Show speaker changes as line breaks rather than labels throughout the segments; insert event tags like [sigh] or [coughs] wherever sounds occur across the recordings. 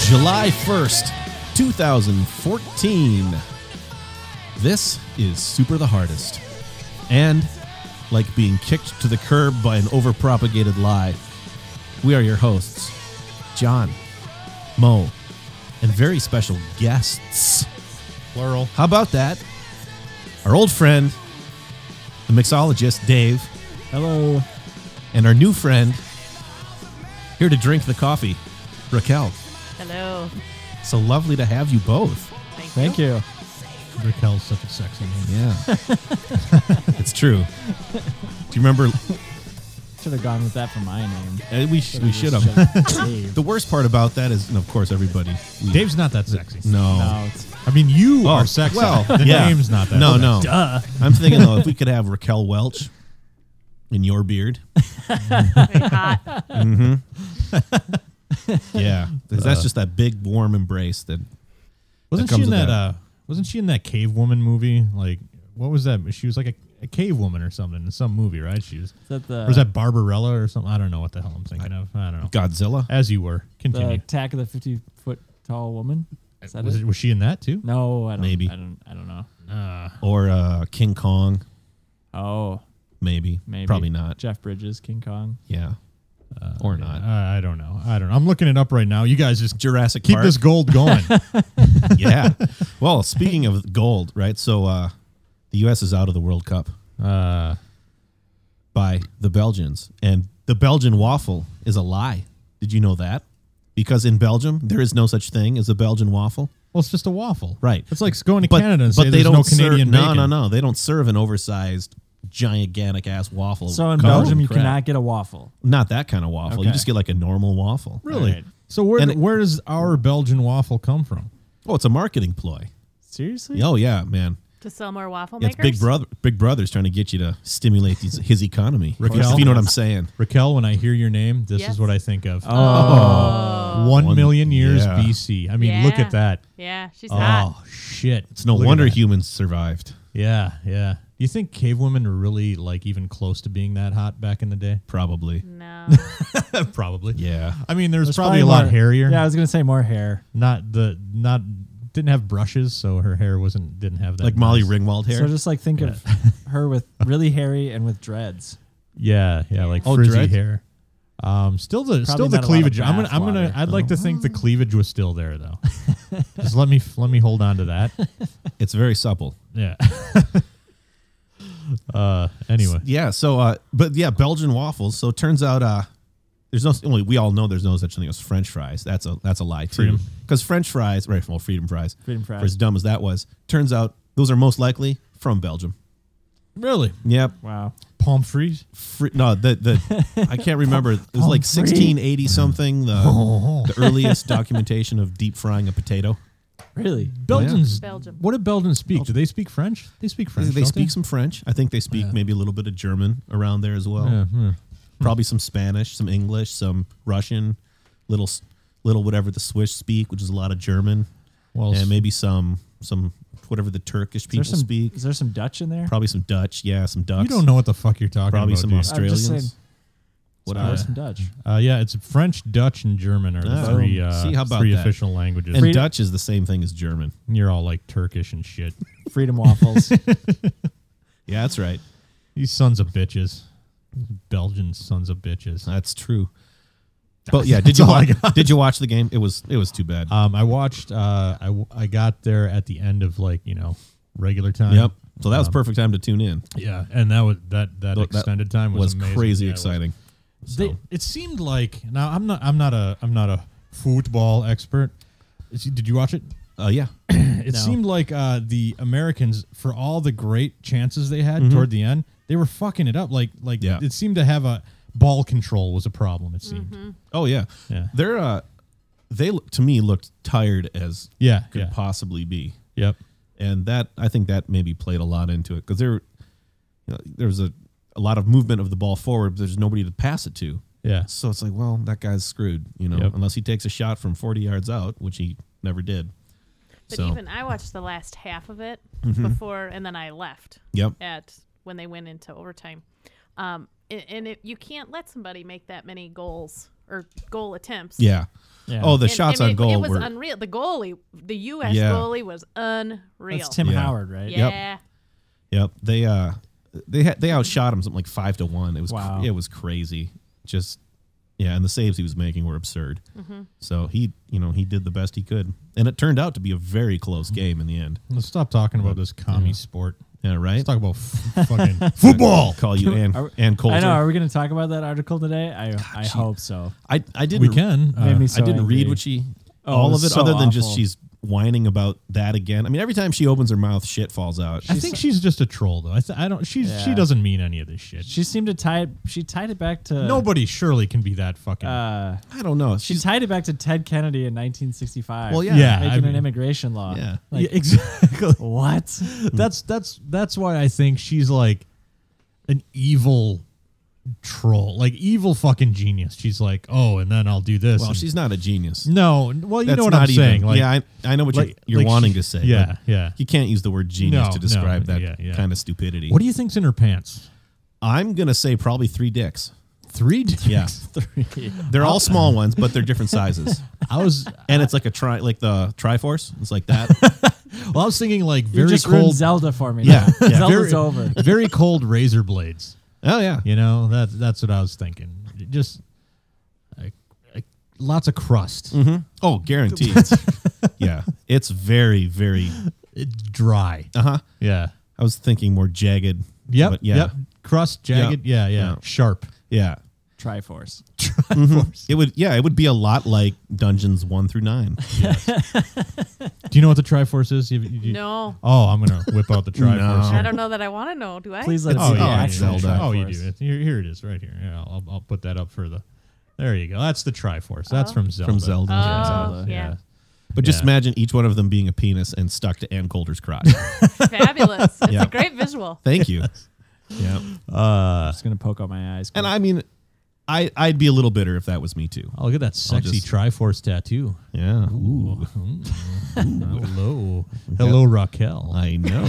July 1st, 2014. This is Super the Hardest. And like being kicked to the curb by an overpropagated lie, we are your hosts, John, Mo, and very special guests.
Plural.
How about that? Our old friend, the mixologist Dave,
Hello.
and our new friend, here to drink the coffee, Raquel.
Hello.
So lovely to have you both.
Thank,
Thank
you.
you. Raquel's such a sexy name.
Yeah. [laughs] it's true. Do you remember?
Should have gone with that for my name.
uh, We, sh- [laughs] we should have. [laughs] The worst part about that is, and of course, everybody. we-
Dave's not that sexy.
[laughs] No.
no, it's,
I mean, you
Oh,
are sexy.
well,
the
yeah.
name's not that
No,
sexy.
no. [laughs] Duh. I'm thinking, though, if we could have Raquel Welch in your beard.
[laughs]
Mm-hmm.
Very
[laughs]
hot.
Yeah. 'Cause that's just that big, warm embrace that.
Wasn't
That
she
comes
in
with
that,
that.
uh wasn't she in that cave woman movie? Like what was that? She was like a, a cave woman or something in some movie, right? She was
is that uh, the,
or was that Barbarella or something? I don't know what the hell I'm thinking of. I don't know.
Godzilla?
As you were.
the
Continue.
attack of the fifty foot tall woman? Is that
was,
it?
it- was she in that too?
No, I don't.
Maybe.
I don't. I don't know.
Uh,
Or uh, King Kong?
Oh,
Maybe.
maybe
Probably not.
Jeff Bridges, King Kong.
Yeah. Uh, or not.
I I don't know. I don't know. I'm looking it up right now. You guys just
Jurassic
keep
Park.
this gold going. [laughs]
yeah. Well, speaking of gold, right? So uh, the U.S. is out of the World Cup
uh,
by the Belgians, and the Belgian waffle is a lie. Did you know that? Because in Belgium, there is no such thing as a Belgian waffle.
well, it's just a waffle.
Right.
It's like going to Canada and say
they
there's
don't
no Canadian
serve,
bacon.
No, no, no. They don't serve an oversized, gigantic ass waffle.
So in
Come on,
Belgium, you
crap.
cannot get a waffle.
Not that kind of waffle. You
Okay.
just get like a normal waffle.
Really?
Right.
So where
And-
where does our Belgian waffle come from?
Oh, it's a marketing ploy.
Hmm.
Seriously?
Oh yeah, man.
To sell more waffle
Yeah,
makers.
it's Big Brother. Big Brother's trying to get you to stimulate these, his economy.
Raquel?
if you know what I'm saying.
Raquel, when I hear your name, this
Yes.
is what I think of.
Oh.
One
One-
million years
yeah.
BC. I mean, look
Yeah.
at that.
Yeah, she's hot.
Oh shit!
It's no
Look at
wonder
that.
humans survived.
Yeah, yeah. Do you think cave women were really like even close to being that hot back in
[laughs]
the day?
Probably. [laughs]
No.
probably.
Yeah.
I mean, there's
There's
probably, a lot
more-
hairier.
Yeah, I was gonna say more hair.
Not the not didn't have brushes, so her hair wasn't didn't have that.
Like Molly
nice-
Ringwald hair.
So just like think of
[laughs]
her with really hairy and with dreads.
Yeah, yeah, like
Oh,
frizzy
dreads?
hair. Um, still the still
not a
the
lot of
cleavage. I'm gonna I'm gonna
bathwater.
I'd like to
Oh.
think the cleavage was still there though. [laughs] Just let me let me hold on to that.
it's very supple.
Yeah. uh. Anyway.
Yeah. So, uh, but yeah, Belgian waffles. So it turns out, uh, there's no. Well, we all know there's no such thing as French fries. That's a that's a lie too.
Freedom.
Because French fries, right? Well, freedom fries.
Freedom fries.
For as dumb as that was, turns out those are most likely from Belgium.
Really.
Yep.
Wow.
Palm freeze.
Fr- no, the
[laughs]
the I can't remember. It was like 1680 something. The the earliest documentation of deep frying a potato.
Really?
Belgians.
Belgium.
What do Belgians speak? Do they speak French? They speak French.
they
don't
speak some French. I think they speak maybe a little bit of German around there as well.
Yeah, hmm. yeah.
Probably some Spanish, some English, some Russian, little s- little whatever the Swiss speak, which is a lot of German,
Well,
and maybe some some whatever the Turkish people
Is there some
speak.
Is there some Dutch in there?
Probably some Dutch, yeah, some Dutch.
you don't know what the fuck you're talking
Probably
about.
some
dude.
Australian. Australians.
I'm just saying,
What
probably
are- [laughs]
some Dutch.
Uh, yeah, it's French, Dutch, and German are the
Oh,
three uh,
see, how about
three
that?
official languages.
and
And
Dutch is the same thing as German.
you're all like Turkish and shit. [laughs]
Freedom waffles.
Yeah, that's right.
These sons of bitches. Belgian sons of bitches.
That's
[laughs]
true. But yeah, did you
all I
watch, did you watch the game? It was it was too bad.
Um, I watched. Uh, I w- I got there at the end of like you know regular time.
yep. So
um,
that was perfect time to tune in.
Yeah, and that was that that
Look, that
extended time was,
was
amazing.
crazy
Yeah, it was-
exciting.
They-
So-
it seemed like now I'm not I'm not a I'm not a football expert. Is- Did you watch it?
uh, yeah.
It
No.
seemed like uh, the Americans, for all the great chances they had toward the end, they were fucking it up. Like like
Mm-hmm. Yeah.
it seemed to have a ball control was a problem. It seemed.
Oh yeah.
Yeah.
They're uh they l- to me looked tired as
Yeah.
could
yeah.
possibly be.
Yep.
And that I think that maybe played a lot into it cuz there you know, there was a a lot of movement of the ball forward, but there's nobody to pass it to.
Yeah.
So it's like, well, that guy's screwed, you know,
Yep.
unless he takes a shot from 40 yards out, which he never did.
But
so, Mm-hmm.
even I watched the last half of it before, and then I left
yep.
at when they went into overtime. Um, and, and it, you can't let somebody make that many goals or goal attempts.
Yeah.
[laughs] Yeah.
Oh, the
And-
shots
and
on
it,
goal
It was
were.
unreal. The goalie, the U.S.
Yeah.
goalie, was unreal.
that's Tim
Yeah.
Howard, right?
Yep.
Yeah.
Yep. They uh they had they outshot him something like five to one. It was cr-
Wow.
it was crazy. Just yeah, and the saves he was making were absurd. So he you know he did the best he could, and it turned out to be a very close
Mm-hmm.
game in the end.
Let's stop talking about this commie sport.
Yeah, right.
Let's talk
[laughs]
about f- fucking
Football. Call you Ann
Are-
Ann Coulter.
I know. Are we going to talk about that article today? I I hope so.
I I didn't.
we can.
Made
Uh,
me so
I didn't read
angry.
what she
Oh,
all
it
of
was
it,
so
other than just
awful.
she's whining about that again. I mean, every time she opens her mouth, shit falls out.
I think she's just a troll, though. I, th- I don't. She's she
Yeah.
doesn't mean any of this shit.
She seemed to tie it. She tied it back
uh,
to
Nobody surely can be that fucking.
Uh,
I don't know.
she
She's
tied it back to Ted Kennedy in 1965.
Well, yeah.
yeah,
making
I
an
mean-
immigration law.
Yeah.
Like,
yeah, [laughs] exactly.
what?
that's that's that's why I think she's like an evil troll, like evil fucking genius. She's like, oh, and then I'll do this.
well,
and-
she's not a genius.
no. Well, you
That's
know what
not
I'm
even-
saying. Like,
yeah, I, I know what
like-
you're, you're
like
wanting
she-
to say.
yeah,
but
yeah.
You can't use the word genius
No,
to describe
no,
that
yeah, yeah.
kind of stupidity.
what do you think's in her pants?
I'm gonna say probably three dicks.
[laughs] Three dicks.
Yeah,
Three.
they're all small ones, but they're different
[laughs]
sizes.
I was.
And it's like a tri, like the Triforce. It's like
[laughs]
that.
Well, I was thinking like
You
very
just ruined
cold.
Zelda for me.
Yeah,
Yeah,
yeah.
[laughs] Zelda's
very,
over.
[laughs] very cold razor blades.
oh yeah,
You know that that's what I was thinking. Just like, like lots of crust.
Oh,
[laughs]
guaranteed. yeah, it's very, very.
It's dry.
Uh huh.
Yeah.
I was thinking more jagged.
Yep.
but yeah.
Yep. Crust, jagged. Yeah. Yeah.
Yeah.
Sharp.
Yeah.
Triforce.
It would. Yeah, it would be a lot like Dungeons one through nine.
Do you know what the Triforce is? You- you-
No.
Oh, I'm gonna
[laughs]
whip out the Triforce.
No.
here.
I don't know that I want to know. Do I?
Please let us
Oh,
see
yeah,
the
yeah,
actual
yeah,
Zelda.
Oh, you
Triforce.
do. It. Here, here it is, right here. Yeah, I'll, I'll put that up for the. There you go. That's the Triforce. That's
Oh.
from Zelda.
From Zelda.
oh,
Yeah.
yeah.
But just
Yeah.
imagine each one of them being a penis and stuck to Ann Coulter's
[laughs]
crotch.
Fabulous. It's
Yeah. [laughs]
a great visual.
Thank you.
Oh.
Yeah.
Uh,
Just gonna poke out my eyes.
And I mean, I I'd be a little bitter if that was me too.
oh, look at that sexy
just-
Triforce tattoo.
Yeah. [laughs] Ooh.
Hello, hello, Raquel.
I [laughs] know.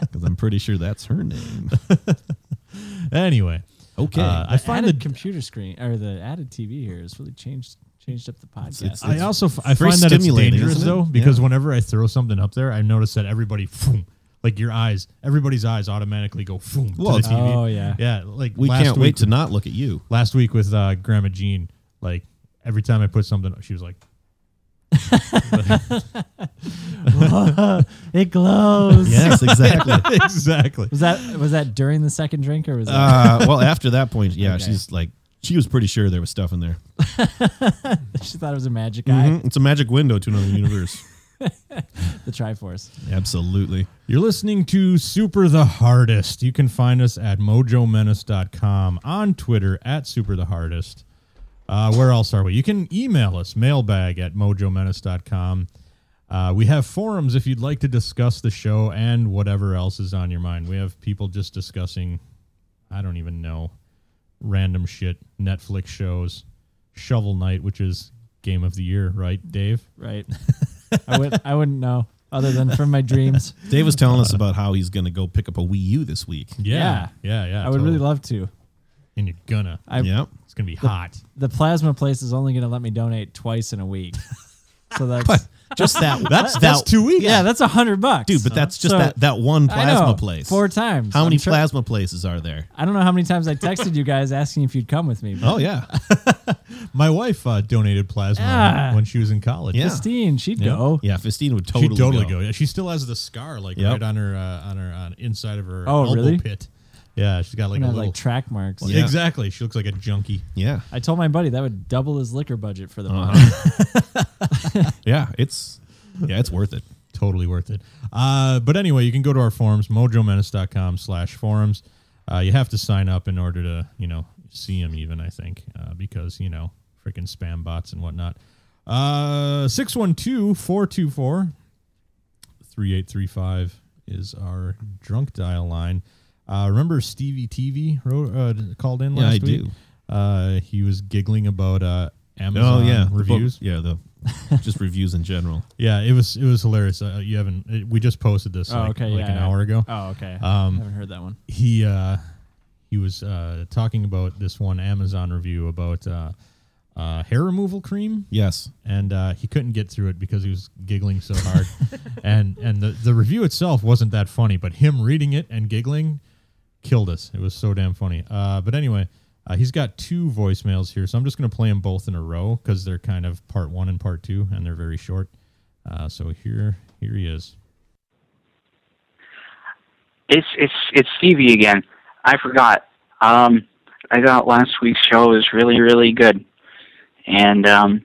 Because I'm pretty sure that's her name.
Anyway,
Okay.
uh, I
I
find
find
the
the computer screen or the added TV here has really changed changed up the podcast.
it's-
I also f- I
very
find that it's
stimulating,
dangerous
isn't it?
though because
Yeah.
whenever I throw something up there, I notice that everybody, phoom, like your eyes, everybody's eyes automatically go phoom
Well, uh,
to the TV.
oh yeah. [laughs]
yeah, like
[laughs] we
last
can't
week,
wait to not look at you.
last week with uh, Grandma Jean. Like every time I put something, up,
[laughs]
she was like, [laughs]
It glows.
Yes, [laughs] exactly.
exactly.
Was that was that during the second drink or was that
uh, well, after that point, yeah,
Okay.
she's like, she was pretty sure there was stuff in there.
[laughs] she thought it was a magic eye?
Mhm. It's a magic window to another [laughs] universe. mm-hmm.
The Triforce.
Absolutely.
You're listening to Super the Hardest. You can find us at mojomenace.com, on Twitter at Super the Hardest. Uh, where else are we? You can email us, mailbag at mojomenace.com. Uh, we have forums if you'd like to discuss the show and whatever else is on your mind. We have people just discussing, I don't even know, random shit, Netflix shows, Shovel Knight, which is game of the year, right, Dave?
Right. I would I wouldn't know other than from
[laughs]
my dreams.
Dave was telling us about how he's going to go pick up a Wii U this week.
Yeah. Yeah, yeah.
I would
totally.
really love to.
And you're gonna.
I
yep.
It's gonna be hot.
the plasma place is only going to let me donate twice in
[laughs]
a week. So that's
[laughs] Just [laughs] that.
That's-
that-
that's two weeks.
yeah, that's a hundred bucks,
dude. But that's just
So-
that that one
I
plasma
know,
place.
four times.
How
I'm
many
sure-
plasma places are there?
I don't know how many times I texted you guys asking if you'd come with me. But
Oh yeah,
My wife uh, donated plasma
Ah.
when she was in college.
Oh, Yeah.
Christine, she'd go.
yeah. Fistine would
she
Oh. totally,
totally
go.
go. Yeah, she still has the scar like
Yep.
right on her uh, on her on inside of her
Oh,
elbow
really?
pit. Yeah, she's got like
And
a
have
little.
like track marks.
Yeah.
Exactly, she looks like a junkie.
Yeah,
I told my buddy that would double his liquor budget
Uh-huh.
for the month.
yeah. It's yeah, it's worth it.
Totally worth it. Uh, but anyway, you can go to our forums, mojomenace.com slash forums. Uh, you have to sign up in order to you know see them even I think uh, because you know freaking spam bots and whatnot. Uh, 612-424 3835 is our drunk dial line. Uh, remember Stevie TV wrote, uh, called in
Yeah,
last
I
week?
do. Oh,
Uh, he was giggling about uh, Amazon
The book-
reviews.
yeah, [laughs] the just reviews in general.
Yeah, it was it was hilarious. Uh, you haven't it, we just posted this
Oh,
like,
okay,
like
yeah,
an
yeah.
hour ago.
Oh, okay.
Um,
haven't heard that one.
He uh he was uh, talking about this one Amazon review about uh, uh, hair removal cream
Yes.
and uh, he couldn't get through it because he was giggling so
[laughs]
hard. and and the, the review itself wasn't that funny, but him reading it and giggling killed us. It was so damn funny. Uh, but anyway, uh, he's got two voicemails here, so I'm just going to play them both in a row because they're kind of part one and part two, and they're very short. Uh, so here here he is.
It's it's it's Stevie again. I forgot. Um, I thought last week's show was really really good, and um,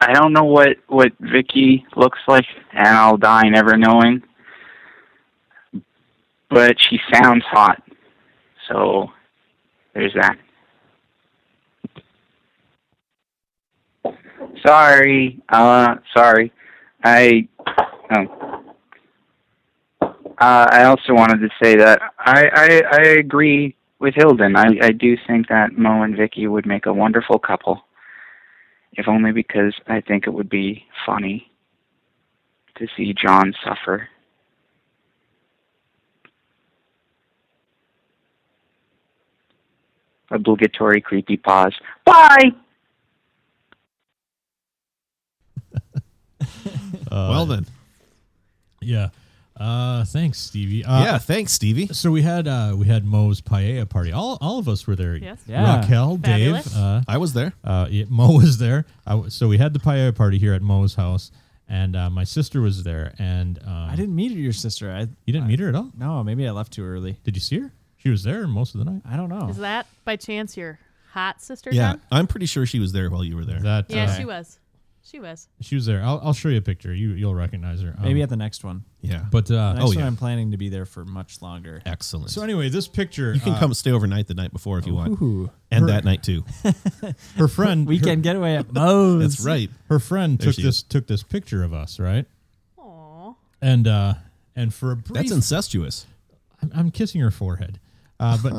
I don't know what what Vicky looks like, and I'll die never knowing. But she sounds hot, so there's that. Sorry, uh, sorry. I oh. Uh, I also wanted to say that I, I, I agree with Hilden. I, I do think that Mo and Vicky would make a wonderful couple, if only because I think it would be funny to see John suffer. Obligatory creepy pause. Bye!
Uh,
well then.
yeah. Uh, thanks, Stevie. Uh,
yeah. Thanks, Stevie.
So we had uh, we had Mo's paella party. All all of us were there.
Yes.
Yeah.
Raquel, Dave,
Fabulous.
uh,
I was there.
Uh, yeah, [laughs] Mo was there. I w so we had the paella party here at Mo's house, and uh, my sister was there. And um,
I didn't meet your sister. I
You didn't meet her at all.
no, maybe I left too early.
Did you see her? She was there most of the night.
I don't know.
Is that by chance your hot sister?
Oh. Yeah.
John?
I'm pretty sure she was there while you were there.
That
Yeah,
uh,
she was. She was.
she was there. I'll, I'll show you a picture. You you'll recognize her. Um,
Maybe at the next one.
yeah.
but uh,
The next
oh
one
yeah.
I'm planning to be there for much longer.
Excellent.
So anyway, this picture.
you can
uh,
come stay overnight the night before if you want,
Ooh.
and
Her-
that night [laughs] too.
Her
[laughs]
friend.
Weekend getaway at Moe's.
That's right.
Her, her friend
There
took
she
this took this picture of us, right?
Aw.
And uh, and for a brief,
That's incestuous.
I'm, I'm kissing her forehead. Uh,
[laughs]
but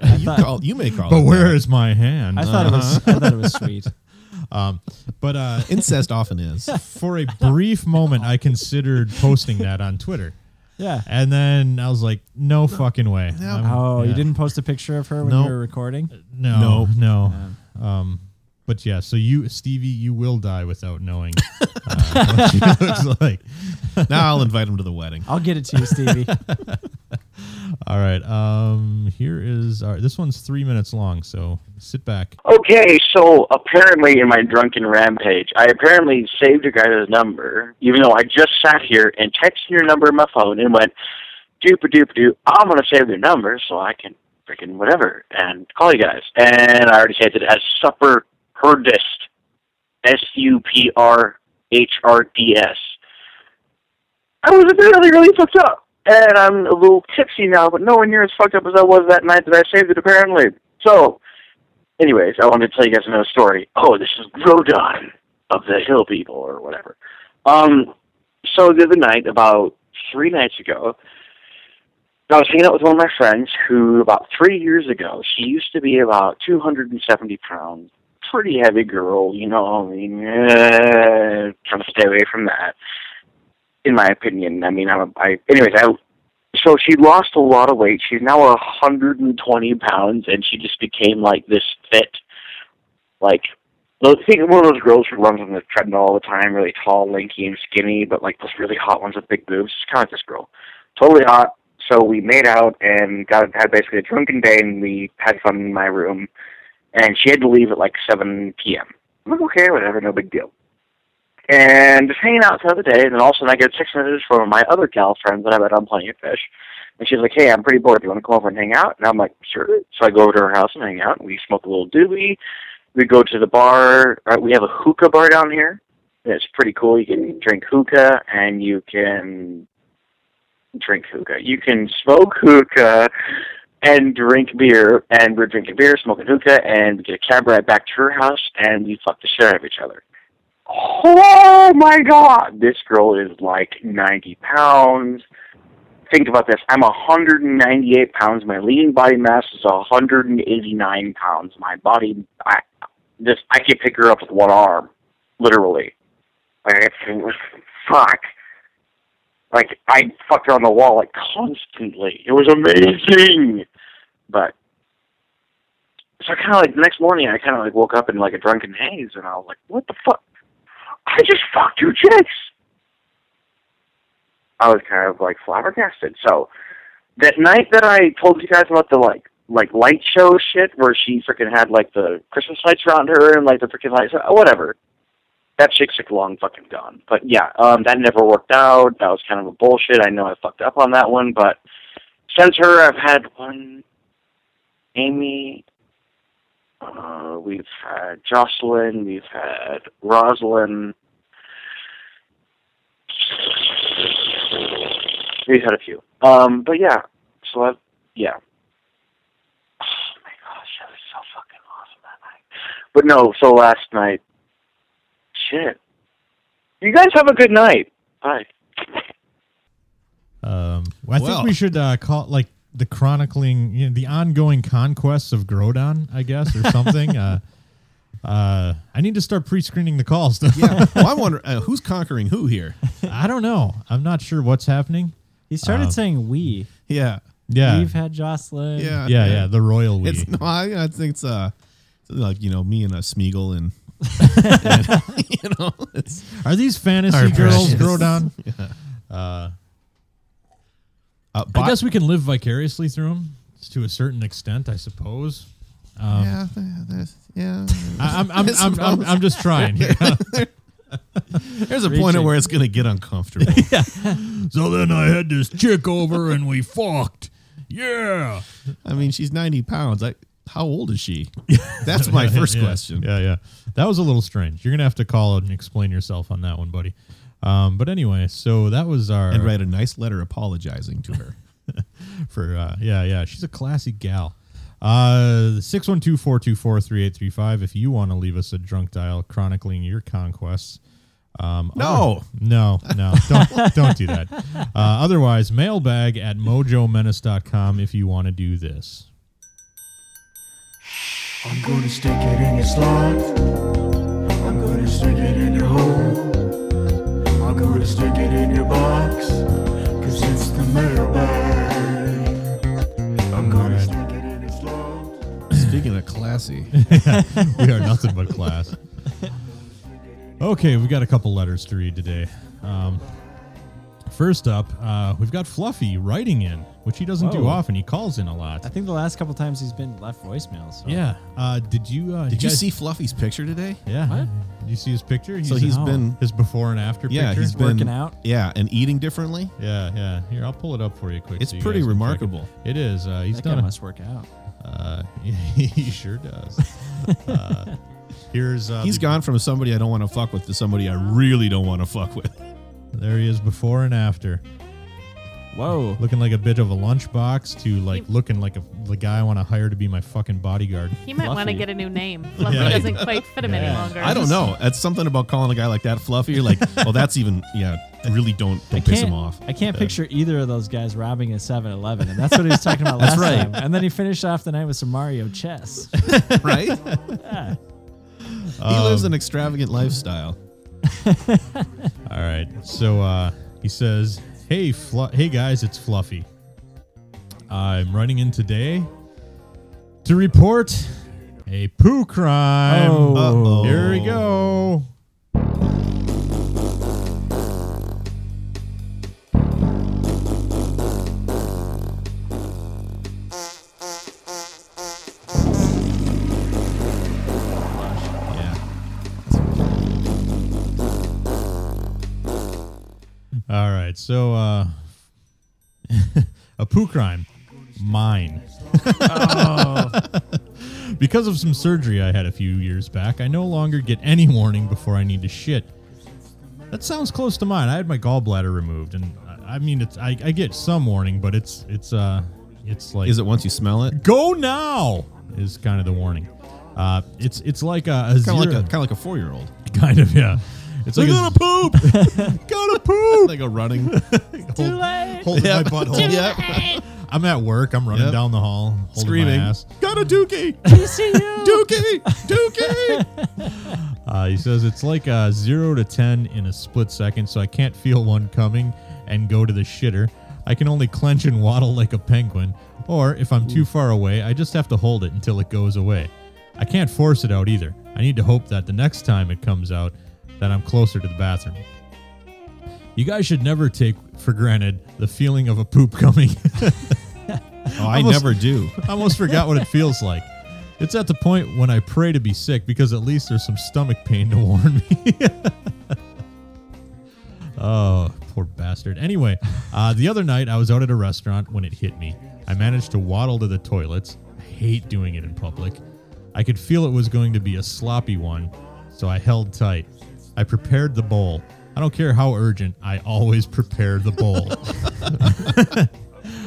but,
You call. You may call.
but
it
where
that.
is my hand? Uh,
I thought it was. I thought it was sweet.
but uh,
incest often [laughs] is?
for a brief moment, I considered posting that on Twitter,
Yeah.
and then I was like, "No fucking way!" I'm-
Oh,
yeah.
you didn't post a picture of her when
Nope.
you were recording?
No, no. Um, but yeah, so you, Stevie, you will die without knowing uh,
[laughs]
what she looks like.
now I'll invite him to the wedding.
I'll get it to you, Stevie.
All right. Um, here is our, this one's three minutes long, so sit back.
Okay, so apparently in my drunken rampage, I apparently saved a guy's number, even though I just sat here and texted your number on my phone and went, doop a doop doop, I'm going to save your number so I can freaking whatever and call you guys. And I already saved it as Supper Herdist. S U P R H R D S. I was apparently really fucked up. And I'm a little tipsy now, but nowhere near as fucked up as I was that night that I saved it apparently. So, anyways, I wanted to tell you guys another story. Oh, this is Rodon of the Hill People or whatever. Um, so the other night, about three nights ago, I was hanging out with one of my friends who, about three years ago, she used to be about 270 pounds, pretty heavy girl, you know, I mean, eh, trying to stay away from that, in my opinion. I mean, I'm a, I, anyways, I, so she lost a lot of weight. She's now 120 pounds, and she just became like this fit, like those- think of one of those girls who runs on the treadmill all the time, really tall, lanky, and skinny, but like those really hot ones with big boobs. It's kind of like this girl, totally hot. So we made out and got had basically a drunken day, and we had fun in my room. And she had to leave at like 7 p.m. I'm like, okay, whatever, no big deal and just hanging out the other day, and then all of a sudden I get a text message from one of my other gal friends that I met on Plenty of Fish, and she's like, "Hey, I'm pretty bored. Do you want to come over and hang out?" And I'm like, "Sure." So I go over to her house and hang out, and we smoke a little doobie. We go to the bar. Uh, we have a hookah bar down here. It's pretty cool. You can drink hookah, and you can drink hookah. You can smoke hookah and drink beer, and we're drinking beer, smoking hookah, and we get a cab ride back to her house, and we fuck the shit out of each other oh my god, this girl is like 90 pounds. Think about this. I'm 198 pounds. My lean body mass is 189 pounds. My body, I, this, I can pick her up with one arm, literally. Like, it's- fuck. Like, I fucked her on the wall, like, constantly. It was amazing. But so I kind of like the next morning, I kind of like woke up in like a drunken haze, and I was like, "What the fuck? I just fucked two chicks." I was kind of like flabbergasted. So that night that I told you guys about the like like light show shit, where she freaking had like the Christmas lights around her and like the freaking lights, uh, whatever. That chick's like long fucking gone. But yeah, um, that never worked out. That was kind of a bullshit. I know I fucked up on that one, but since her, I've had one Amy, uh, we've had Jocelyn, we've had Rosalind, we've had a few. Um, but yeah, so that, yeah. Oh my gosh, that was so fucking awesome that night. But no, so last night, shit. You guys have a good night. Bye.
Um, well, I
Well.
think we should uh, call it like the chronicling, you know, the ongoing conquests of Grodon, I guess, or
[laughs]
something. uh, uh, I need to start pre-screening the calls. though.
Yeah. Well, I wonder uh, who's conquering who here.
[laughs]
[laughs]
I don't know. I'm not sure what's happening.
He started
Um,
saying we.
Yeah.
Yeah,
We've had Jocelyn.
Yeah.
yeah, yeah. The royal we.
It's no, I, I think it's uh, like you know, me and a Smeagol [laughs] and, and, you know, it's,
Are these fantasy
Our
girls
precious. [laughs]
Grodon?
uh,
I guess we can live vicariously through them to a certain extent, I suppose.
yeah, there's, yeah.
I, I'm, I'm,
I
I'm, I'm, I'm just
[laughs]
trying. here.
There's a point at where it's gonna get [laughs] uncomfortable.
so then I had this chick over and we fucked. Yeah.
I mean, she's 90 pounds. I, how old is [laughs] she? That's my first
Yeah,
question.
Yeah, yeah. That was a little strange. You're gonna have to call and explain yourself on that one, buddy. Um, but anyway, so that was our
And write a nice letter apologizing to her.
for uh, yeah, yeah. She's a classy gal. Uh, six one two four two four three eight three five. If you want to leave us a drunk dial chronicling your conquests. Um,
No.
other- no, no, don't [laughs] don't do that. Uh, otherwise, mailbag at mojomenace.com if you want to do this.
I'm gonna stick it in your slot. I'm gonna stick it in your hole. I'm gonna stick it in your box. Cause it's the mailbag. I'm gonna stick it in your slot.
Speaking of classy,
[laughs] we are nothing but class. Okay, we got a couple letters to read today. Um, first up, uh, we've got Fluffy writing in, which he doesn't do
Whoa.
often. He calls in a lot.
I think the last couple times he's been left voicemails. so-
Yeah. Uh, did you? Uh,
did you
guys-
see Fluffy's picture today?
Yeah. Did you see his picture?
so he's
no.
been,
his before and after.
yeah,
picture?
he's been
working out?
Yeah, and eating differently.
Yeah, yeah. Here, I'll pull it up for you quick.
It's
so you
pretty
guys can check it.
remarkable.
It is. Uh, he's
That guy
done. A,
must work out.
uh, [laughs] he
[laughs]
sure does. uh, here's. Uh,
He's
the-
gone from somebody I don't want to fuck with to somebody I really don't want to fuck with.
There he is, before and after.
Whoa.
looking like a bit of a lunchbox to like looking like a the guy I want to hire to be my fucking bodyguard.
He might want to
Fluffy.
get a
[laughs]
new name. Fluffy
Yeah.
doesn't quite fit him any
Yeah.
longer.
I don't know. That's something about calling a guy like that fluffy. You're like, well, that's even, yeah, really don't, don't piss him off.
I can't picture either of those guys robbing a 7 Eleven, and that's what he was talking about
That's
last
right.
time. And then he finished off the night with some Mario chess.
right? [laughs] He lives an extravagant lifestyle.
All right. So uh, he says, "Hey, Flu- hey guys, it's Fluffy. I'm running in today to report a poo crime.
Oh.
Here we go.
Yeah.
All right. So uh, [laughs] a poo crime, mine." [laughs] Because of some surgery I had a few years back, I no longer get any warning before I need to shit. That sounds close to mine. I had my gallbladder removed, and uh, I, I mean, it's I, I get some warning, but it's it's uh, it's like
Is it once you smell it?
go now is kind of the warning. Uh, it's it's like a, a
Kind of like a
zero-
kind of like a four year old.
[laughs] kind of yeah. It's like a,
poop. [laughs]
gotta poop.
They go running.
Hold- Holding
Yeah.
my butthole.
Yep.
I'm at work. I'm running
Yep.
down the hall, holding
Screaming.
my ass.
Got a dookie. Dookie. Dookie.
[laughs] Uh, he says it's like a zero to ten in a split second, so I can't feel one coming and go to the shitter. I can only clench and waddle like a penguin, Or if I'm too far away, I just have to hold it until it goes away. I can't force it out either. I need to hope that the next time it comes out that I'm closer to the bathroom. You guys should never take for granted the feeling of a poop coming.
[laughs] Oh, I
[laughs] Almost-
never do.
I almost forgot what it feels like. It's at the point when I pray to be sick because at least there's some stomach pain to warn me. oh, poor bastard. Anyway, uh, the other night I was out at a restaurant when it hit me. I managed to waddle to the toilets. I hate doing it in public. I could feel it was going to be a sloppy one, so I held tight. I prepared the bowl. I don't care how urgent, I always [laughs] prepare the bowl.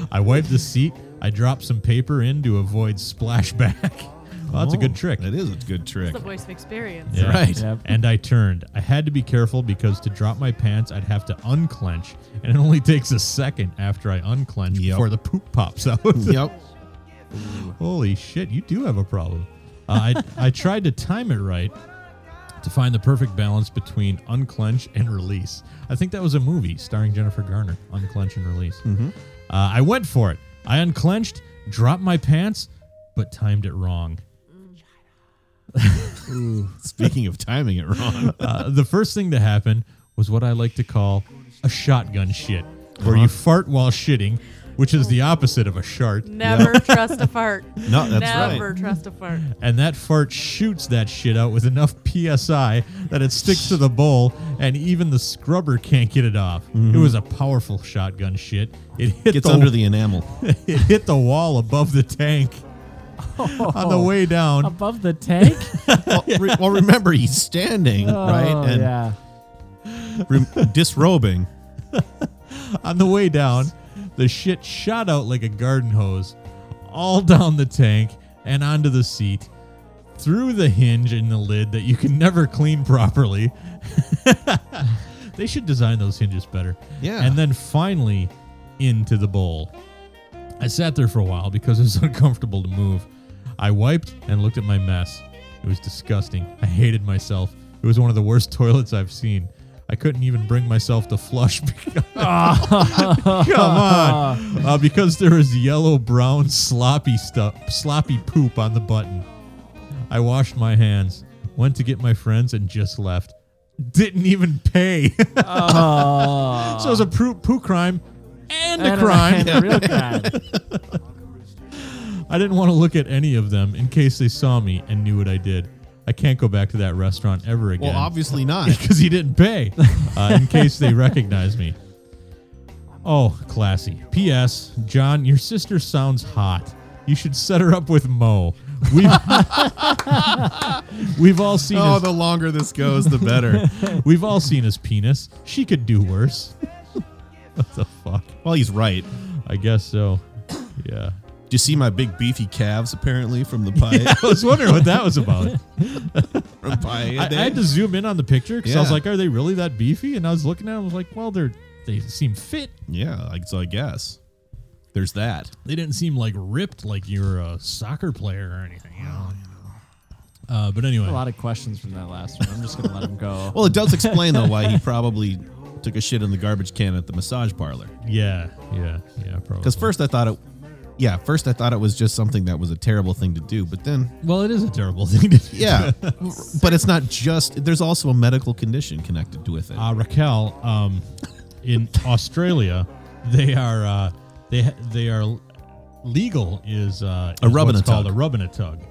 [laughs] I wiped the seat. I dropped some paper in to avoid splashback. [laughs] well, that's a good trick.
It is a good trick.
the voice of experience.
Yeah.
Right.
Yep.
And I turned. I had to be careful because to drop my pants, I'd have to unclench, and it only [laughs] takes a second after I unclench
Yep.
before the poop pops out.
Yep.
[laughs] Holy shit, you do have a problem. Uh, I, I tried to time it right to find the perfect balance between unclench and release. I think that was a movie starring Jennifer Garner, Unclench and Release.
Mm-hmm.
Uh, I went for it. I unclenched, dropped my pants, but timed it wrong.
Speaking of timing it wrong.
Uh, the first thing to happen was what I like to call a shotgun shit, where you
Uh-huh.
fart while shitting, which is the opposite of a shart.
Never trust a fart.
[laughs] No, that's
Never
right.
trust a fart.
and that fart shoots that shit out with enough psi that it sticks to the bowl and even the scrubber can't get it off it was a powerful shotgun shit it hit
Mm-hmm. Gets
the,
under the enamel.
[laughs] it hit the wall above
[laughs]
the tank on the way down
Above the [laughs] tank?
well, re- well, remember he's standing,
Oh,
right? And
yeah.
re- disrobing. Oh.
on the way down the shit shot out like a garden hose all down the tank and onto the seat through the hinge in the lid that you can [laughs] never clean properly [laughs] they should design those hinges better
Yeah.
And then finally into the bowl. I sat there for a while because it was [laughs] uncomfortable to move. I wiped and looked at my mess. It was disgusting. I hated myself. It was one of the worst [laughs] toilets I've seen. I couldn't even bring myself to flush. [laughs] Because, come on, uh, because there was yellow, brown, sloppy stuff, sloppy poop on the button. I washed my hands, went to get my friends, and just left. Didn't even pay. [laughs]
Oh.
So it was a poo, poo crime and
And
a
a-
crime.
and a real crime.
I didn't want to look at any of them in case they saw me and knew what I did. I can't go back to that restaurant ever again.
Well, obviously not.
because he didn't pay uh, in case they recognize me. Oh, classy. P.S. John, your sister sounds hot. You should set her up with Mo. We've, [laughs] we've all seen
Oh,
his-
the longer this goes, the
[laughs]
better.
we've all seen his penis. She could do worse. [laughs] what the fuck?
well, he's right.
I guess so. Yeah.
Do you see my big beefy calves? Apparently from the pie.
I was wondering what that was about.
[laughs] From pie
I, I had to zoom in on the picture because I was
Yeah.
like, "Are they really that beefy?" And I was looking at them, I was like, "Well, they're they seem fit.
yeah. Like, so I guess there's that.
They didn't seem like ripped like you're a soccer player or anything." You
Oh,
know? uh, but
[laughs]
anyway,
A lot of questions from that last one. I'm just going to let him go.
Well, it does explain though
[laughs]
why he probably took a shit in the garbage can at the massage parlor.
yeah, yeah, yeah, probably.
Because first I thought it, yeah, first I thought it was just something that was a terrible thing to do, but then
well, it is a terrible [laughs] thing to do.
yeah, but it's not just. There's also a medical condition connected with it.
uh, Raquel, um, in Australia, they are uh, they ha- they are legal is, uh,
A
is
rub and
what's
a
called
tug.
a rub and a tug.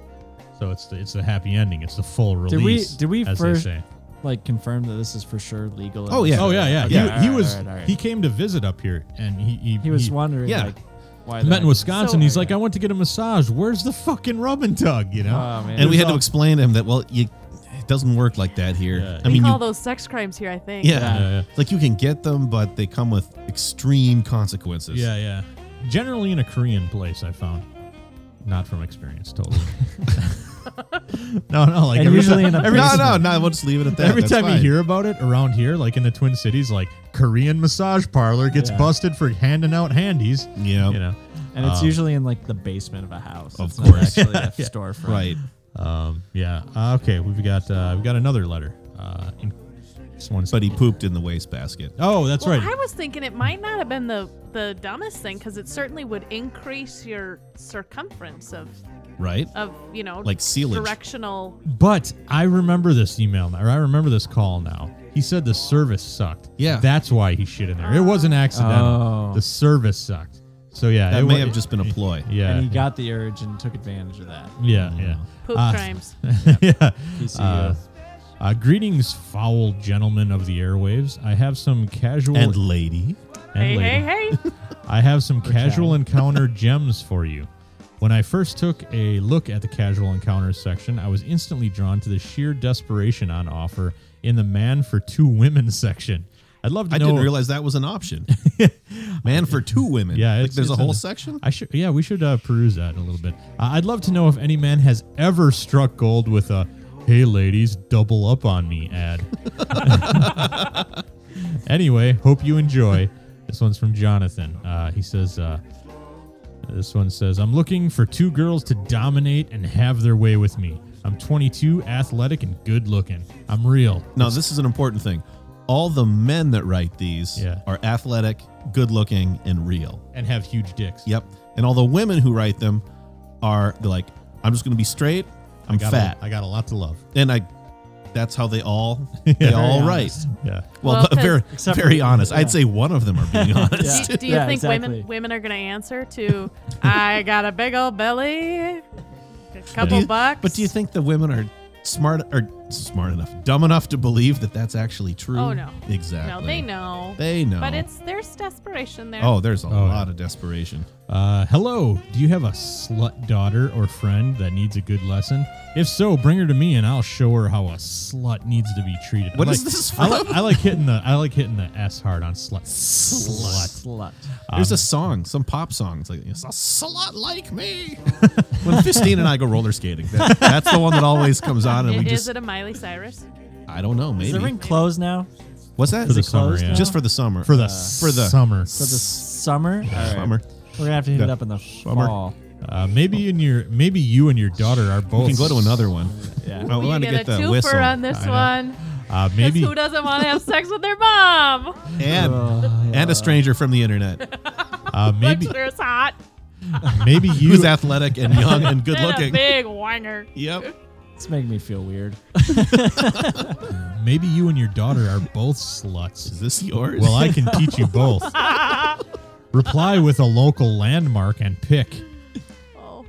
So it's the, it's the happy ending. It's the full
Did we-
release.
did we
as they
first-
say.
like, confirm that this is for sure legal. in
Oh, yeah.
Oh yeah, yeah.
Okay,
He-
all
he,
right,
was
all right, all right.
he came to visit up here, and he he,
He was
he
wondering,
yeah.
like, why
met
that-
in Wisconsin.
So-
he's like, I went to get a massage. Where's the fucking rub and tug? You know.
Oh, man.
and we had to
all-
explain to him that well, you, it doesn't work like that here.
Yeah.
I
we
mean,
call
you,
those sex crimes here, I [laughs] think.
yeah,
Yeah, yeah.
It's like you can get them, but they come with extreme consequences. [laughs]
yeah, yeah. Generally in a Korean place, I found. Not from experience,
[laughs]
totally. no, no. Like
And
every
usually
time,
in a-
every,
no, no, no. We'll just leave it at that.
every
That's
time you
fine.
hear about it around here, like in the Twin Cities, like Korean massage parlor gets
Yeah.
busted for handing out handies.
yeah,
You know.
And it's
Um,
usually in, like, the basement of a house.
Of
It's not
course.
actually a storefront.
right.
Um, yeah. Uh, okay, we've got uh, we've got another letter. Uh, in, This one's.
but he pooped in the wastebasket.
oh, that's
well, I
right.
was thinking it might not have been the the dumbest thing because it certainly would increase your circumference of
Right?
of you know
Like sealage.
directional.
But I remember this email now, or I remember this call now. He said the service sucked.
Yeah.
That's why he shit in there. It wasn't accidental.
Oh.
The service sucked. So yeah,
That
it
may
wa-
have just been a ploy.
Yeah.
and he got the urge and took advantage of that.
yeah, yeah.
Poop
Ah. [laughs]
Uh,
crimes.
Mm-hmm.
[laughs] yeah.
PCO.
Uh, uh, greetings, foul gentlemen of the airwaves. I have some casual
And lady.
and
hey,
lady.
hey, hey.
I have some casual
[laughs]
encounter gems for you. When I first took a look at the casual encounters section, I was instantly drawn to the sheer desperation on offer in the man for two women [laughs] section. I'd love to
I
know.
didn't realize that was an [laughs] option. Man for two women.
Yeah,
Like,
it's-
there's a
it's
whole
in-
section.
I should. Yeah, we should uh, peruse that a little bit. Uh, I'd love to know if any man has ever struck gold with a "Hey, ladies, double up on me" ad. [laughs] anyway, hope you enjoy. This one's from Jonathan. Uh, he says. Uh, this one says, I'm looking for two girls to dominate and have their way with me. I'm 22, athletic, and good looking. I'm real.
Now, this is an important thing. All the men that write these
Yeah.
are athletic, good looking, and real.
And have huge dicks.
Yep. And all the women who write them are they're like, I'm just going to be straight. I'm
got
fat.
A, I got a lot to love.
and I, that's how they all [laughs] they all write.
Yeah.
Well,
Well, 'cause-
[laughs] very
Except for-
very honest.
yeah.
I'd say one of them are
[laughs]
being honest. [laughs]
[laughs] Do, do you
Yeah,
think
exactly.
women women are gonna answer to I got a big old belly, a
Do
couple
you-
bucks?
But do you think the women are smart or smart enough, dumb enough to believe that that's actually true?
Oh, no.
exactly.
No, they know.
They know.
But it's there's desperation there.
oh, there's a
yeah.
lot of desperation.
Uh, hello, do you have a slut daughter or friend that needs a good lesson? If so, bring her to me and I'll show her how a slut needs to be treated.
What
What
is
is
this
I like,
from?
I like hitting the I like hitting the S hard on slut. Slut.
Slut.
There's a
Um,
song, some pop song. It's like it's a slut like
[laughs]
me. when Christine and I go roller skating, that, that's the one that always comes on, and
I-
we
[laughs] is
just
it a Miley Cyrus?
I don't know
Is the
maybe
ring closed now?
what's that
For the
Is it
summer,
closed?
yeah.
just for the summer
For the
for the
summer.
For the summer? All right.
summer.
We're gonna have to hit it
Yeah.
up in the
Summer.
fall.
Uh, maybe in your maybe you and your daughter are both.
We can go to another one.
Yeah.
Well, we
you
want to
get,
Oh, get
a
the
twofer
whistle.
on this
I know.
one.
Uh,
'Cause
maybe
who doesn't want to have sex with their mom?
[laughs] and
Uh,
and a stranger from the internet
uh, maybe
[laughs] Maybe. It's hot.
maybe [laughs] you.
who's athletic and young and good
[laughs] and a
looking.
big wanger.
Yep.
It's making me feel weird.
Maybe you and your daughter are both sluts.
Is this yours?
Well, I can teach you both. Reply with a local landmark and pick.
Oh.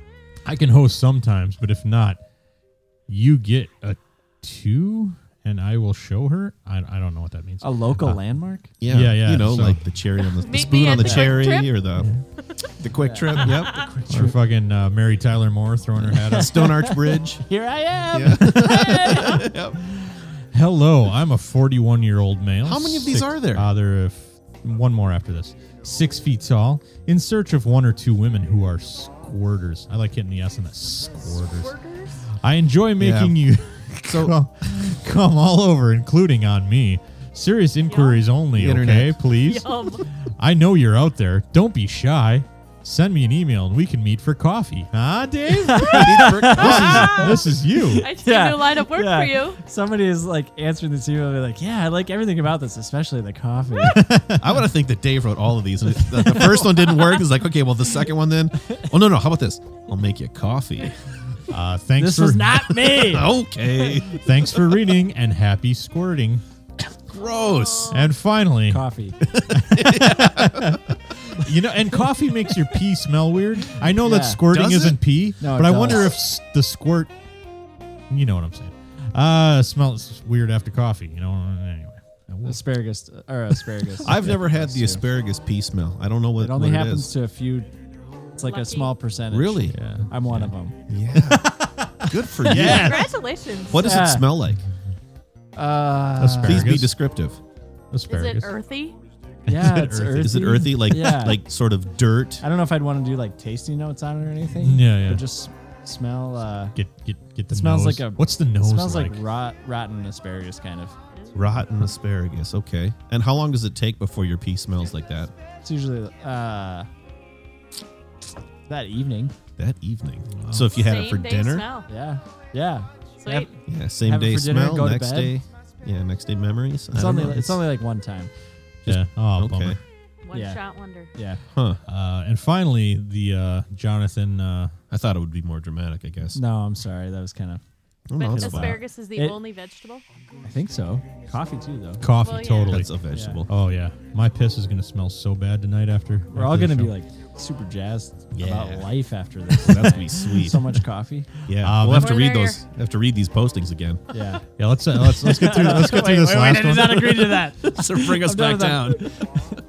I can host sometimes, but if not, you get a two, and I will show her. I, I don't know what that means.
A local
Uh,
landmark?
[laughs] yeah,
yeah, yeah,
You know,
so-
like the cherry on the, the
[laughs] Meet
spoon
me
on
at
the,
the quick
cherry
trip.
or the
[laughs]
the quick trip. Yep.
Or fucking uh, Mary Tyler Moore throwing her hat up.
Stone Arch
[laughs]
Bridge.
Here I am.
Yeah. [laughs]
Hello, I'm a 41 year old male.
How many of these are there?
Uh, there are f- one more after this. Six feet tall, in search of one or two women who are squirters. I like hitting the S on that. Squirters.
Workers?
I enjoy making you [laughs]
So-
come, come all over, including on me. Serious inquiries only,
The
okay,
internet.
[laughs]
please?
Yum.
I know you're out there. Don't be shy. Send me an email and we can meet for coffee. Huh, Dave? this is you.
I see a new line of work
Yeah.
for you.
Somebody is like answering this email and be like, "Yeah, I like everything about this, especially
[laughs]
the coffee."
I want to think that Dave wrote all of these, and it- the, the first one didn't work. It's like, okay, well, the second one then. Oh no, no. How about this? I'll make you coffee.
Uh, thanks
this
for
is not
[laughs]
me.
Okay.
thanks for reading and happy squirting.
Oh.
Gross.
And finally,
coffee.
you know, and coffee
[laughs]
makes your pee smell weird. I know that
Yeah.
squirting
Does
is
it?
isn't pee,
No, it
but I
does.
wonder if s- the squirt, you know what I'm saying, uh, smells weird after coffee. You know, anyway. We'll-
asparagus or asparagus.
[laughs] I've never had the
Yeah.
asparagus pea smell. I don't know what
It only
what
happens
It
to a few. It's like a
Lucky.
small percentage.
is. Really?
Yeah.
I'm one of them.
Yeah. [laughs] Good for you.
Congratulations.
What does
Yeah.
it smell like?
Uh,
Please be
Asparagus.
descriptive.
Is it
Asparagus.
er-
earthy?
yeah, it's
earthy?
[laughs]
earthy.
Is it earthy? Like
Yeah.
like sort of dirt.
I don't know if I'd want to do like tasting notes on it or anything.
Yeah, yeah.
But just smell. Uh,
Get get get the
It smells
nose.
like a-
What's the
it
nose
smells like,
like?
rot, rotten asparagus, kind of.
Rotten asparagus. Okay. And how long does it take before your pea smells like that?
It's usually uh, that evening.
That evening. So if you had it for
Same day
dinner,
Smell.
Yeah, yeah.
Sweet.
yeah, same
Have it
day
for dinner,
smell.
go to
next
bed.
day, Yeah, next day memories. I
It's
don't
only
know.
it's only like one time.
yeah. Oh,
okay.
bummer.
One
Yeah.
shot wonder.
Yeah.
Huh.
Uh, and finally, the uh, Jonathan. Uh,
I thought it would be more dramatic. I guess.
No, I'm sorry. That was kind of.
Oh,
But
no, that's fine.
asparagus is the
It-
only vegetable.
I think so. Coffee too, though.
Coffee,
Well, yeah.
totally.
That's a vegetable.
oh yeah, my piss is gonna smell so bad tonight after.
We're all gonna be like super jazzed
Yeah.
about
[laughs]
life after this.
That's be sweet.
so
[laughs]
much coffee.
Yeah,
Um,
we'll have to
We're
read
there.
those. Have to read these postings
[laughs]
again.
Yeah.
yeah. Let's uh, let's let's get through let's get
[laughs]
through this last one.
agree to [laughs] that.
so bring us back down.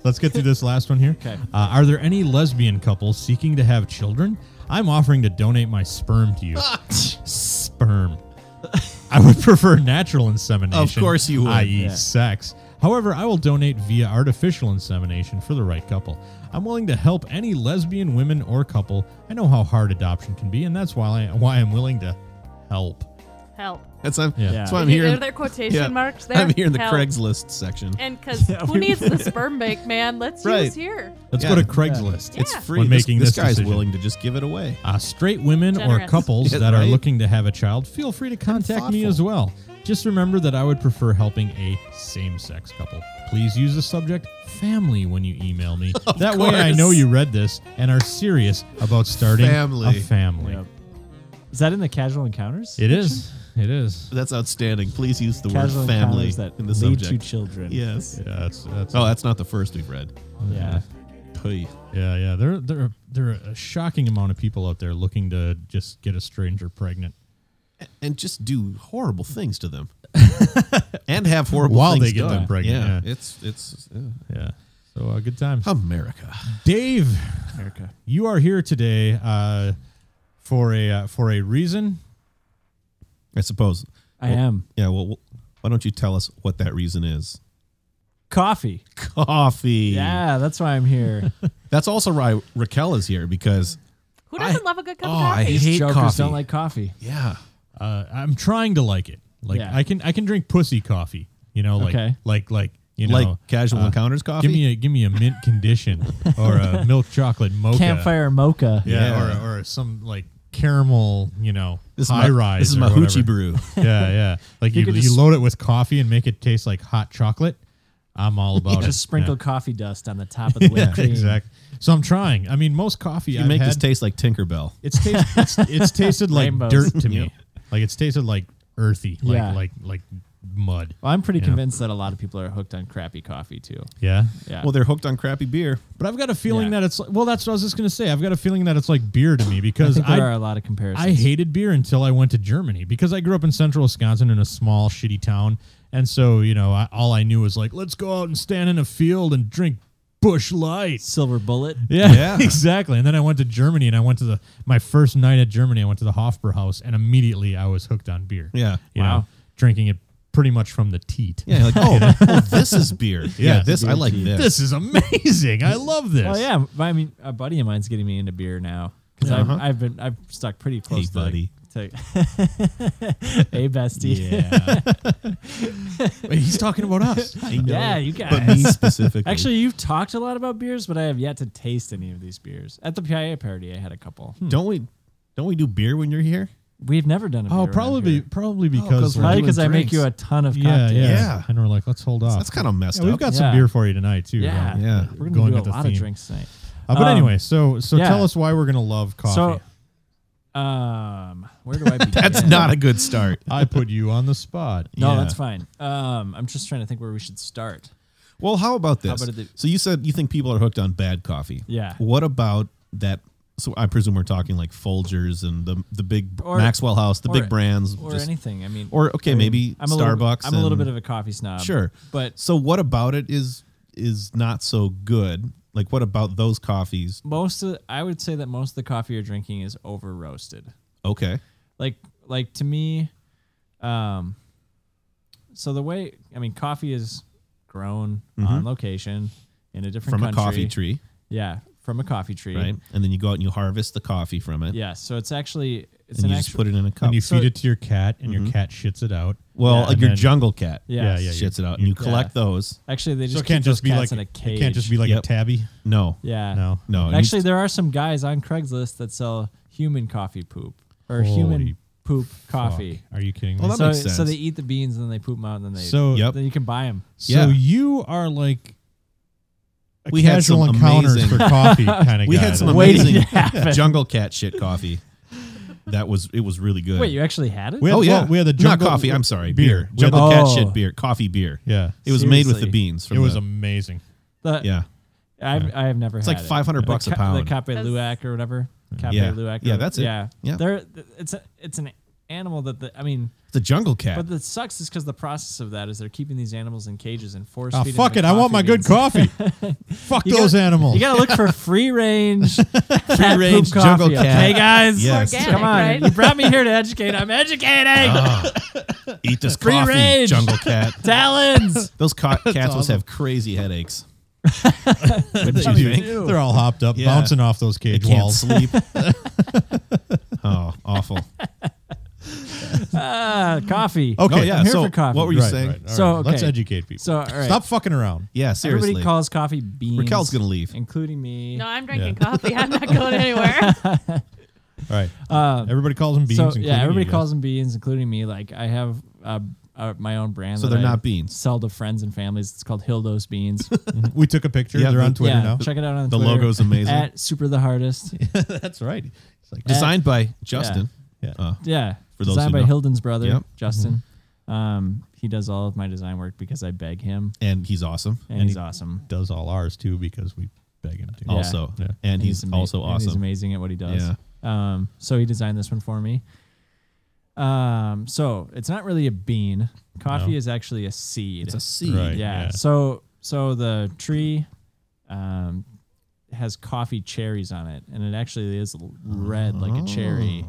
Let's get through this last one here.
Okay.
Uh, are there any lesbian couples seeking to have children? I'm offering to donate my sperm to you. sperm. I would prefer natural insemination.
Of course you would.
I.e.,
Yeah.
sex. However, I will donate via artificial insemination for the right couple. I'm willing to help any lesbian women or couple. I know how hard adoption can be, and that's why I, why I'm willing to help.
Help.
That's I'm.
Yeah.
That's why I'm
Did you
here.
hear their
[laughs]
quotation
yeah.
marks there?
I'm here in the
Help.
Craigslist section. [laughs]
And because who
we-
needs the sperm bank, man? Let's
Right.
use here.
Let's
Yeah.
go to Craigslist.
It's
Yeah.
free.
When
this,
making
this
this
guy's
decision.
willing to just give it away.
Uh, straight women or
Generous.
[laughs]
couples
Yeah,
that are
right.
looking to have a child, feel free to contact me
thoughtful.
as well. Just remember that I would prefer helping a same sex couple. Please use the subject family when you
[laughs]
email me. that way I
course.
know you read this and are serious about starting
Family.
a family.
Yep. Is that in the casual encounters?
It is. It is.
That's outstanding. Please use the word
Casual
family
encounters that
in the
lead to
subject.
children.
Yes.
Yeah, that's, that's
Oh, that's not the first we've read.
Yeah.
Pui.
yeah, yeah. There, there, there are a shocking amount of people out there looking to just get a stranger pregnant
And just do horrible things to
[laughs]
them, and have horrible
while
things
they get
done.
them pregnant. Yeah, yeah.
it's it's yeah.
So uh, good time.
America.
Dave, you are here today uh, for a uh, for a reason.
I suppose.
I am.
Yeah. Well, well, why don't you tell us what that reason is?
Coffee.
Coffee.
Yeah, that's why I'm here.
[laughs] That's also why Raquel is here because
Who doesn't
I-
love a good cup
oh,
of
I
coffee?
hate-
These Jokers
coffee.
don't like coffee.
yeah,
Uh, I'm trying to like it. Like
Yeah.
I can I can drink pussy coffee. You know, like
Okay.
like like you know,
like casual
uh,
encounters coffee.
Give me a give me a mint
[laughs]
condition or a milk chocolate mocha.
Campfire mocha.
Yeah,
Yeah.
Or, or some like caramel. You know,
this is
high
my,
rise.
This is
or
my
whatever.
hoochie brew.
[laughs] Yeah, yeah. Like you,
could
you
just-
load it with coffee and make it taste like hot chocolate.
[laughs]
I'm all about it.
Just sprinkle coffee dust on the top of the whipped
[laughs] Yeah,
cream.
exactly. So I'm trying. I mean, most coffee
You
I've
make
had,
this taste like Tinkerbell.
It's taste, it's,
[laughs]
it's tasted like
Rainbows.
dirt to me. Like it's tasted like earthy, like
Yeah.
like like mud.
Well, I'm pretty
Yeah.
convinced that a lot of people are hooked on crappy coffee too.
Yeah.
Yeah.
Well, they're hooked on crappy beer.
But I've got a feeling
Yeah.
that it's like, well, that's what I was just gonna say. I've got a feeling that it's like beer to me
I
because
think there are
I
a lot of comparisons.
I hated beer until I went to Germany because I grew up in central Wisconsin in a small shitty town, and so you know I, all I knew was like let's go out and stand in a field and drink Bush Light.
Silver Bullet.
[laughs] Yeah,
Yeah.
exactly. And then I went to Germany, and I went to the my first night at Germany. I went to the Hofbrauhaus, and immediately I was hooked on beer.
Yeah.
you
Wow.
know, drinking it pretty much from the teat.
Yeah, [laughs] like oh, well, this is beer. Yeah,
Yeah.
this I like this.
This is
[laughs]
amazing. I love this.
Well, yeah. but I mean, a buddy of mine's getting me into beer now because
Uh-huh.
I've, I've been I've stuck pretty close. to,
buddy.
Like, to, [laughs] hey, bestie.
[laughs]
[laughs]
Yeah,
Wait, he's talking
[laughs]
about us.
Yeah, you
but me [laughs]
guys.
specifically.
Actually, you've talked a lot about beers, but I have yet to taste any of these beers. At the PIA party, I had a couple.
don't we don't we do beer when you're here?
We've never done a beer.
Oh,
around
probably,
here.
probably because
Oh, 'cause we're
Probably
doing
because I make
drinks.
you a ton of
yeah, yeah,
cocktails.
Yeah.
And we're like, let's hold off.
That's kind of messed
Uh, Yeah, we've
up.
got some
Yeah.
beer for you tonight too.
Yeah.
though.
Yeah.
We're going
Going
to
with
do a
the
lot of
theme.
drinks tonight.
Uh, but
Um,
anyway, so so
yeah.
tell us why we're gonna love coffee. [laughs]
So, um,
[laughs]
where do I begin?
That's not a good start.
[laughs] I put you on the [laughs] spot.
No,
Yeah.
that's fine. Um, I'm just trying to think where we should start.
Well, how about this?
about the-
so you said you think people are hooked on bad coffee.
Yeah.
What about that? So I presume we're talking like Folgers and the the big
Or-
Maxwell House, the
or-
big brands.
or
just-
anything. I mean,
Or okay,
I mean,
maybe
a little-
Starbucks.
I'm a little
and-
bit of a coffee snob.
sure,
but
so what about it is is not so good? Like what about those coffees?
most of I would say that most of the coffee you're drinking is over roasted.
Okay,
Like, like to me, um, so the way I mean, coffee is grown on location in a different
Mm-hmm. from a
country.
coffee tree,
Yeah, from a coffee tree.
right? And then you go out and you harvest the coffee from it,
Yeah, so it's actually it's
and
an
you just
actual
put it in a cup.
And you
So-
feed it to your cat, and your cat shits it out.
Mm-hmm. well,
yeah,
like
and
your
then-
jungle cat,
Yeah.
yeah,
shits it out, and you collect those.
actually they
So
just
it can't
keep those
just be like
cats in a
it
cage.
can't just be like
Yep.
a tabby.
No,
Yeah.
No.
no. it needs
Actually, there are some guys on Craigslist that sell human coffee poop or
Holy
human poop coffee.
Fuck, Are you kidding me?
Well, that
so,
makes
so
sense.
they eat the beans and then they poop them out and then they
So- Yep.
then you can buy them.
so
yeah.
you are like a
We had
casual
some
encounters
amazing-
for coffee kind of
we
guy.
had some
that-
Waiting
amazing
to
[laughs]
happen.
jungle cat shit coffee. That was it was really good.
Wait, you actually had it?
We had-
oh yeah,
well, we had the
not
jungle-
coffee. I'm sorry,
beer.
beer.
We had
Jungle
the-
cat
Oh.
shit beer, coffee beer.
yeah.
It was made with the
Seriously.
beans. From
It was
the,
amazing.
The-
yeah,
I've, I have never.
It's
had
like
it.
500
The
bucks a
ca-
pound.
The Cape Luac or whatever. Cape
Yeah.
Luac.
Yeah,
or-
that's it.
Yeah,
Yeah.
They're, it's a, it's an animal that the I mean,
the jungle cat.
but that sucks is because the process of that is they're keeping these animals in cages and force
Ah,
feeding.
fuck it.
them
I want my good
beans.
coffee. fuck
You
those
gotta-
animals.
You gotta look for
[laughs]
free range, free
range jungle
coffee.
cat.
Okay, guys.
Yes. Ah.
Organic,
Come on,
right?
you brought me here to educate. I'm educating.
Eat this
Free
coffee,
range.
jungle cat.
Talons.
[laughs] Those co- cats must
awesome.
have crazy headaches.
[laughs] They
you
do.
think?
They're all hopped up,
Yeah.
bouncing off those
They
cage
can't
walls.
sleep. [laughs] oh, awful.
Ah, coffee.
Okay.
oh, yeah.
I'm here
so
for coffee.
what were you
Right,
saying?
right. All
So,
right. let's
okay.
educate people.
So, all right.
Stop fucking around.
Yeah, seriously.
[laughs] Everybody
[laughs]
calls coffee beans.
Raquel's gonna leave.
including me.
No, I'm drinking coffee. I'm
[laughs]
not going anywhere.
All right.
Uh,
Everybody calls them beans.
so
including
yeah, everybody
you guys.
calls them beans, including me. Like I have uh, uh, my own brand.
So
that
they're
I
not beans.
Sell to friends and families. It's called
[laughs]
Hildos Beans.
[laughs] We took a picture.
Yeah,
They're on
the-
Twitter
yeah,
now.
check it out on
The
Twitter. [laughs]
logo's amazing.
At super
[laughs]
the hardest.
That's right. It's like
Designed by Justin.
Yeah.
Uh,
Yeah,
For those
designed
who
by
know.
Hilden's brother
Yep. Mm-hmm.
Justin. Um, he does all of my design work because I beg him,
and he's awesome.
and, he's awesome.
does all ours too because we beg him to.
Yeah.
Also,
Yeah.
and he's,
ama-
also
and He's
awesome.
amazing at what he does. Um, so he designed this one for me. Um, so it's not really a bean. Coffee
No.
is actually a seed.
It's a seed.
Right.
yeah.
yeah.
So so the tree um, has coffee cherries on it, and it actually is l- red like a cherry.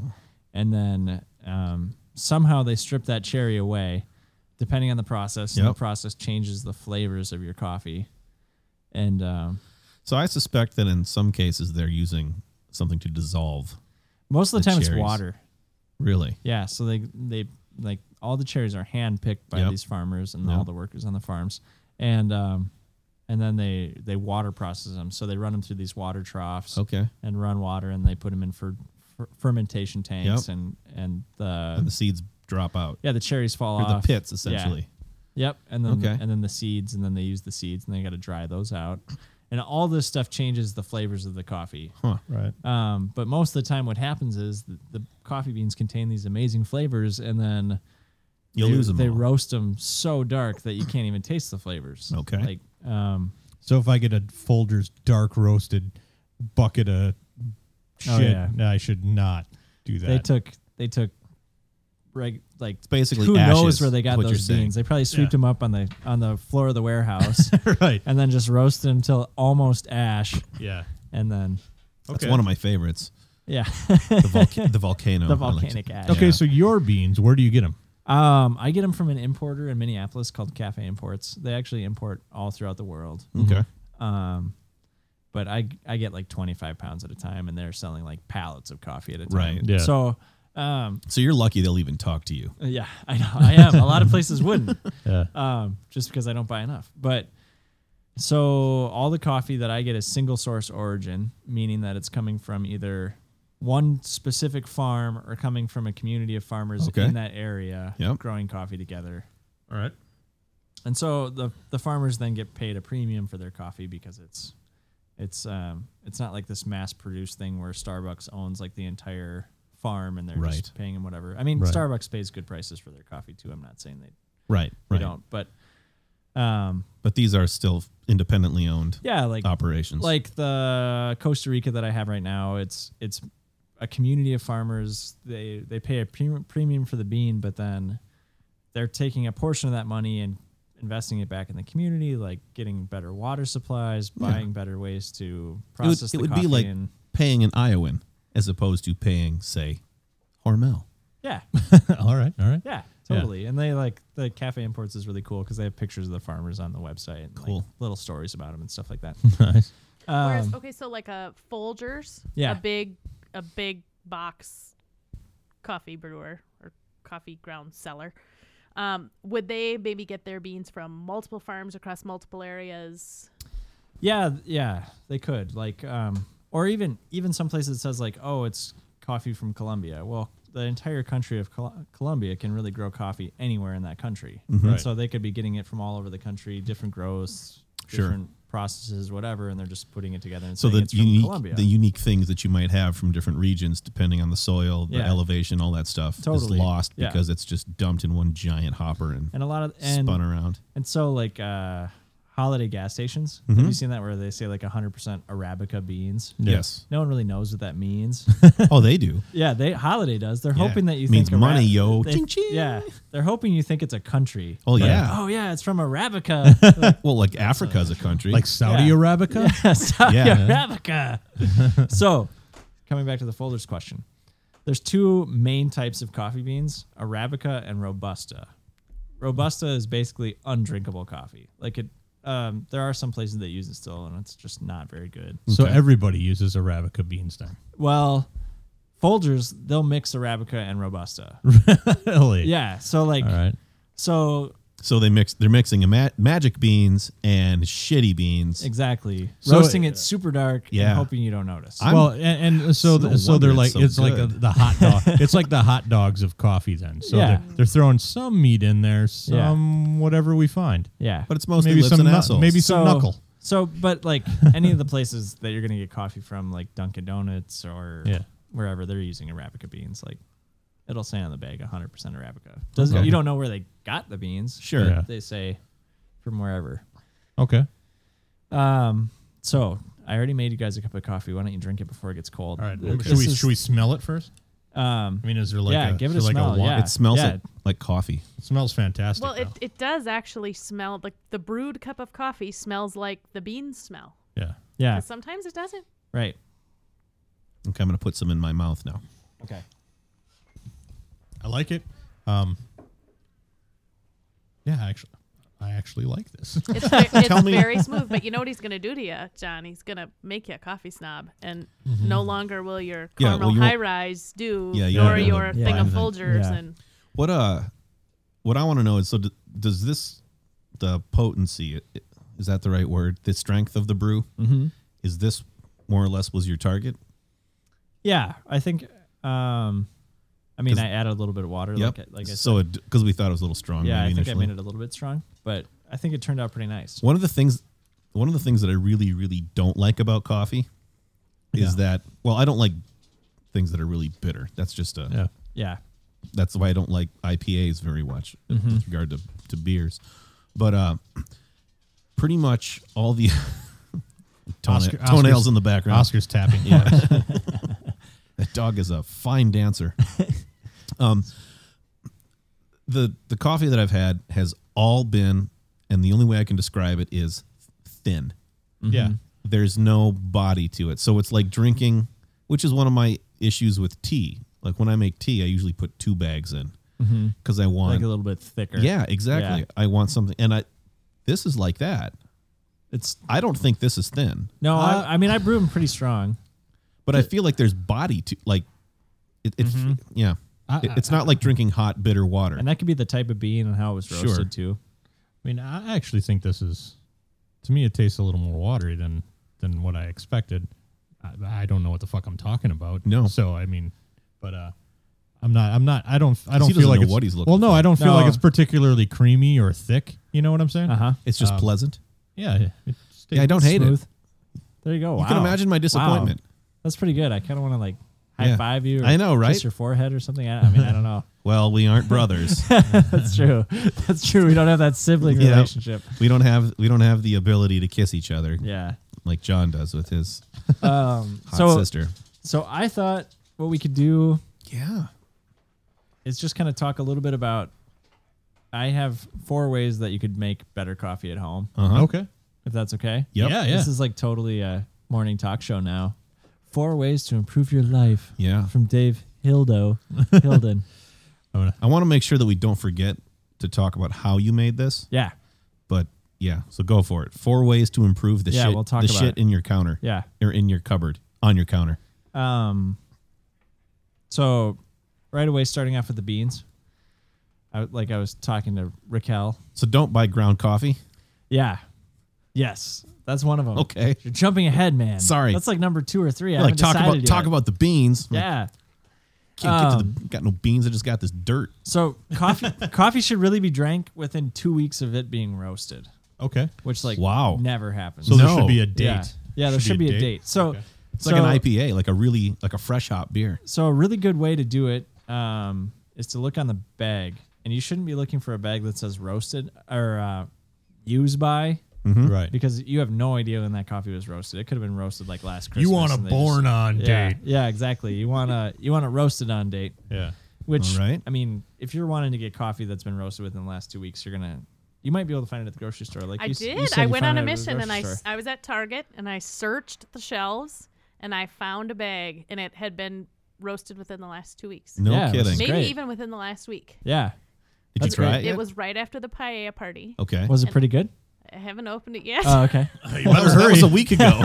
And then um, somehow they strip that cherry away, depending on the process. And
Yep.
the process changes the flavors of your coffee. And um,
So I suspect that in some cases they're using something to dissolve.
most of the,
The
time it's
cherries.
water.
Really?
Yeah, so they they like all the cherries are hand picked by
Yep.
these farmers and
Yep.
all the workers on the farms, and um, and then they they water process them. So they run them through these water troughs
Okay.
and run water, and they put them in for, fer- fermentation tanks, and and the,
And the seeds drop out.
yeah the cherries fall
Or the
off
pits,
Yeah.
essentially.
Yep, and then
Okay.
and then the seeds, and then they use the seeds, and they got to dry those out, and all this stuff changes the flavors of the coffee.
Right.
Um, but most of the time, what happens is the, the coffee beans contain these amazing flavors, and then
You
they,
lose them
They
all.
roast them so dark that you can't even taste the flavors.
Okay.
Like, um,
So if I get a Folgers dark roasted bucket of shit,
Oh, yeah.
I should not do that.
they took they took reg, like
It's basically
who
ashes,
knows where they got
is what
those
you're saying.
beans. They probably sweeped
Yeah.
them up on the on the floor of
[laughs]
the warehouse
right.
and then just roasted them till almost ash,
Yeah.
and then
That's
Okay.
one of my favorites.
yeah,
The, volca- the volcano.
the
I liked it.
volcanic ash.
Okay,
Yeah.
so your beans, where do you get them?
[laughs] Um, I get them from an importer in Minneapolis called Cafe Imports. They actually import all throughout the world.
Okay.
Um, but I I get like 25 pounds at a time, and they're selling like pallets of coffee at a time.
Right.
Yeah.
So, um,
So you're lucky they'll even talk to you.
yeah, I know I am. A lot of
[laughs]
places wouldn't,
Yeah.
um, just because I don't buy enough. But so all the coffee that I get is single source origin, meaning that it's coming from either one specific farm or coming from a community of farmers
Okay.
in that area
Yep.
growing coffee together.
All right.
And so the the farmers then get paid a premium for their coffee because it's it's um it's not like this mass produced thing where Starbucks owns like the entire farm and they're
Right.
just paying them whatever. I mean,
Right.
Starbucks pays good prices for their coffee too. I'm not saying they,
Right.
they
Right.
don't, but um
But these are still independently owned
yeah, like
operations.
like the Costa Rica that I have right now, it's it's a community of farmers. They they pay a premium, premium for the bean, but then they're taking a portion of that money and investing it back in the community, like getting better water supplies, buying better ways to
it would,
process
it
the
would
coffee.
be like
and,
paying an Iowan as opposed to paying, say, Hormel.
yeah,
[laughs]
[laughs]
all right. All right.
yeah, totally. And they like the cafe imports is really cool because they have pictures of the farmers on the website, and like,
Cool.
little stories about them and stuff
[laughs]
like that.
Nice.
Um,
Whereas, okay, so like a Folgers,
Yeah.
a big, a big box coffee brewer or coffee ground seller. Um, would they maybe get their beans from multiple farms across multiple areas?
Yeah, th- yeah, they could. Like um or even even some places it says like, "Oh, it's coffee from Colombia." Well, the entire country of Col- Colombia can really grow coffee anywhere in that country.
Mm-hmm.
Right.
And so they could be getting it from all over the country, different grows,
Sure.
different processes, whatever, and they're just putting it together. And
So
saying
the
it's from
unique
Colombia.
the unique things that you might have from different regions, depending on the soil, the
Yeah.
elevation, all that stuff, is
Totally.
lost
Yeah.
because it's just dumped in one giant hopper and,
and a lot of and
spun
[laughs]
around.
And so like uh holiday gas stations.
Mm-hmm.
Have you seen that where they say like 100% arabica beans?
Yes.
No one really knows what that means.
oh, they do.
yeah, they holiday does. They're
Yeah.
hoping that you
Means
think
money, yo.
they-
Ching, ching.
Yeah, they're hoping you think it's a country.
Oh,
Like,
yeah.
oh yeah, it's from
[laughs]
arabica.
Well, like Africa's a country.
Like Saudi
Yeah.
Arabica?
Saudi
Yeah. [laughs]
arabica. so, coming back to the folders question. There's two main types of coffee beans, arabica and robusta. Robusta is basically undrinkable coffee. Like it um, there are some places that use it still and it's just not very good.
[laughs] So
Okay.
everybody uses Arabica beans then. [laughs]
Well, Folgers, they'll mix arabica and robusta.
Really?
Yeah, so like
All right.
so
so they mix. They're mixing a ma- magic beans and shitty beans.
exactly
So-
roasting it super dark
Yeah.
and hoping you don't notice.
I'm-
well, and, [sighs] and so
no
th- so
wonder
they're
it's
like
so
it's like a,
good.
the [laughs] hot dog. it's like the hot dogs of coffee. Then so
Yeah.
they're, they're throwing some meat in there, some whatever we find.
yeah.
But it's mostly
maybe
lips
some
and
knu-
assholes.
maybe some knuckle.
So, but
[laughs]
like any of the places that you're gonna get coffee from, like Dunkin' Donuts or
Yeah.
wherever they're using arabica beans, like it'll say on the bag 100% arabica. Doesn't
Okay.
you don't know where they got the beans?
Sure.
but
Yeah.
they say from wherever.
Okay.
Um, so I already made you guys a cup of coffee. Why don't you drink it before it gets cold?
All right.
Th-
should
this
we
is-
should we smell it first?
Um,
I mean, is there like
Yeah,
a,
give it
is
a
there like
smell,
wa-
yeah.
It smells
Yeah.
it like coffee.
It smells fantastic.
Well, it,
though.
it does actually smell like the brewed cup of coffee smells like the beans smell.
yeah.
yeah.
'Cause sometimes
[laughs]
it doesn't.
Right.
Okay, I'm gonna put some in my mouth now.
Okay.
I like it. Um. Yeah, actually, I actually like this.
It's, ve- it's
me.
very smooth, but you know what he's going to do to you, John? He's going to make you a coffee snob, and no longer will your
Mm-hmm. Yeah,
caramel
well, you won't-
high rise do,
Yeah, you
nor
won't be able
your
to
thing
find
of
that.
Folgers.
Yeah.
And
What uh, what I want to know is so d- does this the potency i- is that the right word? The strength of the brew
Mm-hmm.
is this more or less was your target?
Yeah, I think. Um, I mean,
'Cause-
I added a little bit of water.
Yep.
Like, I- like I
so because we thought it was a little strong.
Yeah, I
maybe
think I
initially.
made it a little bit strong, but I think it turned out pretty nice.
One of the things, one of the things that I really, really don't like about coffee is that well, I don't like things that are really bitter. That's just a
yeah.
Yeah,
that's why I don't like IPAs very much
Mm-hmm.
with regard to, to beers. But uh, pretty much all the [laughs] tone,
Oscar-
toenails
Oscar's-
in the background.
Oscar's tapping.
Yeah. [laughs] that dog is a fine
[laughs]
dancer. um, the the coffee that I've had has all been, and the only way I can describe it is thin.
Mm-hmm.
yeah.
There's no body to it, so it's like drinking, which is one of my issues with tea. Like when I make tea, I usually put two bags in because I want,
like a little bit thicker.
yeah, exactly.
Mm-hmm. Yeah.
I want something, and I this is like that.
it's
I don't think this is thin.
no.
Uh,
I, I mean, I brew them pretty strong.
but I feel like there's body to like it. it Yeah,
I-
It- it's not like drinking hot bitter water.
Mm-hmm. Uh-uh. And that could be the type of bean and how it was
Sure.
roasted too.
I mean, I actually think this is, to me, it tastes a little more watery than than what I expected. I, I don't know what the fuck I'm talking about.
No.
so I mean, but uh, I'm not, I'm not, I don't, I don't
he
feel
doesn't
like
know
it's,
what he's looking
Well, no, I don't feel like
No.
it's particularly creamy or thick. You know what I'm saying?
Uh huh.
it's just
um,
pleasant.
Yeah, it
Yeah, I don't hate
Smooth.
it.
There you go.
You can
Wow.
imagine my disappointment.
That's pretty good. I kind of want to like high
Yeah.
five you. Or
I know, right?
Kiss your forehead or something. I, I mean, I
[laughs]
don't know.
Well, we aren't brothers.
[laughs] That's true. That's true. We don't have that sibling
Yeah.
relationship.
we don't have we don't have the ability to kiss each other
Yeah.
like John does with his
Um.
hot
so
sister.
so I thought what we could do
Yeah.
is just kind of talk a little bit about. I have four ways that you could make better coffee at home.
Uh huh.
Okay.
if that's okay.
Yep.
Yeah, yeah.
This is like totally a morning talk show now. Four ways to improve your life
Yeah.
from Dave
[laughs]
Hildo Hilden.
I want to make sure that we don't forget to talk about how you made this,
Yeah,
but yeah, so go for it. Four ways to improve the
Yeah,
shit
we'll talk
the
about
shit
it.
in your counter
yeah.
or in your cupboard on your counter.
Um, so right away, starting off with the beans. I, would- like I was talking to Raquel.
So don't buy ground coffee.
Yeah, yes, that's one of them.
Okay.
You're jumping ahead, man.
Sorry.
that's like number two or three. I
[laughs] like
haven't
talk about
decided
talk
yet.
about the beans.
Yeah.
Can't get to
um,
the got no beans. I just got this dirt.
So coffee coffee should really be drank within two weeks of it being roasted,
Okay.
which like
Wow.
never happens.
So there
No.
should be a date.
Yeah, yeah there should be a date. So
Okay.
It's like
so-
an IPA, like a really like a fresh hop beer.
So a really good way to do it um, is to look on the bag, and you shouldn't be looking for a bag that says roasted or uh, used by
Right.
because you have no idea when that coffee was roasted. It could have been roasted like last Christmas.
you want a
and they just-
born on
yeah,
date.
Yeah, exactly. You want a you want a roasted on date,
Yeah.
which
All right.
I mean, if you're wanting to get coffee that's been roasted within the last two weeks, you're gonna you might be able to find it at the grocery store. Like
I
you, s- you
did.
said
I
you
went
found
on a
it at the
mission and I,
grocery
s-
store.
I was at Target and I searched the shelves and I found a bag and it had been roasted within the last two weeks.
No
Yeah, it was
kidding.
amazing.
Maybe
great.
even within the last week.
yeah.
Did you
That's
try
great.
it?
It
yet?
was right after the paella party.
okay.
Was it pretty good?
I haven't opened it yet.
[laughs] Oh, okay.
You better
That
hurry.
was a week
[laughs]
ago.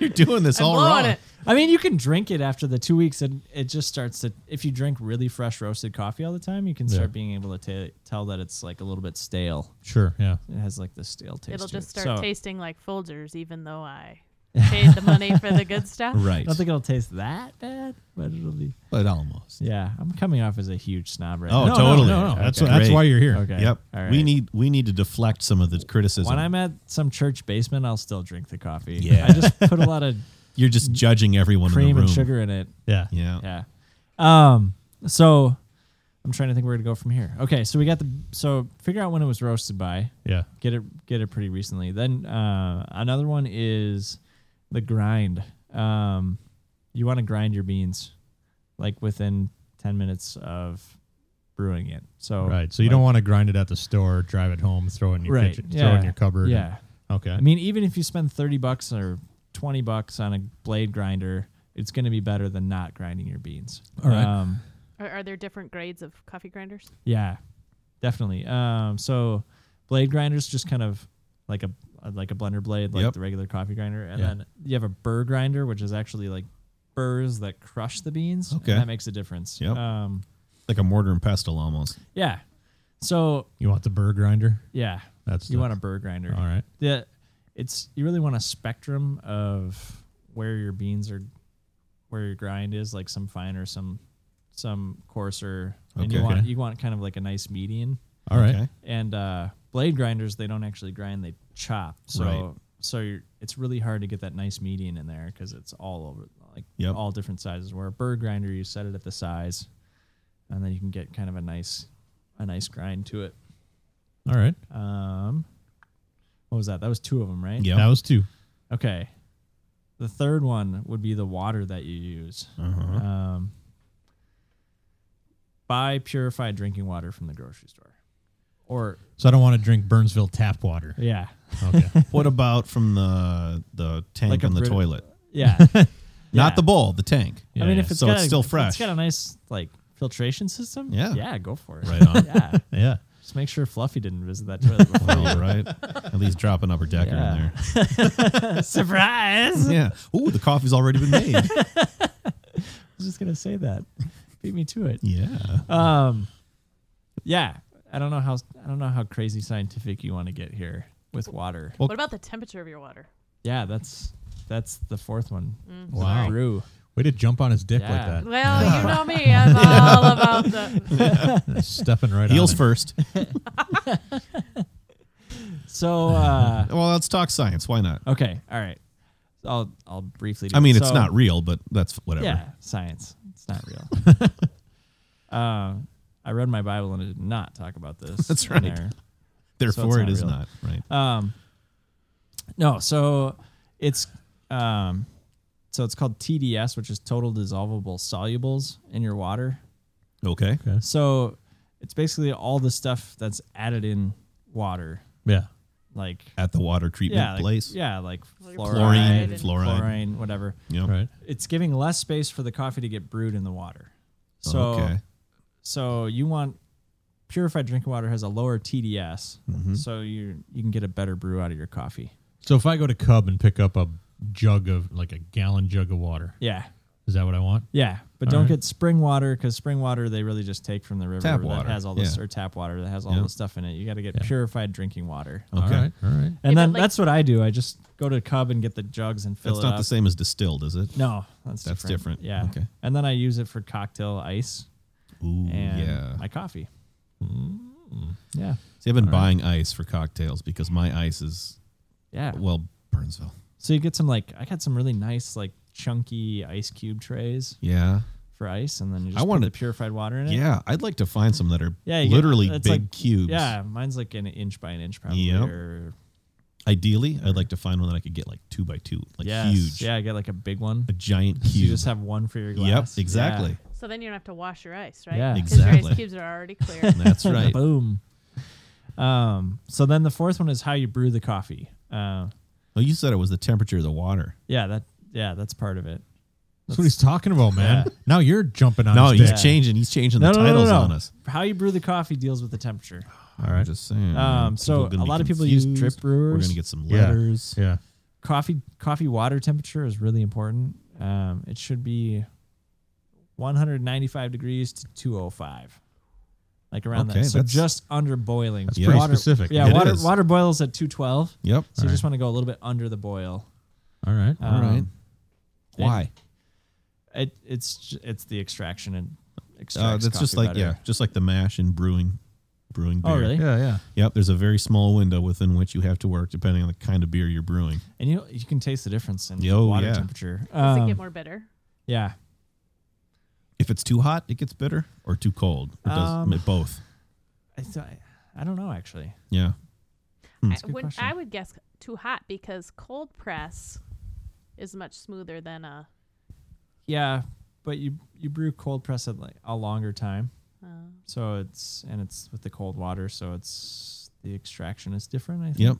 You're doing this
[laughs] I'm
all
blowing
wrong.
it.
I mean, you can drink it after the two weeks, and it just starts to. If you drink really fresh roasted coffee all the time, you can start being able to ta tell that it's like a little bit stale.
sure. Yeah.
It has like the stale taste.
It'll
to
just
it.
start
So,
tasting like Folgers, even though
[laughs]
I paid the money for the good stuff.
I
Right.
don't think it'll taste that bad, but it'll be.
but almost.
Yeah, I'm coming off as a huge snob right
Oh,
now.
No,
totally.
No, no, no. That's
Okay.
that's
Great.
why you're here.
Okay.
Yep.
All right.
We need we need to deflect some of the criticism.
When I'm at some church basement, I'll still drink the coffee.
Yeah.
I just put a lot of
You're just judging everyone in the
cream
room.
and sugar in it.
Yeah.
[laughs]
Yeah.
Yeah. Um. So, I'm trying to think where to go from here. Okay. So we got the. So figure out when it was roasted by.
Yeah.
get it get it pretty recently. Then uh, another one is the grind. Um, you want to grind your beans like within ten minutes of brewing it. So
Right. So you don't want to grind it at the store, drive it home, throw it in your
Right.
kitchen, throw
Yeah.
it in your cupboard.
Yeah,
Okay.
I mean even if you spend thirty bucks or twenty bucks on a blade grinder, it's going to be better than not grinding your beans.
All right.
Um,
Are, are there different grades of coffee grinders?
Yeah, definitely. Um, so blade grinders just kind of like a like a blender blade, like
Yep.
the regular coffee grinder, and
Yeah.
then you have a burr grinder, which is actually like burrs that crush the beans. and
Okay.
that makes a difference.
Yep.
Um,
Like a mortar and pestle almost.
yeah. So
you want the burr grinder?
yeah,
That's
you
the-
want a burr grinder.
Uh-huh.
All right.
Yeah, it's you really want a spectrum of where your beans are, where your grind is, like some finer, some some coarser, and you
Okay.
want you want kind of like a nice median
All right.
Okay.
and uh, blade grinders they don't actually grind they chop so
Right.
so you're, it's really hard to get that nice median in there because it's all over like
Yep.
all different sizes where a bird grinder you set it at the size and then you can get kind of a nice a nice grind to it
All right.
um what was that that was two of them right
Yep.
That was two.
okay the third one would be the water that you use
Uh-huh.
um buy purified drinking water from the grocery store or
So I don't want to drink Burnsville tap water.
[laughs] yeah
Okay.
What about from the the tank
Like a
on the
Brit-
toilet? [laughs]
yeah Yeah.
Not the bowl, the tank.
Yeah,
I mean,
yeah.
if it's
So
got
it's
a-
still
if
fresh.
it's got a nice like filtration system.
Yeah.
yeah, go for it.
Right on.
[laughs] Yeah,
yeah.
just make sure Fluffy didn't visit
[laughs]
that toilet before.
All right.
[laughs]
At least drop an upper decker
Yeah.
in
[laughs] Surprise! [laughs]
there. Yeah. Ooh, the coffee's already been made.
I was just gonna say that. Beat me to it.
yeah.
Um, yeah, I don't know how I don't know how crazy scientific you want to get here with water.
Well-
What about the temperature of your water? Mm,
Yeah, that's that's the fourth one.
Wow.
Brew.
Way to jump on his dick
Yeah.
like that.
Well, you know me.
[laughs]
I'm all about the. [laughs]
Stepping right
Heels
on
first.
So uh,
Well, let's talk science. Why not?
okay, all right. I'll I'll briefly. Do
I mean,
it.
it's
So-
not real, but that's whatever.
Yeah, science. It's not real.
[laughs]
um, I read my Bible and it did not talk about this.
That's
in
right.
there.
Therefore,
So it's
it
not
is
real.
not. Right.
Um, no, so it's um, so it's called TDS, which is total dissolvable solubles in your water.
Okay.
So it's basically all the stuff that's added in water,
Yeah.
like
At the water treatment
yeah, like-
place.
yeah, like
Like
fluoride,
Chlorine,
Fluoride.
fluoride.
chlorine, whatever.
Yep.
Right.
It's giving less space for the coffee to get brewed in the water. So
okay.
so you want purified drinking water has a lower TDS,
Mm-hmm.
so you you can get a better brew out of your coffee.
So if I go to Cub and pick up a jug of like a gallon jug of water,
Yeah,
Is that what I want?
Yeah, but
All
don't
right.
get spring water because spring water they really just take from the river
Tap
that
water,
has all this
yeah.
or tap water that has all
Yeah.
the stuff in it. You got to get purified drinking water.
Okay.
All right. All right.
And
Yeah,
then
but, like-
that's what I do. I just go to Cub and get the jugs and fill
That's
it
not
up.
the same as distilled, is it?
No, that's
That's different.
Yeah.
Okay.
And then I use it for cocktail ice
Ooh,
and
yeah. Mm.
my coffee. Yeah.
See, I've been buying ice for cocktails because my ice is
Yeah.
well Burnsville.
So you get some like I got some really nice like chunky ice cube trays
Yeah,
for ice, and then you
I
just put
wanna-
the purified water in it.
yeah. I'd like to find some that are
Yeah, you get-
literally big
it's like-
cubes.
Yeah, mine's like an inch by an inch probably.
Yep.
Or,
Ideally, I'd like to find one that I could get like two by two, like
yes.
huge,
Yeah, I get like a big one.
a giant
So you
cube.
just have one for your
yep,
glass. [laughs]
exactly.
So then you don't have to wash your ice, right?
Yeah.
'Cause your
Exactly.
ice cubes are already clear.
That's
Yeah.
right.
Boom. Um, so then the fourth one is how you brew the coffee. Uh,
Oh, you said it was the temperature of the water.
yeah, that yeah, that's part of it.
That's what he's talking about, man.
[laughs]
Now you're jumping on.
No,
his
he's
dick.
changing. He's changing the titles on us.
How you brew the coffee deals with the temperature.
All right, just saying.
Um,
Oh, People
so
are gonna
a
be
lot of people use
confused.
drip
We're
brewers.
gonna get some
Yeah.
letters.
Yeah.
Coffee coffee water temperature is really important. Um, it should be 195 degrees to 205. Like around
Okay,
that. So
that's-
just under boiling.
That's
Yeah.
pretty
Water-
specific.
Yeah,
It
water
is.
water boils at 212.
Yep.
So you just want to go a little bit under the boil.
All right.
All right.
Um,
Why?
It it's j- it's the extraction and extracts
Uh, that's just
coffee
like yeah,
better.
just like the mash and brewing, brewing beer.
Oh really?
Yeah. Yeah.
Yep. There's a very small window within which you have to work, depending on the kind of beer you're brewing.
And you you can taste the difference in
Oh,
water
yeah.
temperature.
Does it
[laughs] Um,
get more bitter?
yeah.
If it's too hot, it gets bitter, or too cold, or does
Um,
it both?
I, th- I I don't know actually.
Yeah.
I,
hmm, a good
would,
question.
I would guess too hot because cold press is much smoother than uh, a.
Yeah, but you you brew cold press at like a longer time, so it's and it's with the cold water, so it's the extraction is different. I think.
Yep.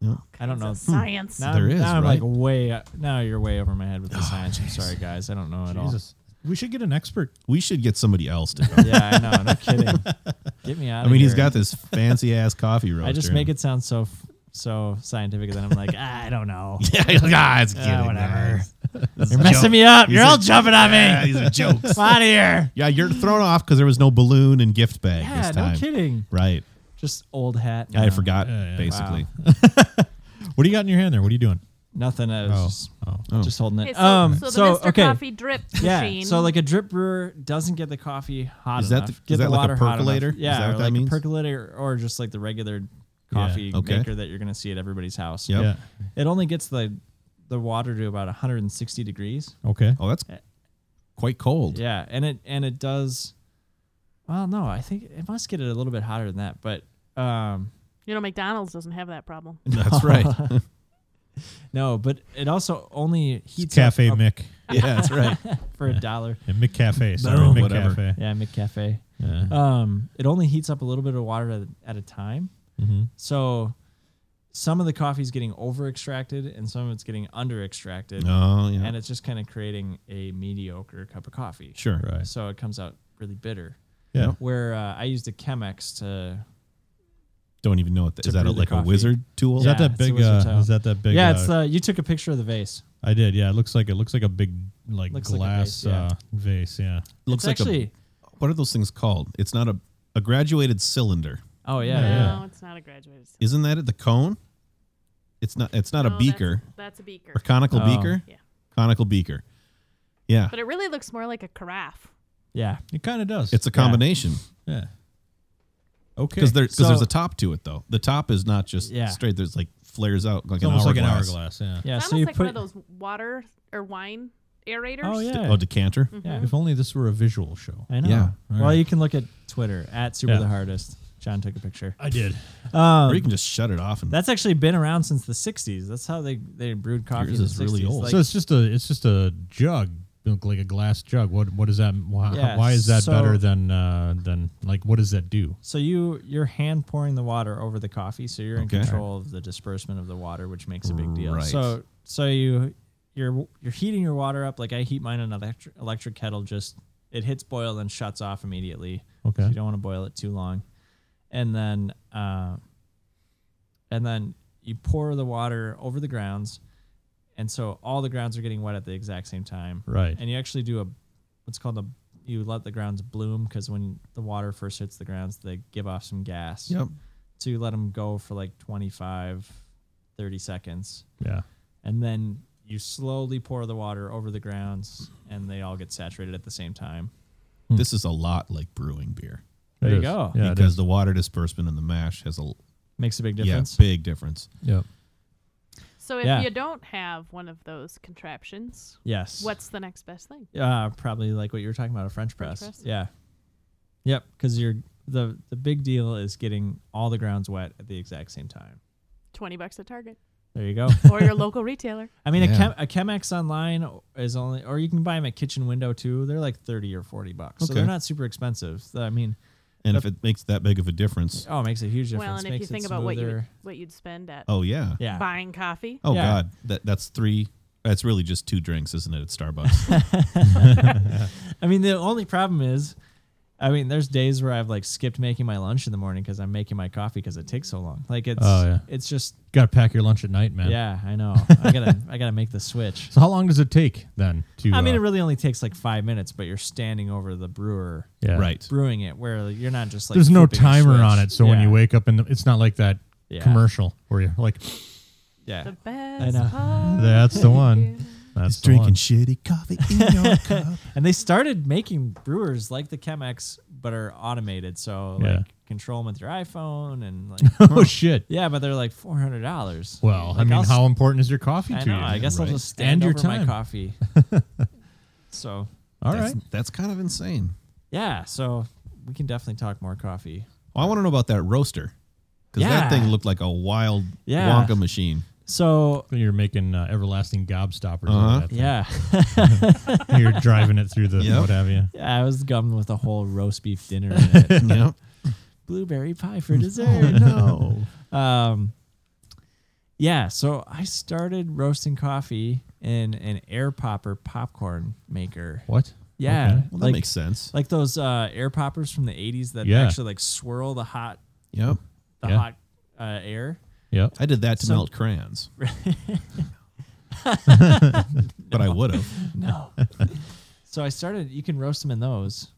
Yep.
I
kinds
don't know. Hmm.
of Science.
Now
There
I'm,
is,
now I'm
right? Oh,
like way now you're way over my head with the science. I'm sorry, guys. I don't know at all.
Jesus. We should get an expert.
[laughs] We should get somebody else
[laughs]
to. Go.
Yeah, I know.
[laughs]
No kidding. Get me out.
I mean, he's got [laughs] this fancy ass coffee roaster.
I just make it sound so f- so scientific, and then I'm like, [laughs] "Ah, I don't know.
[laughs] Yeah, [laughs] you're like, ah, it's kidding.
Ah, whatever.
guys.
You're messing me up.
These
You're
are-
all jumping on
Yeah,
me.
these are [laughs] jokes.
out of here.
yeah, you're thrown off because there was no balloon and gift bag
Yeah,
this time.
no kidding.
Right.
Just old hat.
I
now.
forgot
Yeah, yeah.
basically. [laughs]
What do you got in your hand there? What are you doing?
Nothing. I was
Oh.
just,
Oh.
Oh.
just holding it.
Okay, so,
um.
so the
So,
Mr.
okay.
Coffee drip
yeah.
machine.
So like a drip brewer doesn't get the coffee hot
Is that
enough.
the- is
get
that
the
like a
water hot enough.
percolator? Is
Yeah.
that
or
what that
like
means?
a percolator, or just like the regular coffee
okay.
maker that you're gonna see at everybody's house.
Yep.
Yeah.
It only gets the the water to about 160 degrees.
Okay.
Oh, that's quite cold.
Yeah, and it and it does. Well, no, I think it must get it a little bit hotter than that, but um,
you know, McDonald's doesn't have that problem.
[laughs] That's
[laughs]
right. [laughs]
no, but it also only heats
Cafe
up
Mick.
yeah, that's right.
up for a dollar.
Yeah, Mick Cafe. Sorry,
Boom.
Mick
Whatever.
Cafe.
Yeah, McCafe.
[laughs]
Um, it only heats up a little bit of water at, at a time.
Mhm.
So some of the coffee's getting over extracted and some of it's getting under extracted,
Oh, yeah.
and it's just kind of creating a mediocre cup of coffee.
sure.
Right.
So it comes out really bitter.
Yeah.
Where uh, I used a Chemex to
Don't even know what that
To
is. That a,
brew the
like a
coffee.
wizard tool?
Is that
Yeah,
that
it's a
big?
wizard's
Uh,
towel.
is that that big?
yeah,
uh,
it's uh, you took a picture of the vase.
I did. Yeah. It looks like it looks like a big like
Looks like a
glass
vase, yeah.
uh, vase. Yeah.
looks
it's
like
actually.
a. What are those things called? It's not a a graduated cylinder.
oh yeah,
no,
yeah.
it's not a graduated. It's
Isn't that it? The cone? It's not. It's not a beaker
That's, that's a beaker.
or conical
Oh.
beaker.
Yeah.
Conical beaker. Yeah,
But it really looks more like a carafe.
yeah.
It kind of does.
it's a combination
yeah. Okay.
because there because
So-
there's a top to it though. The top is not just
Yeah.
straight. There's like flares out like
it's
an
almost
hourglass.
like an hourglass. Yeah.
Yeah,
It's
so
almost
you
like
put
one of those water or wine aerators.
Oh yeah,
Oh, decanter.
yeah.
If only this were a visual show.
I know.
Yeah.
All
Well,
right.
you can look at Twitter at Super
Yeah.
the Hardest. John took a picture.
I did.
or you can just shut it off and
That's actually been around since the '60s. That's how they they brewed coffee.
Yours
in the
is really
60s.
old.
Like,
so it's just a it's just a jug, look like a glass jug. What what is that? Why,
Yeah,
why is that
so-
better than uh, than like what does that do?
so you you're hand pouring the water over the coffee, so you're in
Okay.
control of the disbursement of the water, which makes a big deal.
Right.
So so you you're you're heating your water up. Like I heat mine in an electric, electric kettle. Just it hits boil and shuts off immediately.
Okay.
So you don't want to boil it too long, and then uh, and then you pour the water over the grounds, and so all the grounds are getting wet at the exact same time.
Right.
And you actually do a what's called a you let the grounds bloom because when the water first hits the grounds, they give off some gas.
Yep.
So you let them go for like 25, 30 seconds,
Yeah.
and then you slowly pour the water over the grounds, and they all get saturated at the same time.
This is a lot like brewing beer
There
It
you
is.
go.
Yeah. it
because
is.
the water disbursement in the mash has a l-
Makes a big
yeah,
difference.
big difference.
Yep.
So if
Yeah.
you don't have one of those contraptions,
Yes.
what's the next best thing?
Uh, probably like what you were talking about, a French press.
press?
Yeah. Yep. Because you're the the big deal is getting all the grounds wet at the exact same time.
Twenty bucks at Target
There you go.
[laughs]
or
[laughs]
your local retailer.
I mean,
Yeah.
a, Chem- a Chemex online is only, or you can buy them at Kitchen Window too. They're like thirty or forty bucks, so they're
Okay.
not super expensive. So, I mean,
And if it makes that big of a difference,
oh, it makes a huge difference.
Well, and if
makes
you
it
think about what you would,
smoother.
what you'd spend at
oh yeah,
yeah,
buying coffee,
oh
Yeah.
god, that that's three. That's really just two drinks, isn't it? At Starbucks,
I mean, the only problem is, I mean, there's days where I've like skipped making my lunch in the morning because I'm making my coffee because it takes so long. Like it's,
Oh, yeah.
it's just,
Got to pack your lunch at night, man.
yeah, I
[laughs]
know. I gotta, I gotta make the switch.
So how long does it take then to?
I mean,
uh,
it really only takes like five minutes, but you're standing over the brewer
yeah.
right?
brewing it, where you're not just like
There's no
flipping a
timer on
switch.
it, so when
Yeah.
you wake up in the, it's not like that
Yeah.
commercial where you're like,
Oh, yeah,
the best.
know.
part
that's the one.
is-
That's
He's
the
drinking
one.
shitty coffee in
[laughs]
your cup.
And they started making brewers like the Chemex, but are automated. So like
Yeah.
control them with your iPhone and like [laughs]
[laughs] oh shit.
yeah, but they're like four hundred dollars.
Well, I
Like,
mean,
I'll s-
how important is your coffee
I
to
know.
you?
I guess I'll
right?
just stand
And your
over my
time. [laughs]
coffee. so
All right.
that's, that's kind of insane.
yeah, so we can definitely talk more coffee.
I want to know about that roaster because
Yeah.
that thing looked like a wild
Yeah.
Wonka machine.
[laughs] So
You're making uh, everlasting gobstoppers.
Uh-huh.
with that
yeah, [laughs]
thing. [laughs] You're driving it through the
Yep.
what have you.
yeah, I was gummed with a whole roast beef dinner. In it.
yeah.
Blueberry
[laughs]
pie for dessert.
Oh, No.
[laughs] Um, yeah, so I started roasting coffee in an air popper popcorn maker.
What?
Yeah,
Okay.
Well, that
like
makes sense.
like those uh, air poppers from the '80s that
Yeah.
actually like swirl the hot
Yep.
the
Yeah.
hot uh, air. [laughs]
Yep.
I did that to
So-
melt crayons. but I would have. [laughs]
No, so I started. You can roast them in those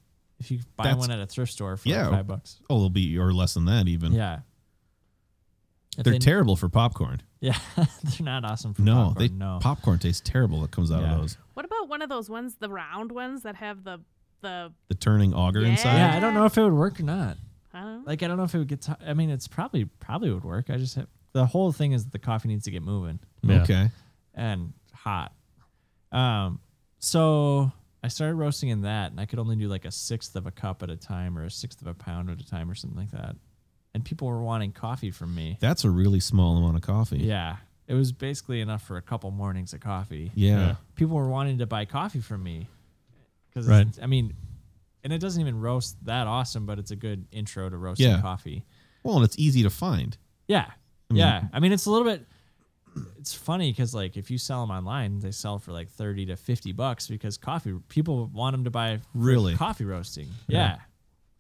if you buy
That's-
one at a thrift store for like,
Yeah.
five bucks.
Oh, they'll be or less than that even.
Yeah, If
They're
they-
terrible for popcorn.
[laughs] Yeah, [laughs] they're not awesome for
No,
popcorn.
they
no.
popcorn tastes terrible that comes out
Yeah.
of those.
What about one of those ones, the round ones that have the the
The turning auger
Yeah.
inside.
yeah, I don't know if it would work or not.
I don't know.
Like I don't know if it would get. ti I mean, it's probably probably would work. I just have, the whole thing is that the coffee needs to get moving
Yeah.
Okay.
and hot. Um, so I started roasting in that, and I could only do like a sixth of a cup at a time, or a sixth of a pound at a time, or something like that. And people were wanting coffee from me.
That's a really small amount of coffee.
Yeah, it was basically enough for a couple mornings of coffee.
Yeah.
Yeah.
People were wanting to buy coffee from me because
Right.
I mean, and it doesn't even roast that awesome, but it's a good intro to roasting
Yeah.
coffee.
Well, and it's easy to find.
Yeah.
mean-
yeah. I mean, it's a little bit. It's funny because like if you sell them online, they sell for like thirty to fifty bucks because coffee people want them to buy for
Really?
coffee roasting. Yeah.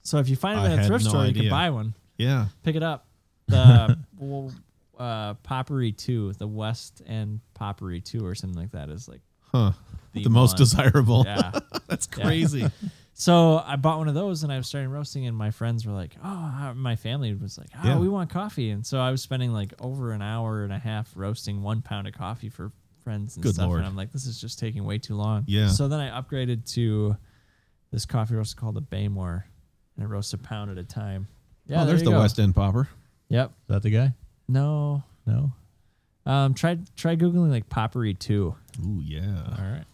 So if you find
I
them at a
had
thrift
no
store, you
idea.
can buy one,
Yeah.
pick
[laughs]
it up. The well, uh, Poppery Two, the West End Poppery Two, or something like that,
[laughs]
is like
Huh.
The
The, most
one.
desirable.
yeah.
[laughs] That's crazy. Oh,
So I bought one of those and I was starting roasting, and my friends were like, "Oh, my family was like, oh,
Yeah.
we want coffee," and so I was spending like over an hour and a half roasting one pound of coffee for friends and
Good
stuff.
lord.
And I'm like, "This is just taking way too long."
Yeah.
So then I upgraded to this coffee roast called a Baymore, and it roasts a pound at a time. Yeah,
oh,
there
there's
you
the
go.
West End popper.
Yep.
Is that the guy?
No.
No.
Um. Try try googling like Poppery Two.
Ooh, yeah.
All right.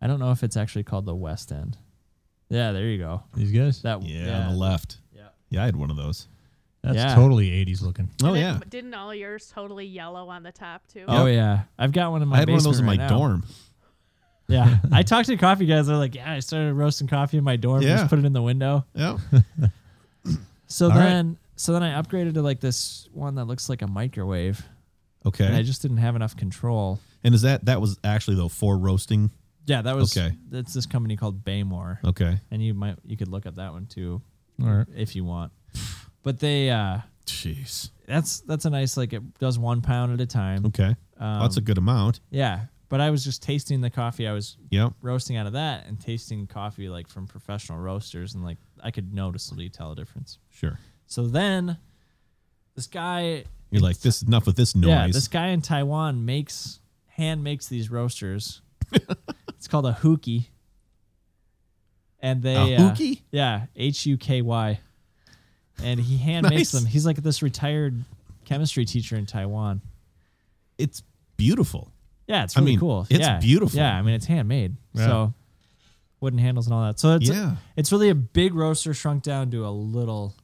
I don't know if it's actually called the West End. Yeah. There you go.
These guys?
That.
Yeah, on the left.
Oh, Yeah.
Yeah, I had one of those.
That's
Yeah.
totally 80s looking.
Oh,
And then
yeah.
Didn't all of yours totally yellow on the top too?
Oh yeah, I've got one in my.
I had one of those in
basement
my
right now.
dorm. [laughs]
Yeah, I talked to coffee guys. They're like, "Yeah, I started roasting coffee in my dorm.
Yeah.
Just put it in the window."
[laughs] Yeah. [laughs]
So
All right.
then, so then I upgraded to like this one that looks like a microwave,
Okay.
and I just didn't have enough control.
And is that that was actually though for roasting?
Yeah, that was
Okay.
It's this company called Baymore,
Okay.
and you might you could look up that one too
All right.
if you want. But they, uh
Jeez.
that's that's a nice like it does one pound at a time.
Okay.
Um,
that's a good amount.
yeah, but I was just tasting the coffee. I was
Yep.
roasting out of that and tasting coffee like from professional roasters, and like I could noticeably tell a difference.
Sure.
So then, this guy
You're like, this enough with this noise.
Yeah, this guy in Taiwan makes hand makes
[laughs]
these roasters. it's called a hookie. And they
A
uh,
hookie?
yeah, H U K Y.
[laughs]
And he hand
Nice.
makes them. He's like this retired chemistry teacher in Taiwan.
it's beautiful.
Yeah, it's
I
really
mean,
cool.
it's
yeah.
beautiful.
Yeah, I mean it's handmade.
Yeah.
So wooden handles and all that. So it's
Yeah.
it's really a big roaster shrunk down to a little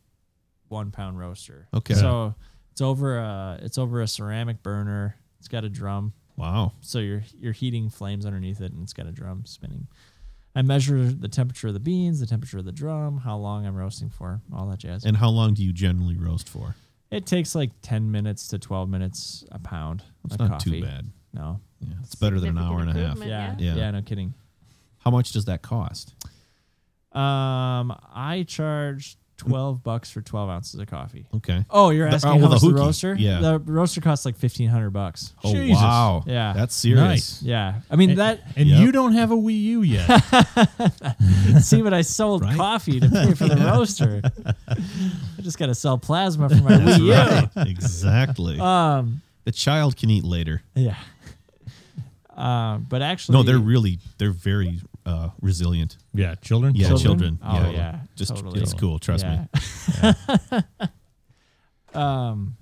one pound roaster.
Okay.
So it's over a it's over a ceramic burner. It's got a drum.
Wow.
so you're you're heating flames underneath it and it's got a drum spinning i measure the temperature of the beans the temperature of the drum how long i'm roasting for all that jazz
And how long do you generally roast for?
it takes like 10 minutes to 12 minutes a pound
It's
of
not
coffee
too bad.
no
Yeah, it's better than an
Significant
hour and a half.
improvement.
yeah.
Yeah.
yeah no kidding
How much does that
[laughs]
cost?
um i charge 12 bucks for 12 ounces of coffee
Okay.
oh you're
The-
asking
oh,
how
well, the
much the,
hookie.
roaster
Yeah.
the roaster costs like 1500 bucks
Oh
Jesus.
wow.
Yeah.
That's serious.
Nice.
yeah i mean
And-
[laughs]
that
and
Yep.
you don't have a Wii
[laughs]
U yet.
See, but I sold
Right?
coffee to pay
[laughs]
for the roaster. I just got to sell plasma for my
That's
Wii U.
right. [laughs] exactly.
[laughs] Um,
the child can eat later.
yeah. Um, but actually,
No, they're really they're very uh, resilient.
yeah, children.
Yeah, children.
Children? Oh, yeah,
Just
totally.
it's cool, trust me.
[laughs] um,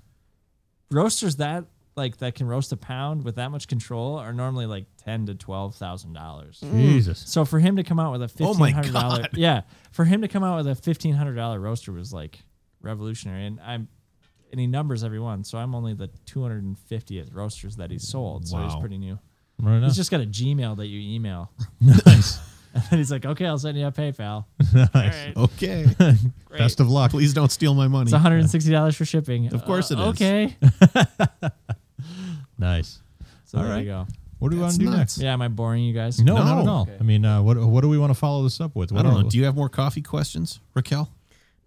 roasters that like that can roast a pound with that much control are normally like ten to twelve thousand dollars.
Jesus.
So for him to come out with a
Oh
fifteen
my
hundred dollar
God.
yeah, for him to come out with a fifteen hundred dollar roaster was like revolutionary, and I'm and he numbers everyone, so I'm only the two hundred and fiftieth roasters that he's sold, so he's
Wow.
pretty new.
Right on.
He's just got a Gmail that you email, [laughs]
nice.
and he's like, okay, I'll send you a PayPal.
nice.
Okay. [laughs]
Great.
Best of luck.
Please don't steal my money.
It's one hundred and sixty dollars for shipping.
Of course
it is.
it is.
Okay,
Nice.
so
All
there
right.
you go.
What do we want
That's
to do
nuts.
next?
Yeah, am I boring you guys?
No,
No.
not at all. I mean, uh, what what do we want to follow this up with? What
I don't
are-
know. Do you have more coffee questions, Raquel?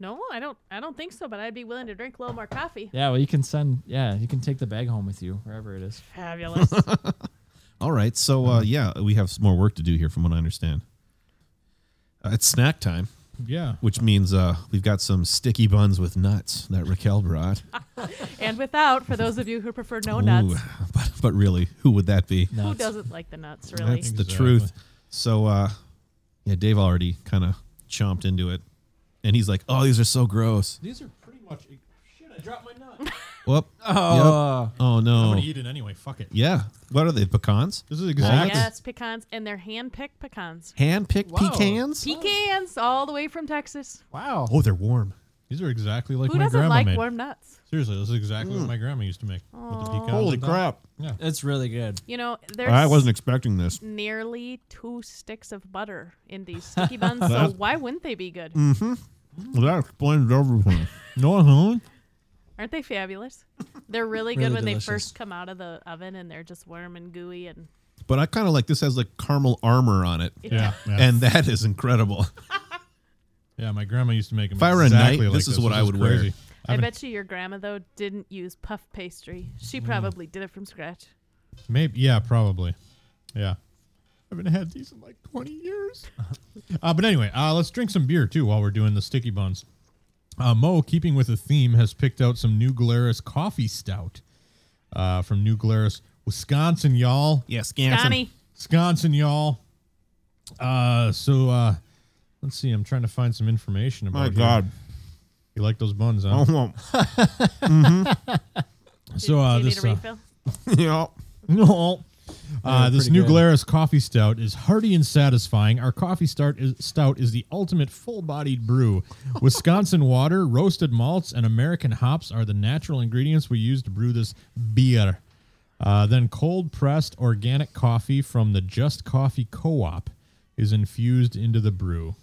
No, I don't. I don't think so. But I'd be willing to drink a little more coffee.
Yeah, well, you can send. Yeah, you can take the bag home with you wherever it is.
Fabulous.
All right. So
Mm-hmm.
uh, yeah, we have some more work to do here, from what I understand. Uh, it's snack time,
yeah.
which means uh, we've got some sticky buns with nuts that Raquel brought.
[laughs] and without, for those of you who prefer no
Oh,
Ooh, [laughs]
nuts,
but but really, who would that be?
who
Nuts.
doesn't like the nuts? Really?
That's the
Exactly.
truth. So uh, yeah, Dave already kind of chomped into it, and he's like, "Oh, these are so gross."
These are pretty much. e, Shit! I dropped my [laughs] nut.
Whoop.
Oh.
Yep. Oh
I'm
no.
gonna eat it anyway. Fuck it.
Yeah. What are they? Pecans?
This is exactly.
Yes, pecans, and they're hand-picked pecans.
Hand picked
Whoa.
pecans?
Pecans, all the way from Texas.
Wow.
Oh, they're warm.
These are exactly like
Who
my
doesn't
grandma
like
made.
warm nuts?
Seriously, this is exactly what my grandma used to make with the pecans.
Mm. Holy
and that.
crap.
Yeah.
It's really good.
You know, there's
I wasn't expecting this.
nearly two sticks of butter in these sticky buns, so
That's-
why wouldn't they be good?
Well, that explains everything.
No, huh?
Aren't they fabulous? They're really good
Really
when
delicious.
they first come out of the oven and they're just warm and gooey and
But I kind of like this has like caramel armor on it.
Yeah. yeah.
And that is incredible. [laughs]
yeah, my grandma used to make them.
If I were a
exactly
knight,
like
this is what I would wear.
crazy.
I,
I've been-
bet you your grandma though didn't use puff pastry. She
Mm.
probably did it from scratch.
Maybe. Yeah. Probably. Yeah. I haven't had these in like 20 years.
Uh-huh.
uh, but anyway, uh, let's drink some beer too while we're doing the sticky buns. Uh, Mo, keeping with the theme, has picked out some New Glarus coffee stout uh, from New Glarus, Wisconsin, y'all.
Yeah, Scanson.
Donnie,
Wisconsin, y'all. Uh, so uh, let's see. I'm trying to find some information about.
My
here.
Oh, God.
you like those buns, huh?
Oh,
so uh,
do you
this
need a
uh,
refill?
[laughs] yeah.
No. Uh,
They're
this
pretty
new
good.
Glarus coffee stout is hearty and satisfying. Our coffee stout is, stout is the ultimate full bodied brew. Wisconsin [laughs] water, roasted malts, and American hops are the natural ingredients we use to brew this beer. Uh, then cold pressed organic coffee from the Just Coffee Co op is infused into the brew.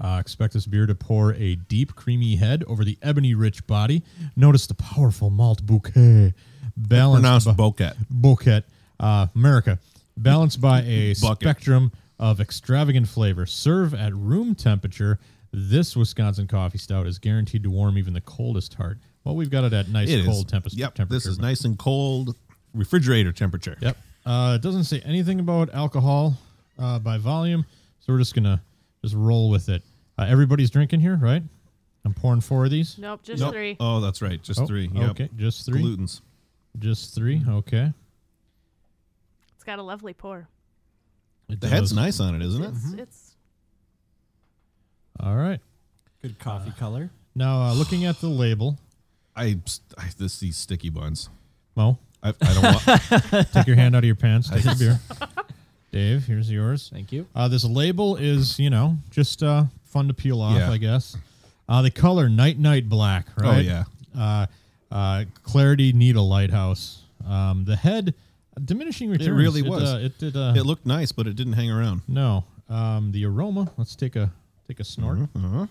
Uh, expect this beer to pour a deep, creamy head over the ebony rich body. Notice the powerful malt bouquet. Balanced
Pronounced
by-
Bocat.
Bouquet, uh, America, balanced by a
[laughs] Bucket.
spectrum of extravagant flavor. Serve at room temperature. This Wisconsin coffee stout is guaranteed to warm even the coldest heart. Well, we've got it at nice
It is.
cold tempest-
Yep.
temperature.
This is nice and cold, refrigerator temperature.
Yep. Uh, it doesn't say anything about alcohol uh, by volume, so we're just gonna just roll with it. Uh, everybody's drinking here, right? I'm pouring four of these.
Nope, just
Nope.
three.
Oh, that's right. Just
Oh,
three. Yep.
Okay, just three.
Glutens.
Just three. Okay.
It's got a lovely pour.
It
The head's
does. Mm-hmm.
nice on it, isn't it?
It's, it's
All right.
Good coffee color.
Now uh, looking at the label,
I, I this these sticky buns.
Mo,
I, I don't
[laughs]
want. oh,
take your hand out of your pants. Take your
[laughs]
beer. Dave, here's yours.
Thank you.
Uh, this label is, you know, just uh, fun to peel off,
Yeah. Oh,
I guess. Uh, the color night night black, right?
yeah.
Uh, uh, clarity needle lighthouse. Um, the head diminishing returns.
really was.
uh, it did. Uh,
It looked nice, but it didn't hang around.
no. Um, the aroma. Let's take a take a snort.
Uh-huh.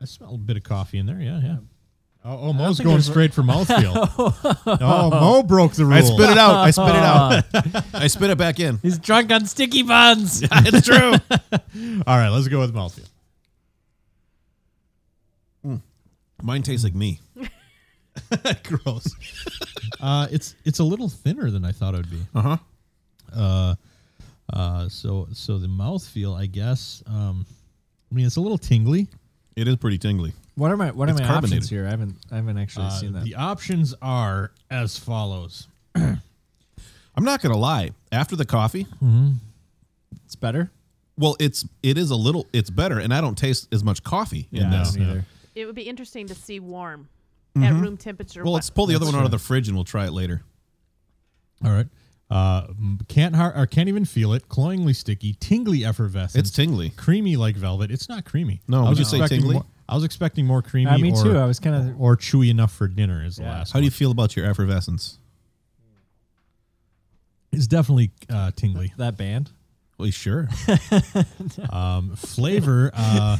I smell a bit of coffee in there. Yeah, yeah. Oh, oh Mo's
think
going
there's
[laughs]
a-
straight for mouthfeel. oh, Mo broke the rule.
I spit it out. I spit it out.
[laughs]
I spit it back in.
He's drunk on sticky buns.
It's true.
All right, let's go with mouthfeel.
Mine tastes like me.
[laughs] Gross. uh, it's it's a little thinner than I thought it would be.
Uh huh.
Uh, uh, so so the mouthfeel, I guess. Um, I mean, it's a little tingly.
It is pretty tingly.
What are my what are
It's
my
carbonated.
options here? I haven't I haven't actually
Uh,
seen that.
the options are as follows.
I'm not gonna lie. After the coffee,
It's better.
well, it's it is a little. It's better, and I don't taste as much coffee in
I
this.
don't either.
it would be interesting to see warm
Mm-hmm.
at room temperature.
Well,
what-
let's pull the other one out of the fridge and we'll try it later.
All right. Uh, m- can't har- or can't even feel it. Cloyingly sticky, tingly effervescent.
It's tingly.
creamy like velvet. It's not creamy.
No,
I was
would you say
expecting
tingly?
More, I was expecting more creamy.
Uh, me
or,
too. I was kind of
or chewy enough for dinner is the
Yeah.
last.
How do
one.
you feel about your effervescence?
It's definitely uh, tingly.
that band.
Well, sure.
[laughs] Um, flavor. Uh,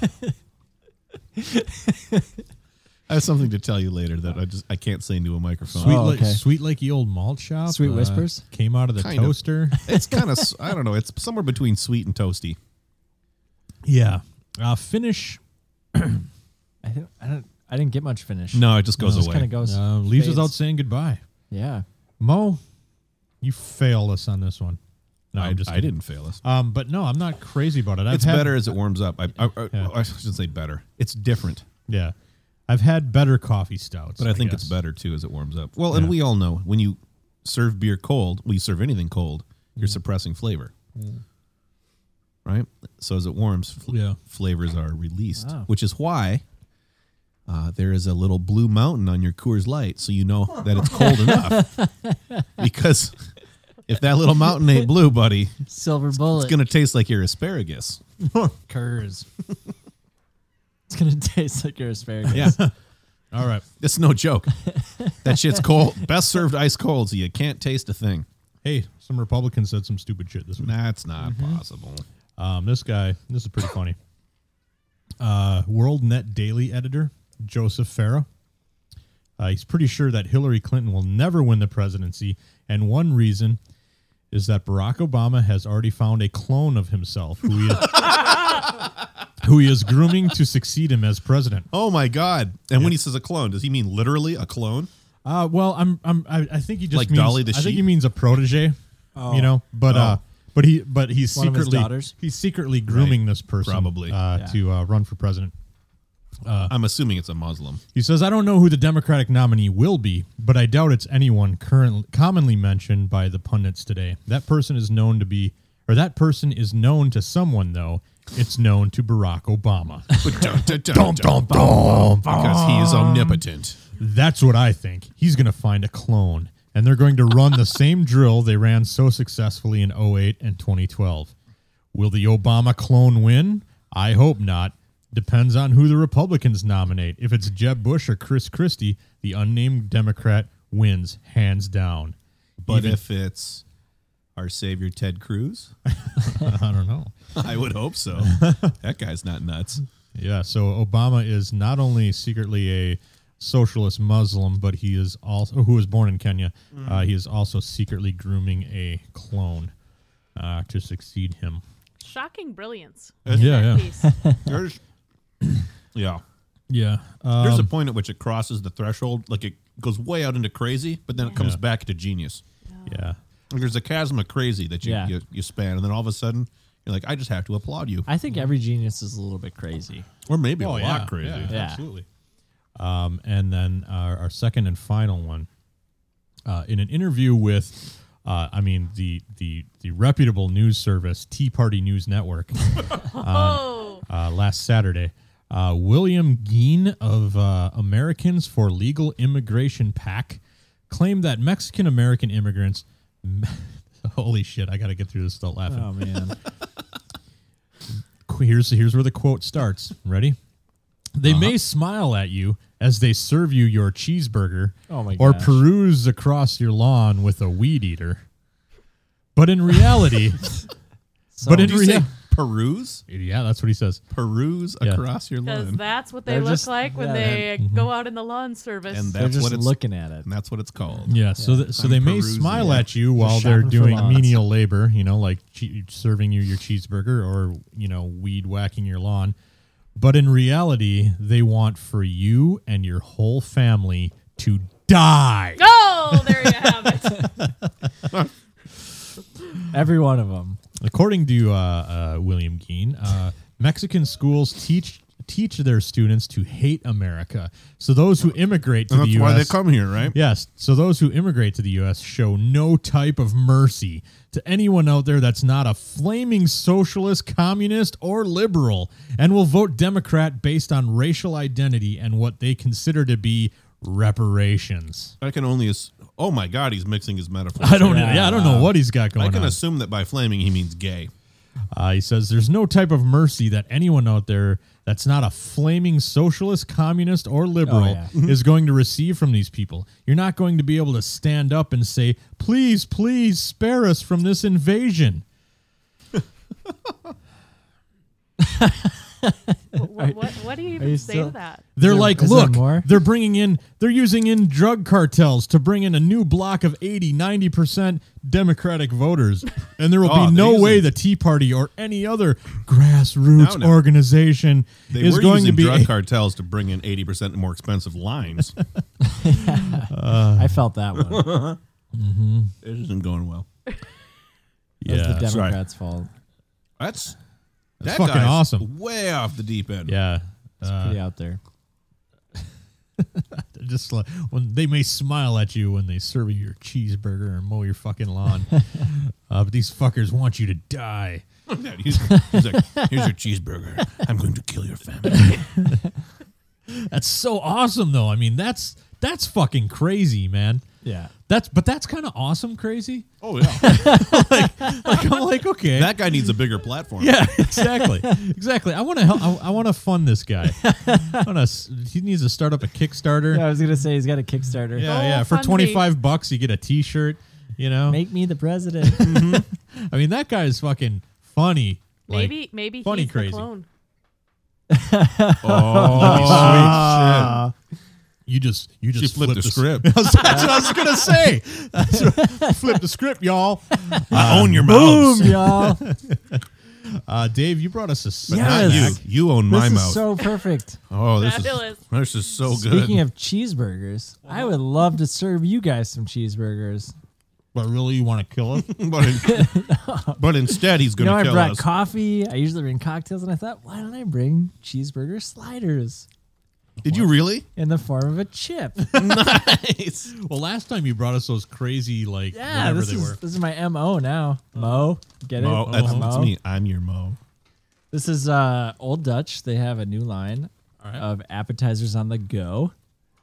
I have something to tell you later that I just I can't say into a microphone.
Sweet,
Oh,
Lake
okay.
sweet Lakey Old Malt Shop.
Sweet
uh,
Whispers?
came out of the
Kind of.
[laughs]
toaster.
It's kind of I don't know. It's somewhere between sweet and toasty.
yeah. Uh, finish
I didn't I don't I didn't get much finish.
No, it just goes
just
away.
kind of goes.
uh, leaves
fades.
without saying goodbye.
Yeah.
Mo, you failed us on this one. No,
I,
I'm just.
I
kidding.
didn't fail us.
Um, but no, I'm not crazy about it. I've
It's
had,
better as it warms up. I, I, I,
Yeah.
I shouldn't say better. It's different,
Yeah, I've had better coffee stouts,
but I think it's
guess.
better too as it warms up. Well, and we all know when you serve beer cold, we serve anything cold, you're suppressing flavor, right? So as it warms, fl-
Yeah.
flavors are released,
Wow.
which is why uh, there is a little blue mountain on your Coors Light, so you know that it's cold enough. Because if that little mountain ain't blue, buddy,
Silver bullet.
it's gonna taste like your asparagus.
Curs. [laughs] it's gonna taste like your asparagus.
Yeah.
All right.
It's no joke. that shit's cold. Best served ice cold, so you can't taste a thing.
Hey, some Republicans said some stupid shit this week.
That's not possible.
Um, this guy, this is pretty funny. Uh, World Net Daily editor Joseph Farah. Uh, he's pretty sure that Hillary Clinton will never win the presidency, and one reason is that Barack Obama has already found a clone of himself
[laughs]
who he is, who he is grooming to succeed him as president.
Oh my god! And when he says a clone, does he mean literally a clone?
Uh, well, I'm, I'm, I, I think he just
Like
means,
Dolly the
I think he
sheep? Oh.
means a protege, you know. But uh, but he, but he's
Oh. One of his
secretly,
daughters?
he's secretly grooming
Right.
this person
Probably.
uh,
Yeah.
to uh, run for president.
I'm assuming it's a Muslim.
He says, "I don't know who the Democratic nominee will be, but I doubt it's anyone current commonly mentioned by the pundits today. That person is known to be, or that person is known to someone though. It's known to Barack Obama.
Because he is omnipotent.
That's what I think. He's going to find a clone, and they're going to run the same drill they ran so successfully in 08 and 2012. Will the Obama clone win? I hope not. Depends on who the Republicans nominate. If it's Jeb Bush or Chris Christie, the unnamed Democrat wins hands down.
But
Even-
if it's our savior Ted Cruz,
[laughs] I don't know.
I would hope so. that guy's not nuts.
Yeah, so Obama is not only secretly a socialist Muslim, but he is also who was born in Kenya. Uh, he is also secretly grooming a clone uh, to succeed him.
shocking brilliance. [laughs]
[laughs] Yeah, Uh,
That piece.
There's- [clears throat] yeah.
Yeah. Um,
There's a point at which it crosses the threshold, like it goes way out into crazy, but then it comes
Yeah.
back to genius.
yeah.
Like there's a chasm of crazy that you,
Yeah.
you you span, and then all of a sudden you're like, I just have to applaud you, Oh,
I think every genius is a little bit crazy.
or maybe a lot
Oh, yeah,
crazy.
Yeah,
Yeah.
absolutely. Um, and then our, our second and final one, uh, in an interview with, uh, I mean the the the reputable news service Tea Party News Network
Oh,
uh, last Saturday. Uh, William Geen of uh, Americans for Legal Immigration PAC claimed that Mexican American immigrants. [laughs] Holy shit! I got to get through this without laughing.
Oh man.
Qu- here's here's where the quote starts. Ready? They
Uh-huh.
may smile at you as they serve you your cheeseburger
Oh my
or
gosh.
peruse across your lawn with a weed eater. But
[laughs]
in reality,
[laughs] So
but in
Did you say
reality,
peruse?
yeah, that's what he says.
Peruse
Yeah.
across your
because
lawn,
that's what they
They're
look
just-
like when
yeah,
they
mm-hmm.
go out in the lawn service.
and
they're
that's
just
what it's
looking
[laughs]
at it.
and that's what it's called.
Yeah, so th- so they may
perusing,
smile
yeah.
at you while
Just
they're
shopping for
doing
lawns.
menial labor, you know, like che- serving you your cheeseburger or you know weed whacking your lawn. But in reality, they want for you and your whole family to
[laughs]
die.
[laughs] oh, there you have
[laughs]
it.
Every one of them.
According to uh, uh, William Geen, uh, Mexican schools teach teach their students to hate America. So those who immigrate to
And
the
that's
U.S.
why they come here, right?
Yes. So those who immigrate to the U.S. show no type of mercy to anyone out there that's not a flaming socialist, communist, or liberal, and will vote Democrat based on racial identity and what they consider to be reparations.
I can only. Ass- oh my God, he's mixing his metaphors.
[laughs] I don't.
here.
Yeah, I don't know what he's got going
I can
on.
assume that by flaming he means gay.
Uh, he says there's no type of mercy that anyone out there that's not a flaming socialist, communist, or liberal
Oh,
yeah.
[laughs] is going to receive from these people. You're not going to be able to stand up and say, please, please spare us from this invasion.
what, what, what do you even
you
say
still-
to that?
They're
Is there-
like,
is there
look,
more?"
they're bringing in, they're using in drug cartels to bring in a new block of 80, 90%
[laughs]
Democratic voters. And there will
Oh,
be
they're
no way
using-
the Tea Party or any other grassroots
No, no.
organization
They
is
were
going
using
to be.
drug cartels to bring in eighty percent more expensive lines.
I felt that one. It
this isn't going well.
was the
Yeah.
Democrats' fault.
That's that
That's fucking
guy's
awesome.
Way off the deep end.
[laughs] Yeah. Uh,
Pretty out there.
[laughs] just like when they may smile at you when they serve you your cheeseburger and mow your fucking lawn, uh, but these fuckers want you to die.
Yeah, [laughs] he's, he's like, here's your cheeseburger. I'm going to kill your family.
That's so awesome, though. I mean, that's that's fucking crazy, man.
Yeah.
That's but that's kind of awesome, crazy. [laughs]
Oh yeah,
Like I'm like, okay, [laughs]
that guy needs a bigger platform. [laughs]
yeah, exactly, exactly. I want to help. I, I want to fund this guy. I want to. He needs to start up a Kickstarter.
Yeah,
Yeah,
I was gonna say he's got a Kickstarter.
yeah.
Oh,
For
fund me.
twenty five bucks, you get a T shirt. You
[laughs]
know,
Make me the president.
I mean, that guy is fucking funny. Like,
Maybe maybe
funny
he's
crazy.
the clone.
Oh,
You just you just
flipped the
s-
script.
[laughs] That's what I was gonna say. That's what- flip the script, y'all.
I [laughs] own your
[laughs] Boom,
mouth.
y'all. [laughs] This
Uh, Dave, you brought us a
But
snack.
not
Yes.
you. You own my
is
mouth.
so perfect.
oh, this is
Fabulous.
this is so [laughs] good.
Speaking of cheeseburgers, I would love to serve you guys some cheeseburgers.
but really, you want to kill us?
[laughs]
[laughs]
but, in- but instead, he's going
You know,
to
I
kill
brought
us.
coffee. I usually bring cocktails, and I thought, why don't I bring cheeseburger sliders
Did you really?
in the form of a
[laughs]
chip?
well, last time you brought us those crazy like
Yeah,
whatever
this
they
is [laughs]
were.
this is my mo now. Mo, get it?
Uh-huh. Mo, that's,
Mo.
that's me. I'm your Mo.
This is uh, Old Dutch. They have a new line of appetizers on the go.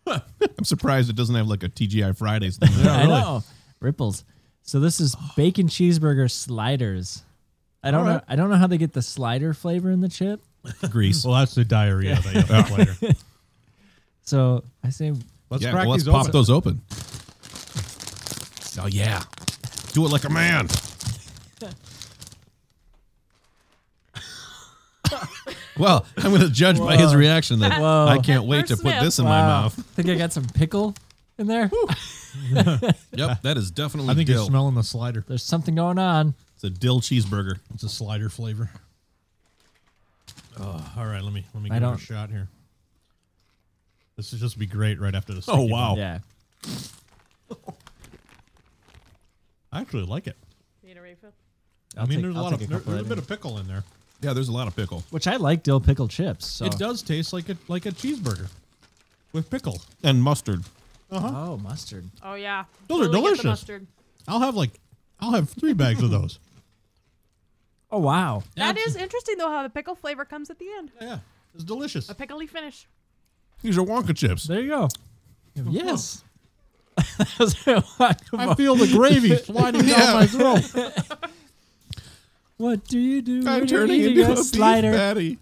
I'm surprised it doesn't have like a TGI Fridays thing.
I know ripples. So this is bacon cheeseburger sliders. I don't know. I don't know how they get the slider flavor in the chip.
Grease.
Well, that's the diarrhea that you have
[laughs]
later.
So I say
Let's
yeah,
crack
well, let's
these
pop
open.
those open. Oh yeah, do it like a man. [laughs] well, I'm going to judge by his reaction that
Whoa.
I can't wait to
first
put
sniff.
this in my
Wow.
mouth.
uh, [laughs] think I got some pickle in there.
Yep, that is definitely
I think
dill.
you're smelling the slider.
There's something going on.
it's a dill cheeseburger.
It's a slider flavor. Oh, all right, let me let me
I
give it a
don't-
shot here. This is just be great right after the.
Oh
sticky
wow!
Yeah.
bun. I actually like it.
Need a refill?
I'll
i mean,
take-
there's a
I'll
lot of
take
there-
couple
there's a bit
there.
of pickle in there.
Yeah, there's a lot of pickle,
which I like dill pickle chips. So.
It does taste like a like a cheeseburger with pickle.
and mustard.
Oh, mustard.
Oh yeah, Totally
Those are
get the
delicious.
mustard.
I'll have like I'll have three bags
[laughs]
of those.
Oh wow.
That is interesting though, how the pickle flavor comes at the end.
Yeah, it's delicious. [laughs]
A pickly finish.
These are Wonka
[laughs]
chips.
There you go. Yes. [laughs] I feel
the
[laughs]
gravy sliding down my throat.
What do you do?
I'm
when you're
turning
eating
into a
a slider.
beef patty.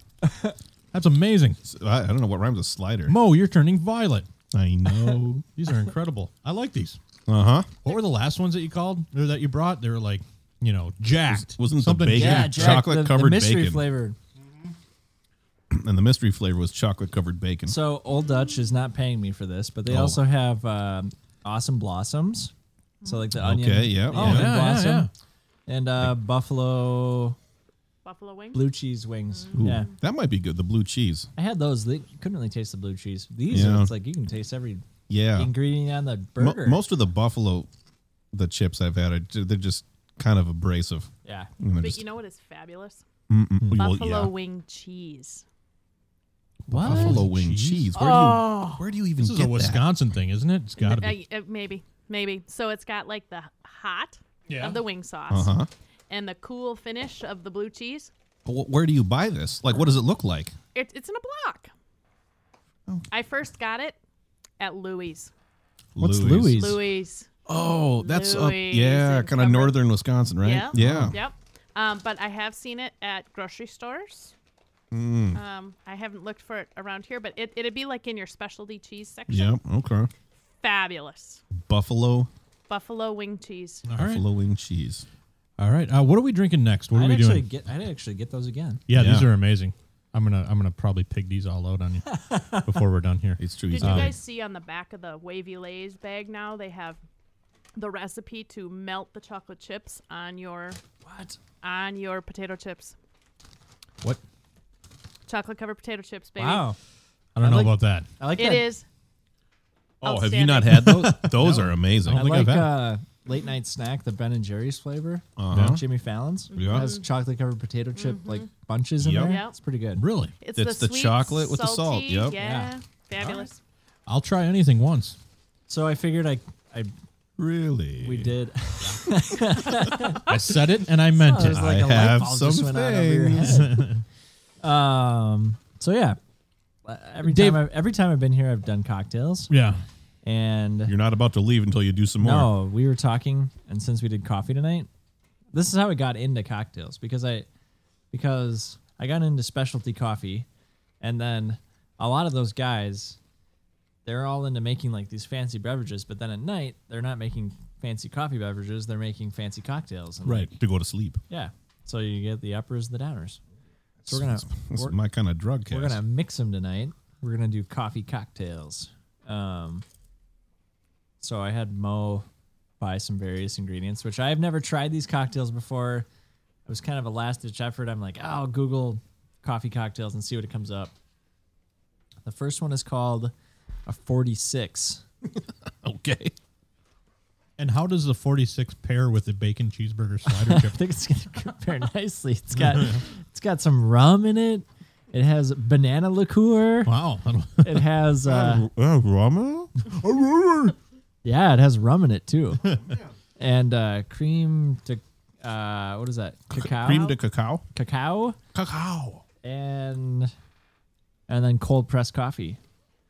That's amazing.
I, I don't know what rhymes with slider.
Mo, you're
[laughs]
turning violet.
I
[laughs]
know.
These are incredible. I like these.
uh huh.
What were the last ones that you called or that you brought? They were like, you know, jacked.
Wasn't
Something
the bacon
yeah,
jacked.
Jack,
chocolate
the,
covered
the mystery
bacon?
flavored.
And the mystery flavor was chocolate covered bacon.
So Old Dutch is not paying me for this, but they
Oh.
also have um, awesome blossoms. So like the onion,
Okay, yeah,
the
yeah.
onion
Yeah, yeah,
blossom,
yeah.
and uh, buffalo
Buffalo wings.
blue cheese wings.
Ooh,
Yeah,
That might be good. The blue cheese.
I had those. They couldn't really taste the blue cheese. These
Yeah.
ones, like you can taste every
Yeah.
ingredient on the
Mo-
burger.
most of the buffalo, the chips I've had, are, ju- they're just kind of abrasive.
yeah,
And they're
But
just-
you know what is fabulous?
mm, well,
Buffalo
yeah.
wing cheese.
what?
buffalo wing cheese. Where, do you, where do you even
Oh. This is
get
a Wisconsin thing, isn't it? It's got to be.
Uh, uh, maybe, maybe. So it's got like the hot
Yeah.
of the wing sauce
that? Uh huh.
and the cool finish of the blue cheese.
But wh- where do you buy this? Like, what does it look like?
It, it's in a block. I first got it at Louis.
What's Louis?
Louis.
Oh, that's up.
Louis
Yeah,
in
kind of
Cumber-
northern Wisconsin, right?
Yeah.
Yeah.
Yep. Um, but I have seen it at grocery stores. Um, I haven't looked for it around here, but it, it'd be like in your specialty cheese section.
Yep. Okay.
Fabulous.
Buffalo,
Buffalo wing cheese.
All right.
buffalo wing cheese.
All right. Uh, what are we drinking next? What are
I'd
we
actually
doing?
get. I'd actually get those again.
Yeah, these
Yeah.
are amazing. I'm gonna I'm gonna probably pig these all out
[laughs]
on you before we're done here.
It's true. Uh,
Did
he's
you
a-
guys see on the back of the Wavy Lays bag now? They have the recipe to melt the chocolate chips on your
What?
on your potato chips.
What?
Chocolate covered potato chips, baby.
Wow.
I don't know
like-
about that.
I like
It
that.
is.
oh, have you not had
[laughs]
those? Those are amazing.
I
think I've
like
had it.
uh, late night snack, the Ben and Jerry's flavor.
Uh-huh.
Jimmy Fallon's.
Yeah.
It has chocolate covered potato chip like bunches in
Yep.
there.
Yep.
It's pretty good.
Really?
It's,
It's
the,
the
sweet,
chocolate with the salt,
salty,
yep.
Yeah.
Yeah.
Fabulous.
I'll try anything once.
So I figured I, I
Really?
we did. [laughs]
I said it and I meant
It
it.
was like
I
a light
have
bulb just
some
went on over your head.
[laughs]
um. So yeah. Uh, Every
Dave-
time I've, every time I've been here, I've done cocktails,
Yeah.
and
You're not about to leave until you do some more.
no, we were talking, and since we did coffee tonight, this is how I got into cocktails because I because I got into specialty coffee, and then a lot of those guys, they're all into making like these fancy beverages, but then at night they're not making fancy coffee beverages; they're making fancy cocktails. And
Right. To go to sleep.
Yeah. So you get the uppers and the downers. So we're gonna
That's
we're,
my kind of drug cast.
we're gonna mix them tonight. We're gonna do coffee cocktails. Um, so I had Mo buy some various ingredients, which I have never tried these cocktails before. It was kind of a last ditch effort. I'm like, oh, I'll Google coffee cocktails and see what it comes up. The first one is called a 46.
okay.
And how does the 46 pair with the bacon cheeseburger slider
[laughs]
chip?
[laughs] I think it's gonna compare nicely. It's got it's got some rum in it. It has banana liqueur.
Wow. I don't-
It has uh,
Oh,
Uh, ramen?
yeah, it has rum in it too,
[laughs]
and uh, cream to uh, what is that? Cacao,
Cream de cacao?
cacao,
Cacao.
and and then cold pressed coffee,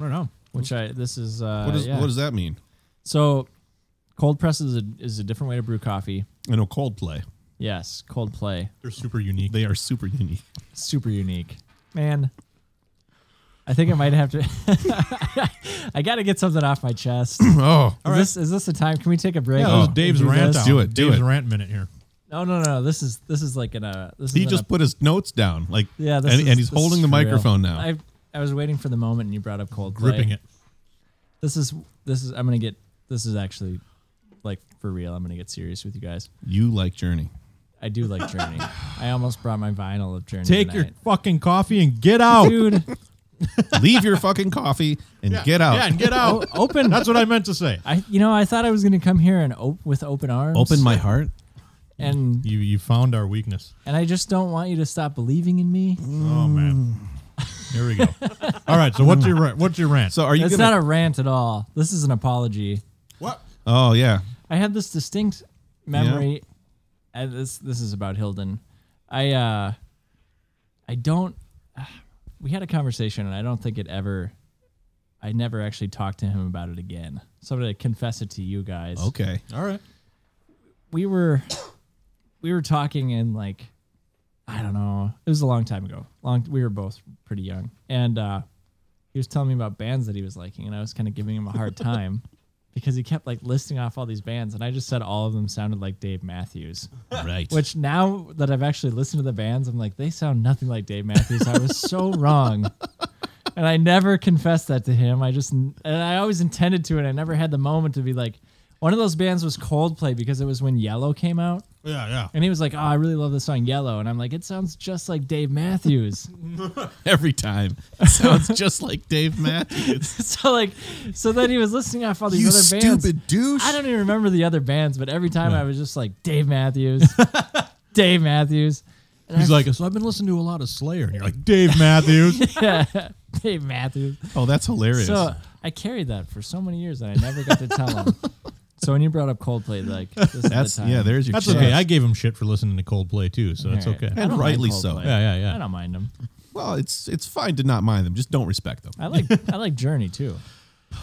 I don't know.
which I this is uh,
What, is,
yeah.
what does that mean?
so cold press is a, is a different way to brew coffee.
I know cold play.
Yes, cold play.
They're super unique.
They are
[laughs]
super unique.
super unique. Man, I think I might have to. I got to [laughs] get something off
[coughs]
my chest. Is,
Oh.
this, is this the time? Can we take a break? Oh. and
Yeah, this is Dave's
do
rant.
this?
hour.
Do it, do
Dave's
it.
rant minute here.
No, no, no. This is this is like an uh. This
He
is
just put his notes down. Like
yeah. This
and,
is-
and he's
this is
holding the
for real.
microphone now.
I I was waiting for the moment, and you brought up cold.
Gripping it.
This is this is. I'm gonna get. This is actually, like for real. I'm gonna get serious with you guys.
you like Journey.
I do like Journey. I almost brought my vinyl of Journey.
Take your
tonight.
fucking coffee and get out.
dude.
Leave your fucking coffee and
Yeah.
get out.
Yeah, and get out.
Open.
That's what I meant to say.
I, you know, I thought I was gonna come here and op- with open arms.
Open my heart.
and
You you found our weakness.
and I just don't want you to stop believing in me.
Oh
Mm.
man, here we go. All right, so what's your ra- what's your rant?
So are you
That's
gonna?
not a rant at all. This is an apology.
what?
oh yeah.
I had this distinct memory. And this this is about Hilden. I uh, I don't. [sighs] We had a conversation, and I don't think it ever. I never actually talked to him about it again. So I'm gonna confess it to you guys.
Okay.
All right.
we were [coughs] we were talking and like I don't know. It was a long time ago. Long we were both pretty young. And uh he was telling me about bands that he was liking and I was kind of giving him a hard time because he kept like listing off all these bands and I just said all of them sounded like Dave Matthews.
Right.
Which now that I've actually listened to the bands, I'm like, they sound nothing like Dave Matthews. I
[laughs]
was so wrong. And I never confessed that to him. I just, and I always intended to, and I never had the moment to be like, one of those bands was Coldplay because it was when Yellow came out.
Yeah, yeah.
And he was like, oh, I really love the song Yellow. And I'm like, it sounds just like Dave Matthews. [laughs]
Every time sounds just like Dave Matthews.
so, like, so then he was listening off all these
you
other bands.
stupid douche.
I don't even remember the other bands, but every time I was just like,
[laughs]
Dave Matthews, Dave Matthews.
He's like, so I've been listening to a lot of Slayer, and you're like Dave Matthews.
[laughs] Dave Matthews.
oh, that's hilarious.
So I carried that for so many years, and I never got to tell
[laughs]
him. so when you brought up Coldplay, like this is
that's
the time.
yeah. There's your.
That's
chance.
okay. I gave him shit for listening to Coldplay too, so that's
All right.
okay.
I don't mind
rightly so.
Coldplay.
Yeah, yeah,
I
yeah.
don't mind them.
Well, it's it's fine to not mind them. Just don't respect them.
I like I like
[laughs]
Journey too.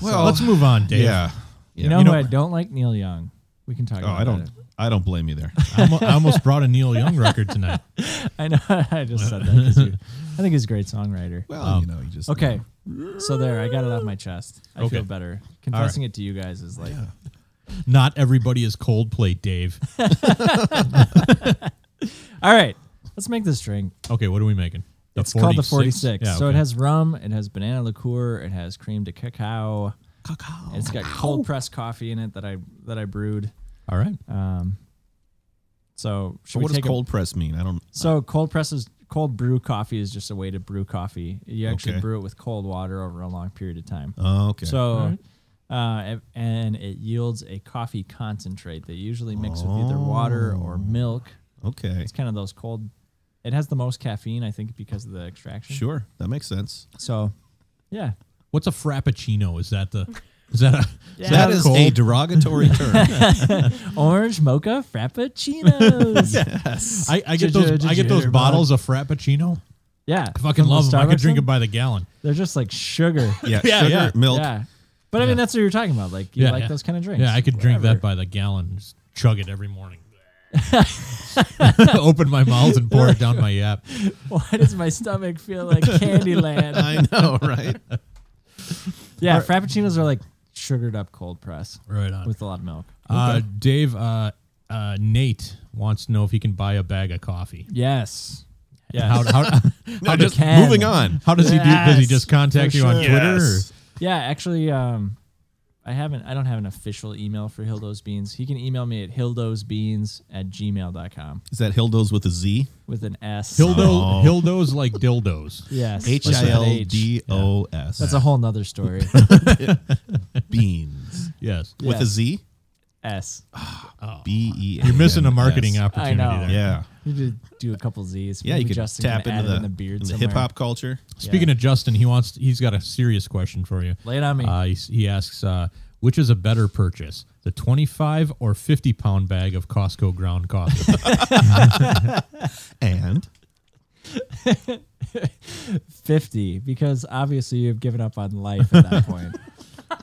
Well,
Let's move on, Dave.
yeah. yeah.
You know,
You know-
who I don't like? Neil Young. We can talk.
Oh,
about
I don't.
It.
I don't blame you there.
I almo- I almost brought a Neil Young record tonight.
[laughs] I know. [laughs] I just said that. 'cause you- I think he's a great songwriter.
Well, you know, you just
Um, Okay. So there, I got it off my chest. I
Okay.
feel better. Confessing it to you guys is like
Not everybody is Coldplay, Dave.
All right. Let's make this drink.
Okay, what are we making? The
it's called the 46.
46? Yeah,
So it
okay.
has rum, it has banana liqueur, it has cream de cacao. Cacao. It's got cold pressed coffee in it that I that I brewed.
All right.
Um, so should
So
we
what does
take a-
cold press mean? I don't.
so cold press is cold brew coffee is just a way to brew coffee. You actually
Okay.
brew it with cold water over a long period of time.
Oh, okay.
So, uh, and it yields a coffee concentrate. They usually mix with either water or milk.
okay.
It's kind of those cold. It has the most caffeine, I think, because of the extraction.
Sure, that makes sense.
[laughs]
So, yeah,
What's a frappuccino? Is that the? Is that a?
Yeah.
That
a
is
cold?
a derogatory [laughs] term.
orange mocha frappuccinos. [laughs] yeah.
[laughs] I, I get those. I get those
Jitterbug.
bottles of frappuccino. Fucking
from the
love them. I could
Starbucks one.
drink them by the gallon.
They're just like sugar.
Yeah,
[laughs] Yeah,
sugar,
yeah.
milk.
Yeah. But I mean, that's what you're talking about. Like, you
Yeah,
like
yeah.
those kind of drinks.
Yeah, I could drink
Whatever.
that by the gallon. Just chug it
[laughs]
every morning. [laughs] Open my mouth and pour it down my yap.
Why does my stomach feel
[laughs]
like Candyland?
I know, [laughs] right?
yeah, frappuccinos are like sugared up cold press
Right on.
with a lot of milk.
Uh, Dave, uh, uh, Nate wants to know if he can buy a bag of coffee.
Yes. Yeah.
How, how,
No, just
can.
moving on.
how does he do? Does he
Yes,
just contact
for
you on
sure.
Twitter? or-
Yeah, actually, um, I haven't. I don't have an official email for Hildo's Beans. He can email me at hildosbeans at gmail.com
Is that Hildos with a Z?
with an S.
Hildo,
Oh.
Hildos like
[laughs]
dildos.
yes.
H
with
i
an
l
H.
d o s.
That's a whole nother [laughs] story.
beans
Yes,
[laughs] with
Yeah.
a Z.
S.
B e.
you're missing a marketing
I
opportunity
know.
there.
Yeah,
You could do a couple Z's.
yeah. You
Maybe
could
Justin can
tap into
add it
the,
in the beard
in the
somewhere.
hip hop culture.
Speaking of Justin, he wants he's got a serious question for you.
Lay it on me.
Uh, he, he asks, uh, which is a better purchase, the 25 or 50 pound bag of Costco
[laughs]
ground coffee?
And
50 because obviously you've given up on life at that point.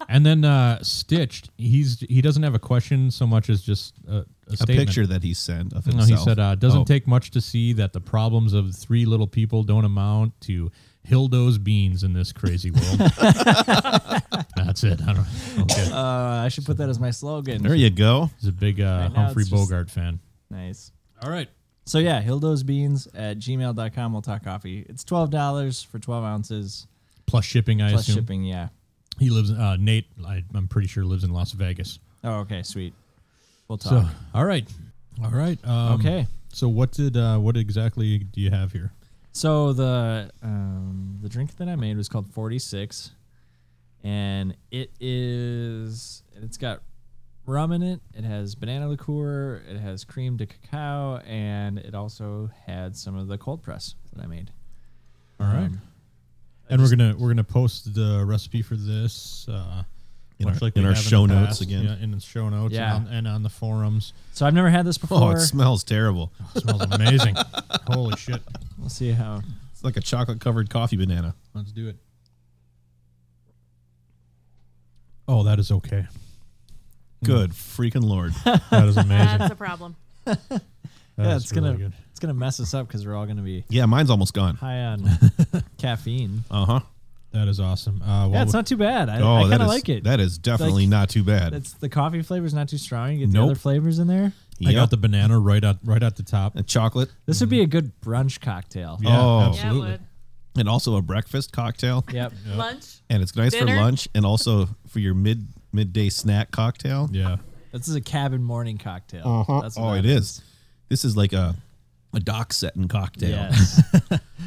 and then uh, Stitched, he's he doesn't have a question so much as just a, a,
a
statement.
picture that he sent of
No,
himself.
he said, uh, doesn't
Oh,
take much to see that the problems of three little people don't amount to Hildo's beans in this
[laughs]
crazy world. That's it. I don't Okay.
[laughs] Uh, I should put that as my slogan.
There you go.
He's a big uh,
Right now
Humphrey
it's just-
Bogart fan.
nice.
All right.
So yeah, hildosbeans at gmail.com. We'll talk coffee. It's $12 for 12 ounces
Plus shipping, I
plus
assume.
shipping. Yeah.
He lives, uh, Nate, I, I'm pretty sure, lives in Las Vegas.
Oh, okay. Sweet. We'll talk.
So, all right. All right. Um,
okay.
So, what did, uh, what exactly do you have here?
So the um, the drink that I made was called Forty Six, and it is it's got rum in it. It has banana liqueur. It has cream de cacao, and it also had some of the cold press that I made.
All right.
Um,
and we're gonna we're gonna post the recipe for this. Uh,
In
much
our-
like
in
we
our
have
show
the
notes
past.
again.
Yeah, in the show notes
Yeah.
and, on, and on the forums.
So I've never had this
Oh,
before.
it smells terrible.
It smells
[laughs]
amazing. Holy shit!
we'll see how.
It's like a chocolate covered coffee banana.
Let's do it. Oh, that is okay.
Good freaking lord. [laughs]
That
[laughs]
is amazing.
That's
[laughs]
a problem.
That
Yeah,
is
it's gonna
really good.
it's gonna mess us up because we're all gonna be
yeah, mine's almost gone. [laughs]
high on caffeine.
Uh huh.
That is awesome.
Yeah,
Uh, well,
it's not too bad. I,
Oh,
I
that
kind
is
of like it.
That is definitely
Like,
not too bad.
That's the coffee flavor's not too strong. You get the
Nope.
other flavors in there.
I
Yep.
got the banana right at right at the
[laughs]
top.
A chocolate
This would be a good brunch cocktail.
Yeah,
Oh. Mm. Yeah, it
Yeah, it
absolutely.
would.
and also a breakfast cocktail.
Yep.
Lunch.
And it's nice
Dinner.
for lunch and also for your mid midday snack cocktail.
Yeah.
This is a cabin morning cocktail.
Uh-huh.
That's what
oh,
that
it is. This is like a a dock setting cocktail. [laughs]
Yes.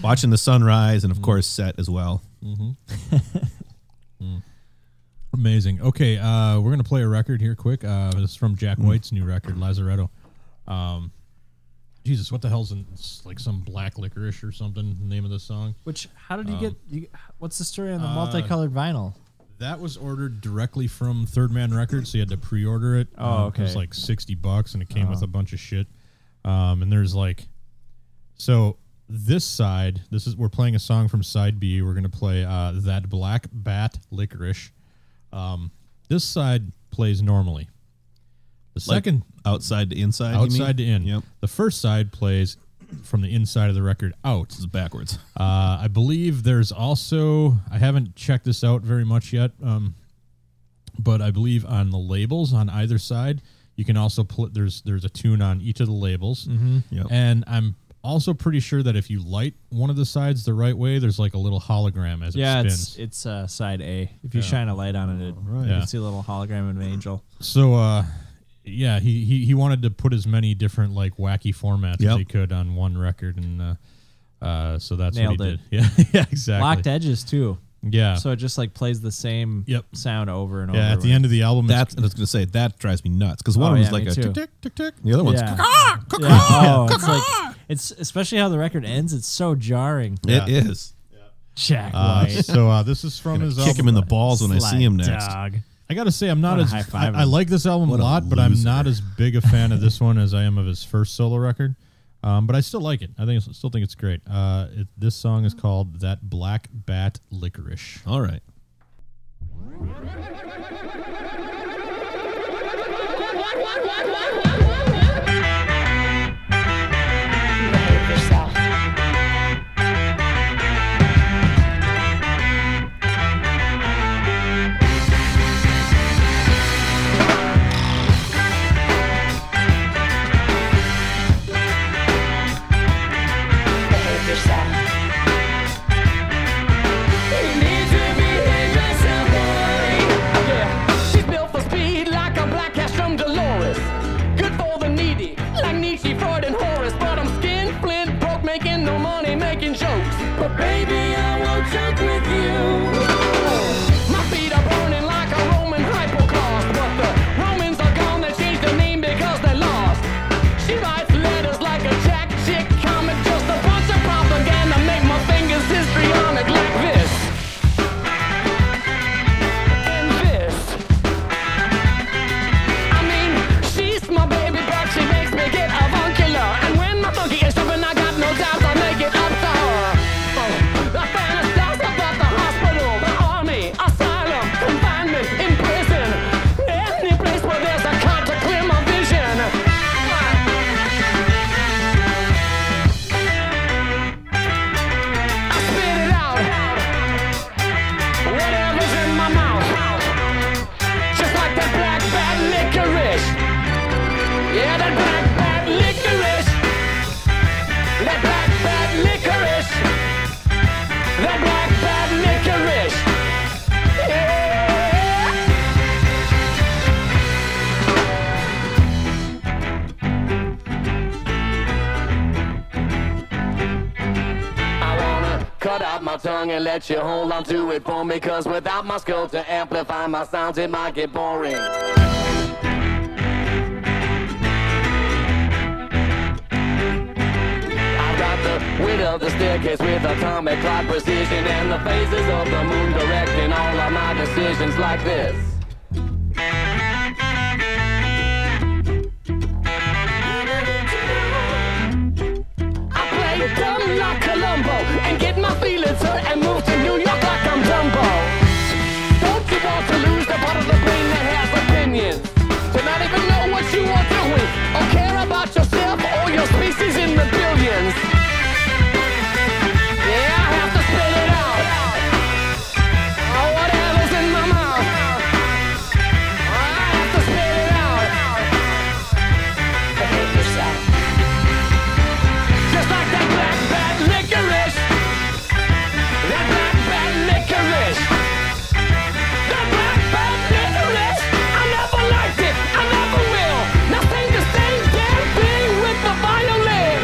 Watching the sunrise and of course set as well.
Amazing. Okay, uh, we're gonna play a record here quick. Uh, this is from Jack White's new record, Lazaretto. Um, Jesus, what the hell's in it's like some black licorice or something? The name of this song
Which how did you
Um,
get? You, what's the story
uh,
on the multicolored vinyl?
that was ordered directly from Third Man Records, so you had to pre-order it.
Oh,
Um, It was
okay. Uh-huh.
like sixty bucks, and it came with a bunch of shit. Um, and there's like, so this side, this is we're playing a song from side B. We're gonna play uh, that Black Bat Licorice. Um, this side plays normally. The
Like
second
outside to inside. you mean?
outside to in.
Yep.
The first side plays from the inside of the record out.
It's backwards.
Uh, I believe there's also I haven't checked this out very much yet, um, but I believe on the labels on either side you can also pl- there's there's a tune on each of the labels, mm-hmm.
Yep.
and I'm also pretty sure that if you light one of the sides the right way, there's like a little hologram as it
Yeah,
spins.
it's it's uh, side A. If you shine a light on it, it you
Yeah.
can see a little hologram of an angel.
So uh yeah, he, he he wanted to put as many different like wacky formats as
Yep.
he could on one record and uh uh so that's
Nailed
what he
it.
did. [laughs] Yeah, yeah, exactly.
Locked edges too.
Yeah.
So it just like plays the same
Yep.
sound over and over.
yeah, at the end of the album it's-
That's I was gonna say that drives me nuts because one
Oh,
of
yeah,
them's
me
like
too.
a tick tick tick tick. The other one's
Yeah.
caw, caw,
Yeah.
caw.
Oh, it's like it's especially how the record ends. It's so jarring.
[laughs] It is.
Jack
uh,
White.
so uh, this is from
Gonna
his
kick
album.
him in the balls when I see him
Sly
next.
Dog.
I gotta say, I'm not
What a
as
high
I,
five.
I like this album a
What a
lot, but I'm
loser.
not as big a fan of this one as I am of his first solo record. Um, but I still like it. I think it's- still think it's great. Uh, it, this song is called "That Black Bat Licorice."
All right.
She's built for speed like a black cat from Dolores. Good for the needy, like Nietzsche, Freud, and Horace. But I'm skin flint broke, making no money, making jokes. But baby, I won't joke with you. My feet are burning like a Roman hypoclaust. But the Romans are gone, they changed their name because they lost. She writes letters like a jack chick comic, just a bunch of propaganda. Make my fingers histrionic like this. And this. I mean, she's my baby, but she makes me get avuncular. And when my funky is open, I got no doubt I'll make it up to her. Oh, I fantasize about the hospital, the Cut out my tongue and let you hold on to it for me. Cause without my skull to amplify my sounds, it might get boring. I've got the width of the staircase with atomic clock precision and the phases of the moon directing all of my decisions like this. I play dumb like Columbo and get my feelings hurt and move to New York like I'm Dumbo. Don't you want to lose the part of the brain that has opinions? To not even know what you are doing or care about yourself or your species in the billions. Yeah, I have to spit it out. Oh, whatever's in my mouth. I have to spit it out. Behave yourself. Just like that black bat licorice. That black bat licorice. That black bat licorice. I never liked it. I never will. Nothing to say, damn thing with the violin.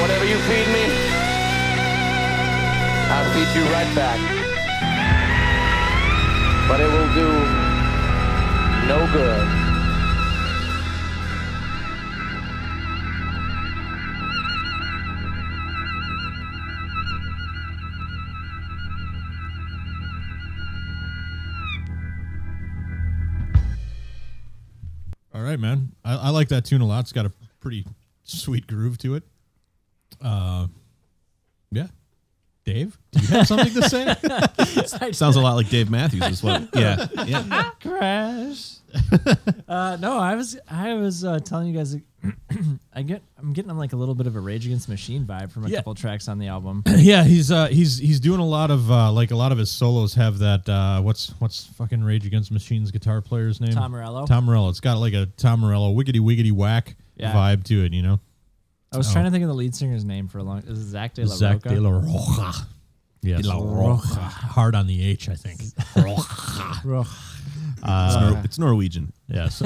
Whatever you feed me, I'll feed you right back. But it will do no good.
All right, man. I, I like that tune a lot. It's got a pretty sweet groove to it. Uh, yeah. Dave, do you have something to say?
Sounds a lot like Dave Matthews is what. Yeah. Yeah.
crash.
[laughs]
uh, no, I was I was uh, telling you guys, [clears throat] I get I'm getting like a little bit of a Rage Against the Machine vibe from a
Yeah.
couple tracks on the
[clears throat]
album.
yeah, he's uh, he's he's doing a lot of uh, like a lot of his solos have that uh, what's what's fucking Rage Against the Machine's guitar player's name?
Tom Morello.
Tom Morello. It's got like a Tom Morello wiggity wiggity whack
Yeah.
vibe to it, you know.
I was trying to think of the lead singer's name for a long. Is it Zach De La
Zach
Roca?
oh. De La Roja. Yes.
De La Roja.
Hard on the H, I think.
Roca.
It's, Nor- it's Norwegian.
Yes.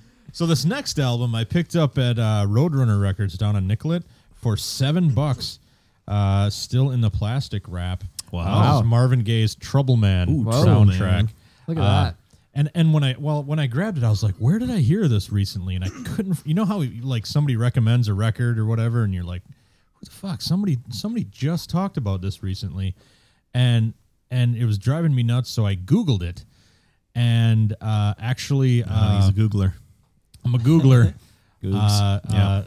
[laughs] so this next album I picked up at uh, Roadrunner Records down in Nicolet for seven bucks. Uh, still in the plastic wrap. Uh,
Wow.
This is Marvin Gaye's Trouble Man
Whoa,
soundtrack.
man.
Look at
Uh,
that.
And and when I well when I grabbed it, I was like, where did I hear this recently? And I couldn't. You know how like somebody recommends a record or whatever, and you're like, what the fuck? Somebody somebody just talked about this recently, and and it was driving me nuts. So I googled it, and uh, actually,
Uh,
uh,
he's a Googler.
I'm a googler.
Googs.
uh,
yeah.
uh,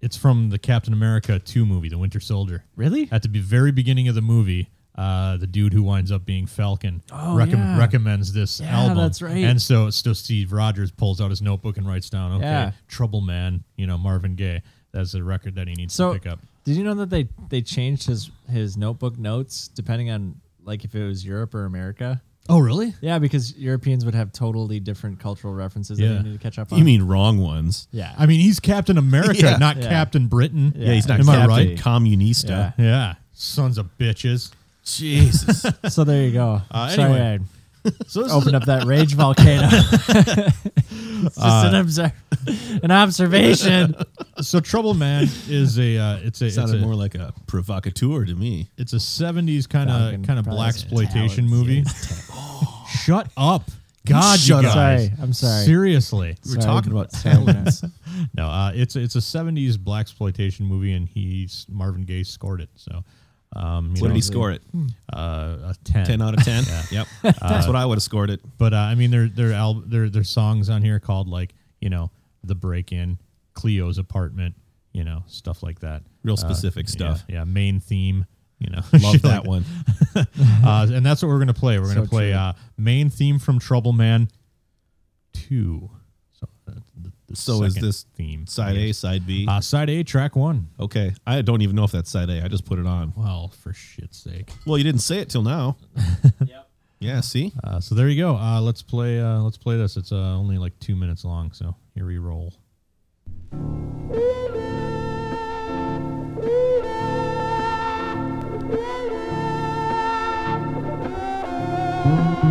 it's from the Captain America 2 movie, The Winter Soldier.
Really?
At the be- very beginning of the movie, uh, the dude who winds up being Falcon
Oh,
recom-
yeah.
recommends this
Yeah,
album.
that's right.
And so, so Steve Rogers pulls out his notebook and writes down, okay,
Yeah.
Trouble Man, you know, Marvin Gaye. That's a record that he needs
So
to pick up.
did you know that they they changed his his notebook notes depending on like if it was Europe or America?
Oh, really?
Yeah, because Europeans would have totally different cultural references that
Yeah.
they need to catch up on.
You mean wrong ones?
Yeah.
I mean, he's Captain America,
Yeah.
not
Yeah.
Captain Britain.
Yeah, he's not
Am I
Captain
right?
Communista.
Yeah.
Yeah. Sons of bitches.
Jesus.
so there you go.
Uh,
Sorry,
anyway. So
I
this is
opened up that rage volcano. [laughs] it's just
Uh,
an, obser- an observation.
so trouble man is a uh, it's a
[laughs]
it's
sounded
a,
more like a provocateur to me.
it's a 70s kind
Falcon
of kind of
Prize
black
Talents.
exploitation [laughs] movie shut up god
Shut
you
up.
guys.
Sorry, I'm sorry.
seriously
We [laughs] were
Sorry.
talking about talents.
no uh, it's it's a 70s black exploitation movie and he's marvin gaye scored it so um you
what
know,
did he score it?
uh, a 10
Ten out of
[laughs]
ten. Yep, [laughs] that's what I would have scored it.
but uh, i mean there there al- there there's songs on here called like you know the break in cleo's apartment you know stuff like that
Real
Uh,
specific
yeah,
stuff.
yeah, main theme you know
Love
[laughs] shit
that
like
one.
uh, and that's what we're gonna play. We're gonna
So
play
true.
uh, main theme from Trouble Man Two. So, uh, the, the
So is
second
this
theme
Side A,
Yes.
side B.
Uh, side A, track one.
Okay, I don't even know if that's side A. I just put it on.
Well, for shit's sake.
Well, you didn't say it till now. Yeah. See,
Uh, so there you go. Uh, let's play. Uh, let's play this. It's uh, only like two minutes long. So here we roll.
Wow.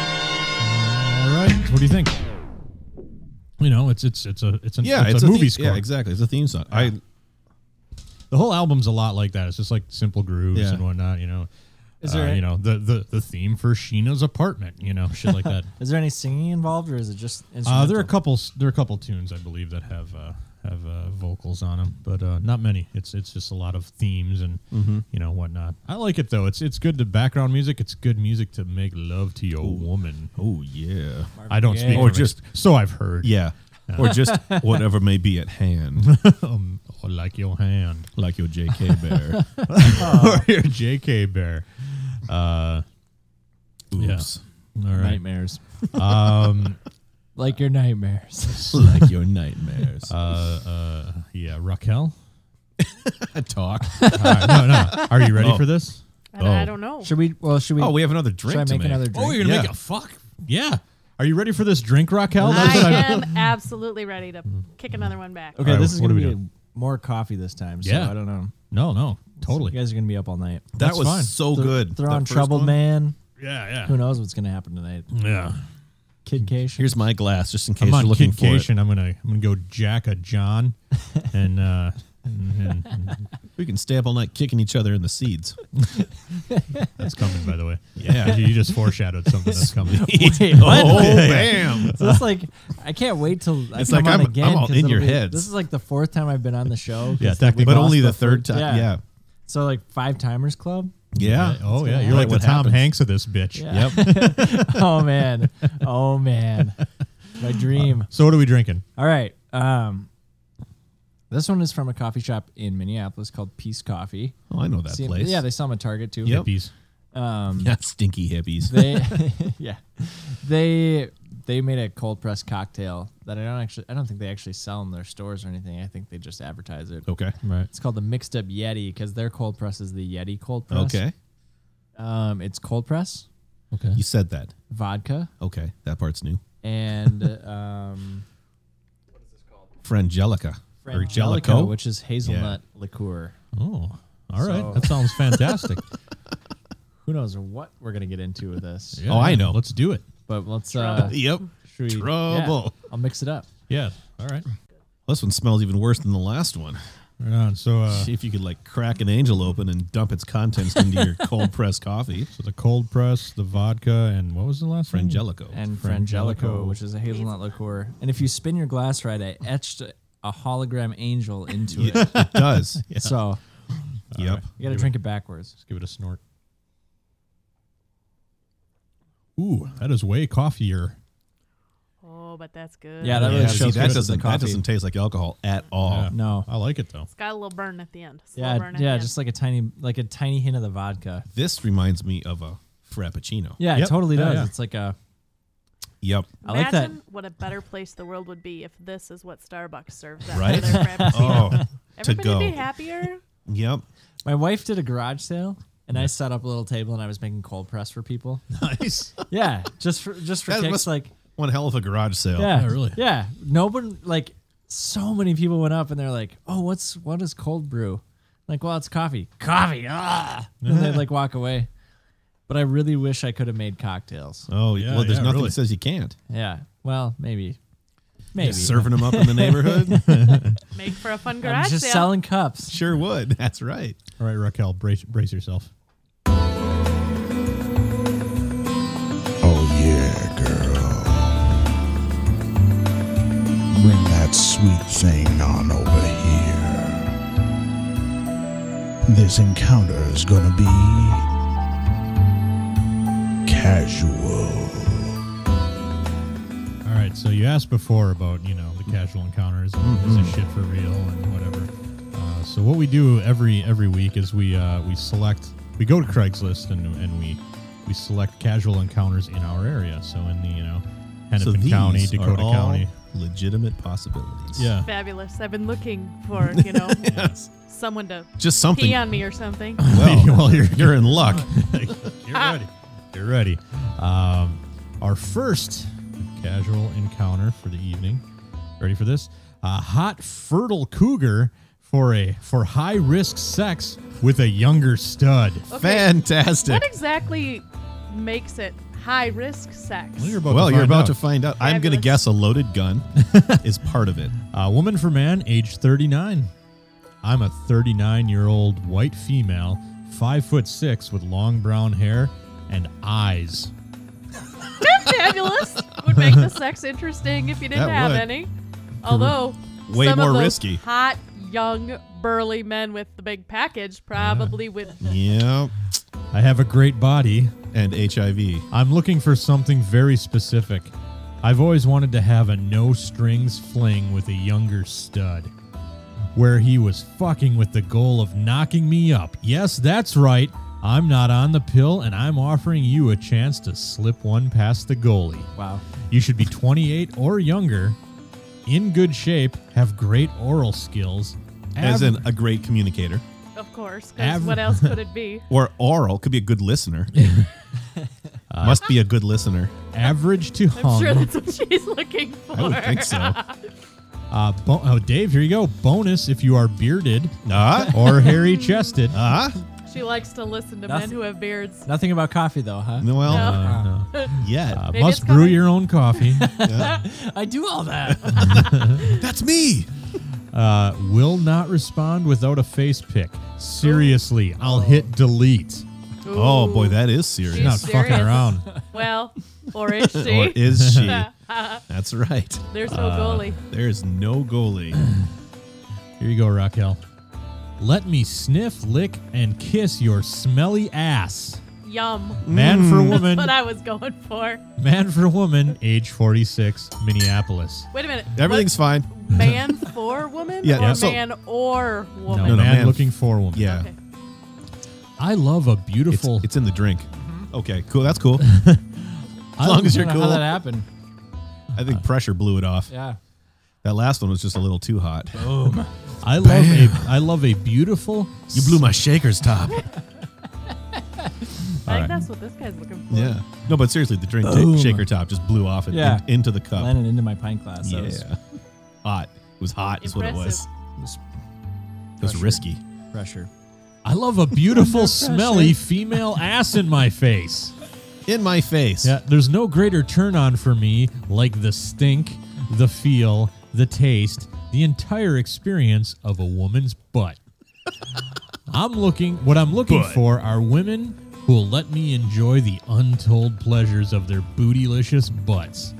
All right. What do you think? You know, it's it's it's a it's, an,
Yeah,
it's,
it's
a, movie
theme-
score.
Yeah, exactly. It's a theme song. I
The whole album's a lot like that. It's just like simple grooves
Yeah.
and whatnot. You know, Uh,
Is there a-
you know the, the the theme for Sheena's apartment? You know, shit like
[laughs]
that.
[laughs] Is there any singing involved, or is it just?
Uh, there are
instrumental?
a couple. There are a couple tunes I believe that have uh, have uh, vocals on them, but uh, not many. It's it's just a lot of themes and
Mm-hmm.
you know whatnot. I like it though. It's it's good to background music. It's good music to make love to your woman.
oh yeah,
I don't speak
Or
from
just-
ex- so I've heard. [laughs]
yeah, or just whatever may be at hand,
um, or like your hand
like your J.K. Bear.
[laughs] or your J.K. Bear. Uh,
Oops,
all right.
nightmares, [laughs]
Um,
like your
[laughs]
nightmares.
like your nightmares.
uh, uh, yeah, Raquel.
[laughs] talk.
All right, no, no. Are you ready
Oh.
for this?
I, don't- I
Oh.
don't know.
[laughs]
should we? Well, should we?
Oh, we have another drink.
should I
to
make another
drink?
drink?
Oh, you're
gonna make a
fuck? Yeah. Are you ready for this drink, Raquel? That's what
I
I-
am absolutely ready to kick another one back.
okay,
All right,
this is
what
gonna
are
be
we
more coffee this time. So
Yeah.
I don't know.
no, no,
You
totally. Oh,
guys are gonna be up all night.
That
That's
was
fine.
so
They're-
good.
They're
That
on
first
Troubled
one.
Man.
Yeah,
Who knows what's gonna happen tonight?
yeah.
Kid Cage.
Here's my glass, just in case
I'm
you're
on
looking for it.
kidcation. I'm gonna I'm gonna go jack a John, and uh, and- and
We can stay up all night kicking each other in the seeds.
[laughs] that's coming. By the way,
Yeah.
you just foreshadowed something
[laughs]
that's coming. [laughs]
Wait, what?
Oh, bam! [laughs]
So it's like I can't wait till I
It's
come
like
on
I'm-
again.
I'm all
'cause
in your
it'll be-
heads.
This is like the fourth time I've been on the show. 'cause
Yeah,
we
technically.
But
lost
only the third
fir-
time. Yeah.
So like five timers club. [laughs]
Yeah.
Oh yeah,
gonna
you're like
happen.
the Tom
Happens.
Hanks of this bitch.
Yeah. oh man. Oh man. My
[laughs]
dream.
[laughs] So what are we drinking?
All right. Um, this one is from a coffee shop in Minneapolis called Peace Coffee.
Oh, I know that
See 'em-
place.
Yeah, they sell them at Target too.
Yep.
Hippies.
Um,
Yeah, stinky hippies.
they [laughs] yeah they they made a cold press cocktail that I don't actually I don't think they actually sell in their stores or anything. I think they just advertise it.
[laughs] okay.
Right.
It's called the mixed up Yeti because their cold press is the Yeti cold press.
Okay.
Um, it's cold press
Okay.
You said that.
vodka
Okay. That part's new.
and [laughs] um,
Frangelica. Or
Frangelico,
Jellico.
which is hazelnut liqueur.
Oh, all right.
So-
that sounds fantastic.
Who knows what we're gonna get into with this?
[laughs] [laughs]
Yeah,
Oh, I
yeah.
know.
Let's do it.
But let's uh,
yep.
Should we-
Trouble.
yeah, I'll mix it up.
Yeah. All right.
This one smells even worse than the last one.
Right on. So, uh,
See [laughs] if you could like crack an angel open and dump its contents into
[laughs]
your cold pressed coffee.
so the cold press, the vodka, and what was the last one? [laughs]
Frangelico.
and
Frangelico.
Frangelico, which is a hazelnut liqueur. And if you spin your glass right, I etched a hologram angel into it.
[laughs] It
[laughs]
does.
So
Yep.
you got to drink it backwards.
Let's give it a snort. Ooh, that is way coffeeier.
Oh, but that's good.
Yeah, that
Yeah,
really
see,
See,
shows
that
that
doesn't
the coffee.
that doesn't taste like alcohol at all.
Yeah.
no.
I like it though.
It's got a little burn at the end. Slow
Yeah,
burn at
yeah,
the
just like a tiny, like a tiny hint of the vodka.
This reminds me of a frappuccino.
Yeah,
Yep.
it totally
Yeah,
does.
yeah.
It's like a
[laughs]
Yep.
I
end.
like that.
Imagine what a better place the world would be if this is what Starbucks serves. That
Right?
Oh,
Oh,
Everybody would be
go.
happier.
yep.
My wife did a garage sale, and I set up a little table, and I was making cold press for
[laughs]
people.
Nice.
yeah, just for just for
That
kicks,
must-
like
One hell of a garage sale.
yeah,
Oh, yeah, really.
yeah. Nobody like so many people went up, and they're like, "Oh, what's what is cold brew?" Like, well, it's coffee, coffee. Ah, and they like walk away. But I really wish I could have made cocktails.
Oh,
Yeah,
well, there's
yeah,
nothing
really.
that says you can't.
Yeah, well, maybe, maybe.
Serving them up in the
[laughs]
neighborhood?
Make for a fun
I'm
garage
just
sale.
selling cups.
sure would. That's right.
All right, Raquel, brace brace yourself.
Oh yeah, girl. Bring that sweet thing on over here. This encounter is gonna be casual.
All right, so you asked before about you know the casual encounters, and
Mm-hmm.
is this shit for real and whatever. Uh, so what we do every every week is we uh, we select we go to Craigslist and and we we select casual encounters in our area. So in the you know
so
Hennepin
these
County,
are
Dakota
all
County,
legitimate possibilities.
yeah,
Fabulous. I've been looking for, you know, someone to
Just something.
pee on me or something.
[laughs]
Well, [laughs] you're, you're in luck.
You're ready. You're ready. Um, our first casual encounter for the evening. Ready for this? A hot, fertile cougar for a for high risk sex with a younger stud.
Fantastic.
What exactly makes it high risk sex?
Well, you're about,
well,
to,
you're
find
about
out.
to find out. I'm going to
Fabulous.
guess a loaded gun [laughs] is part of it.
A woman for man, age 39. I'm a 39 year old white female, five foot six, with long brown hair and eyes.
[laughs] Fabulous. Would make the sex interesting if you didn't
That
have
would.
any. Although
Way
some
more
of those
risky.
Hot young burly men with the big package probably would
Yep.
I have a great body,
And HIV.
I'm looking for something very specific. I've always wanted to have a no strings fling with a younger stud. Where he was fucking with the goal of knocking me up. Yes, that's right. I'm not on the pill, and I'm offering you a chance to slip one past the goalie.
Wow.
You should be 28 or younger, in good shape, have great oral skills.
As
aver-
in uh, a great communicator.
of course, 'cause
Aver-
what else could it be?
Or oral. Could be a good listener. Must be a good listener.
average to
I'm
hung.
sure that's what she's looking for.
I would
[laughs]
think so.
Uh, bo- oh, Dave, here you go. Bonus if you are bearded
Ah,
[laughs] or hairy chested.
ah.
She likes to listen to men
Nothing-
who have beards.
Nothing about coffee though, huh?
No, well, uh,
No. Uh,
yet.
Uh,
Maybe
must
it's
brew
coming.
your own coffee.
I do all
[laughs]
that.
[laughs] That's me.
uh, will not respond without a face pick. Seriously, I'll hit delete.
Oh,
Ooh.
boy, that is serious.
Not
She's
fucking
serious.
around.
[laughs] Well, or is
[laughs]
she?
Or is uh, she? That's right.
There's no goalie.
There is no Oh, goalie.
Here you go, Raquel. Let me sniff, lick, and kiss your smelly ass.
Yum.
Man
Mm.
for
That's what
woman,
I was going for.
man for woman, age 46, Minneapolis.
Wait a minute.
Everything's fine. [laughs]
What- man for woman
Yeah,
or
yeah, so-
man or
No,
woman.
no,
man,
man.
looking for woman.
Yeah.
Okay.
I love a
It's,
beautiful.
it's in the drink. Okay, cool. That's cool.
as
long as you're
How
cool.
that happened?
I think pressure blew it off.
Yeah.
That last one was just a little too hot.
I love a. I love a beautiful.
You blew my shaker's top.
I think that's what this guy's looking for.
yeah. No, but seriously, the drink ta- shaker top just blew off and
Yeah.
in- into the cup.
Landed into my pint glass. That
yeah.
was
hot. It was hot. Is what it was.
Impressive.
was
It was risky.
pressure.
I love a beautiful, smelly female ass in my face.
in my face.
Yeah, there's no greater turn on for me like the stink, the feel, the taste, the entire experience of a woman's butt. [laughs] I'm looking what I'm looking for are women who will let me enjoy the untold pleasures of their bootylicious butts.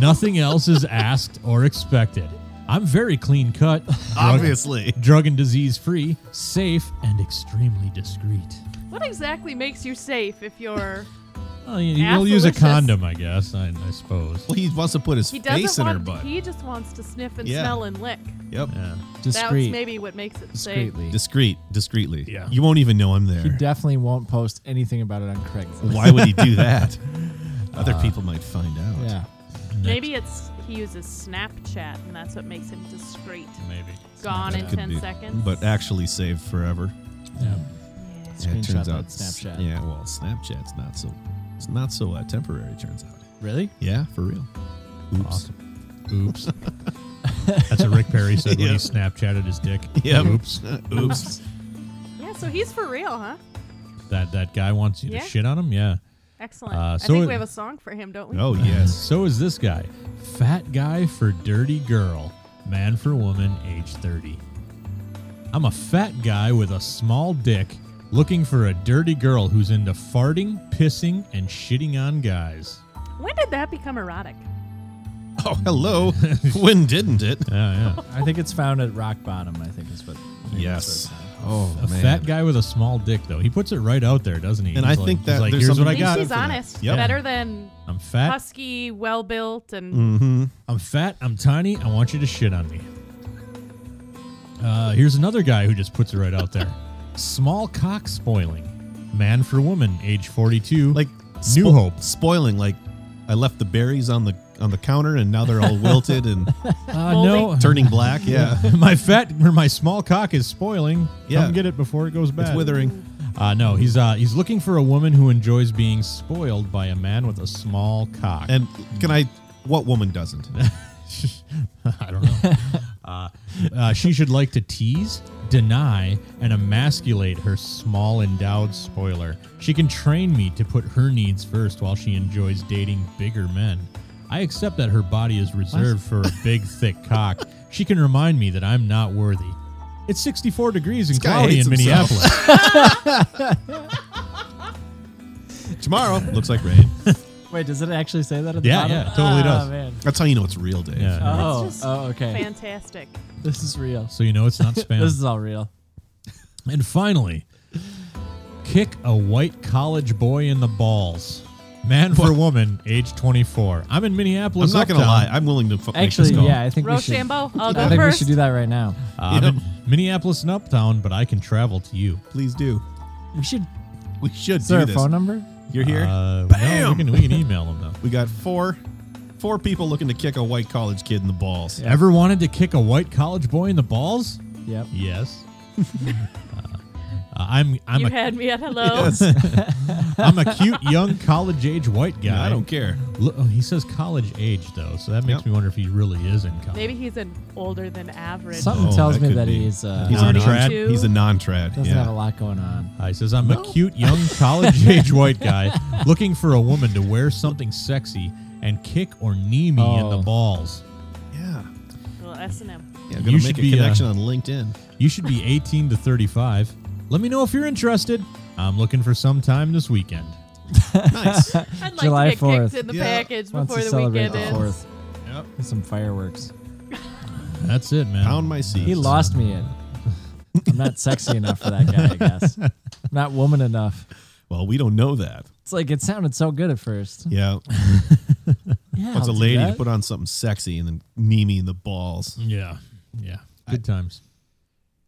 Nothing else is asked or expected. I'm very clean cut, [laughs] drug,
Obviously.
drug and disease free, safe, and extremely discreet.
What exactly makes you safe if
[laughs]
you're?
Well, you, you'll use a
Asslicious.
condom, I guess. I, I suppose.
Well, he wants to put his
He doesn't
face in her
want.
butt.
He just wants to sniff and
Yeah.
smell and lick.
Yep.
Yeah.
That's
Discreet.
maybe what makes it safe.
Discreetly.
Discreet, discreetly.
Yeah.
You won't even know I'm there.
He definitely won't post anything about it on Craigslist.
Why would he do that? Other people might find out.
Yeah.
Maybe it's he uses Snapchat and that's what makes him discreet.
Maybe.
Gone in
Could
ten
be.
seconds.
But actually saved forever.
Yeah.
Yeah, it
Screenshot
turns
that
out
Snapchat.
Yeah, well, Snapchat's not so it's not so uh, temporary. Turns out.
Really?
Yeah, for real. Oops. [laughs]
Oops. That's what Rick Perry said when he Snapchatted his dick.
Yep.
Oops.
Oops.
Yeah, so he's for real, huh?
[laughs] That that guy wants you
Yeah.
to shit on him. Yeah.
Excellent.
Uh,
I
so
think
it-
we have a song for him, don't we?
Oh yes.
[laughs] So is this guy, fat guy for dirty girl, man for woman, age thirty. I'm a fat guy with a small dick, looking for a dirty girl who's into farting, pissing, and shitting on guys.
When did that become erotic?
Oh hello. when didn't it?
Yeah, yeah.
I think it's found at rock bottom, I think is what. I think
Yes.
that's what it's found.
Oh
A
man.
fat guy with a small dick, though. He puts it right out there, doesn't he?
And I
He's like-
think that
he's like,
there's
here's what I
something-
got.
He's honest.
Yep.
Better than
I'm fat.
husky, well built, and
Mm-hmm.
I'm fat. I'm tiny. I want you to shit on me. Uh, here's another guy who just puts it right out there. Small cock spoiling. Man for woman, age 42.
Like
New Hope.
Spoiling like I left the berries on the on the counter and now they're all wilted and
uh,
moldy.
[laughs] no.
turning black. Yeah.
my fat or my small cock is spoiling.
Yeah.
Come get it before it goes bad.
It's withering.
Uh, no, he's uh, he's looking for a woman who enjoys being spoiled by a man with a small cock.
And can I what woman doesn't?
[laughs] I
[laughs]
don't know. uh, uh, she should like to tease, deny, and emasculate her small endowed spoiler. She can train me to put her needs first while she enjoys dating bigger men. I accept that her body is reserved for a
[laughs]
big, thick cock. She can remind me that I'm not worthy. It's 64 degrees and
This guy
cloudy
hates
in
himself.
Minneapolis.
[laughs] Tomorrow looks like rain.
Wait, does it actually say that at the
Yeah,
bottom?
yeah, it totally
oh,
does.
Man.
That's how you know it's real, Dave.
Yeah.
Oh,
just
oh, okay.
fantastic.
This is real.
So you know it's
[laughs]
not spam.
This is all real.
And finally, kick a white college boy in the balls. Man for woman, age 24. I'm in
I'm
Minneapolis.
not gonna lie.
Uptown.
I'm willing to f-
Actually,
make this call.
yeah, I think
Rochambeau,
we should.
I'll
I
go
think we
first.
should do that right now.
Uh, I'm in Minneapolis and Uptown, but I can travel to you.
Please do.
We should.
We should
Is there
do
a
this.
phone number?
You're here.
Uh, No, we,
Bam!
can, we can email them, though.
we got four, four people looking to kick a white college kid in the balls.
Ever wanted to kick a white college boy in the balls?
Yep.
[laughs]
Yes. Uh, I'm I'm
you
a
had me at hello.
am a cute young college age white guy.
I don't care.
Look, oh, he says college age though, so that makes
Yep.
me wonder if he really is in
[laughs]
college.
Maybe he's an older than average.
Something
Oh,
tells
that
me
could
that
be.
he's. Uh,
He's a
Not
non.
trad.
Two.
He's a non-trad.
doesn't have
Yeah.
a lot going on.
Uh, he says, I'm a cute young college age white guy looking for a woman to wear something sexy and kick or knee me in the
Oh.
balls.
Yeah.
Well, S and M.
Yeah.
You
Gonna
should
make a
be, uh,
connection on LinkedIn.
You should be 18 to 35. Let me know if you're interested. I'm looking for some time this weekend.
Nice.
I'd like
July
to get
4th.
kicked in the
Yeah.
package
Wants
before
to
the
celebrate
weekend
the
ends.
fourth
yep.
with some fireworks.
That's it, man.
Pound my seat.
He lost me in. [laughs] I'm not sexy enough for that guy, I [laughs] guess. Not woman enough.
Well, we don't know that.
It's like it sounded so good at first. [laughs]
Yeah.
Yeah,
Wants a
I'll do
lady to
that.
put on something sexy and then knee me in the balls.
Yeah. Yeah. Good times.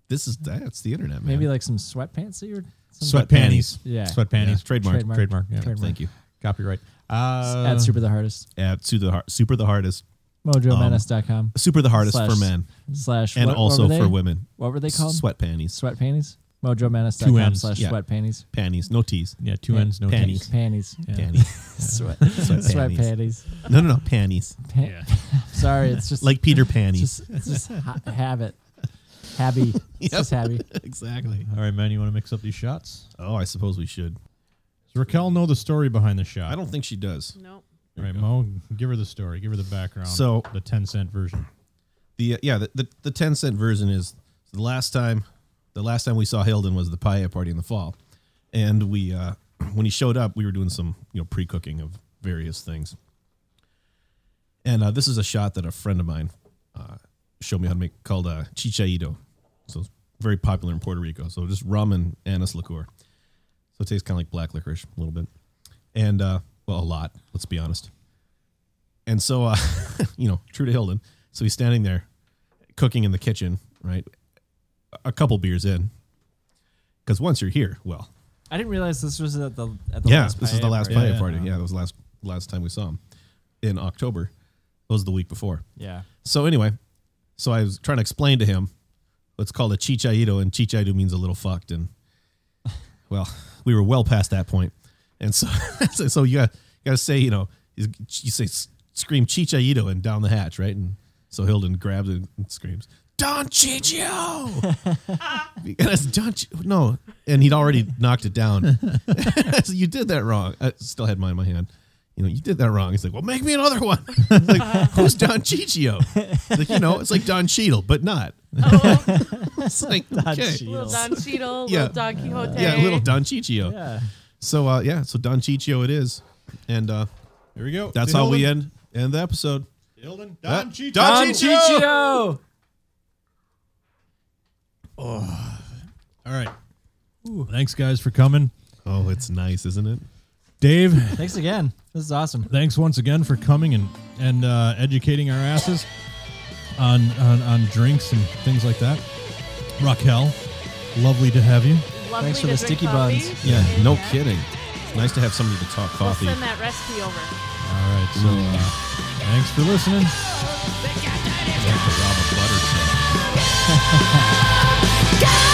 This is that's the internet, man.
Maybe like some sweatpants that you were. some-
Sweat panties.
Yeah.
Sweat panties.
Yeah, trademark,
Trademark. Trademark. Yeah.
Trademark.
Thank you.
Copyright. Uh,
at super the hardest.
At super the, Har- super the hardest.
MojoMenace.com
Super the hardest
Slash-
for men
slash
and
what- what
also
were they?
for women.
What were they called?
Sweat panties.
Sweat panties.
Two
MojoMenace.com
Ns,
slash
yeah.
sweat panties.
Panties. No
[laughs]
tees.
yeah. Two ends, no
Panties.
T's.
Panties.
Yeah.
Panties.
Sweat,
Sweat
sweat
panties.
panties.
No, no, no. Panties.
Pa-
Yeah.
[laughs] Sorry, it's just
Like
[laughs]
Peter Panties.
just, it's just ha- habit. Habby. It's
[laughs] Yep.
just habby.
exactly.
All right, man. You want to mix up these shots?
Oh, I suppose we should.
Does Raquel know the story behind the shot?
I don't think she does.
Nope.
All right, Mo, give her the story. Give her the background.
So-
the ten cent version.
The uh, yeah, the, the the ten cent version is the last time. The last time we saw Hilden was the paella party in the fall, and we uh, [clears throat] when he showed up, we were doing some you know pre cooking of various things. And uh, this is a shot that a friend of mine uh, showed me how to make called uh, chichaido. So it's very popular in Puerto Rico. So just rum and anise liqueur. So it tastes kind of like black licorice a little bit. And, uh, well, a lot, let's be honest. And so, uh, [laughs] you know, true to Hilden. So he's standing there cooking in the kitchen, right? A couple beers in. Because once you're here, well,
I didn't realize this was at the at the
yeah,
last
this is the
paella
last
party.
paella party. Yeah, that was the last last time we saw him in October. It was the week before.
Yeah.
So anyway, so I was trying to explain to him what's called a chichaido, and chichaido means a little fucked, and well, we were well past that point, and so [laughs] so, so you got got to say you know you you say s- scream chichaido and down the hatch right, and so Hilden grabs it and screams. Don Chichio, [laughs] and it's Don. Ch- no, and he'd already knocked it down. [laughs] So you did that wrong. I still had mine in my hand. You know, you did that wrong. He's like, well, make me another one. [laughs] It's like, who's Don Chichio? It's like, you know, it's like Don Cheadle, but not.
Oh,
[laughs] It's like, okay.
Cheadle.
little Don Cheadle,
Yeah.
little Don Quixote.
Yeah, little Don Chichio.
Yeah.
So, uh, yeah, so Don Chichio it is. And uh,
Here we go.
that's
Did
how we
Hilden-
end, end the episode.
Hilden,
Uh,
Don Cheadle.
Don Chichio!
Chichio!
All right. Thanks, guys, for coming.
Oh, it's nice, isn't it?
Dave,
Thanks again. This is awesome.
thanks once again for coming and and uh, educating our asses on, on on drinks and things like that. Raquel, lovely to have you.
Lovely
Thanks for
to
the
drink
sticky
coffee.
buns.
Yeah, no
Yeah.
kidding. It's nice to have somebody to talk
We'll
coffee. Mm.
send that recipe over.
All right. So uh, thanks for listening.
Like the Robert Butter show.
Go!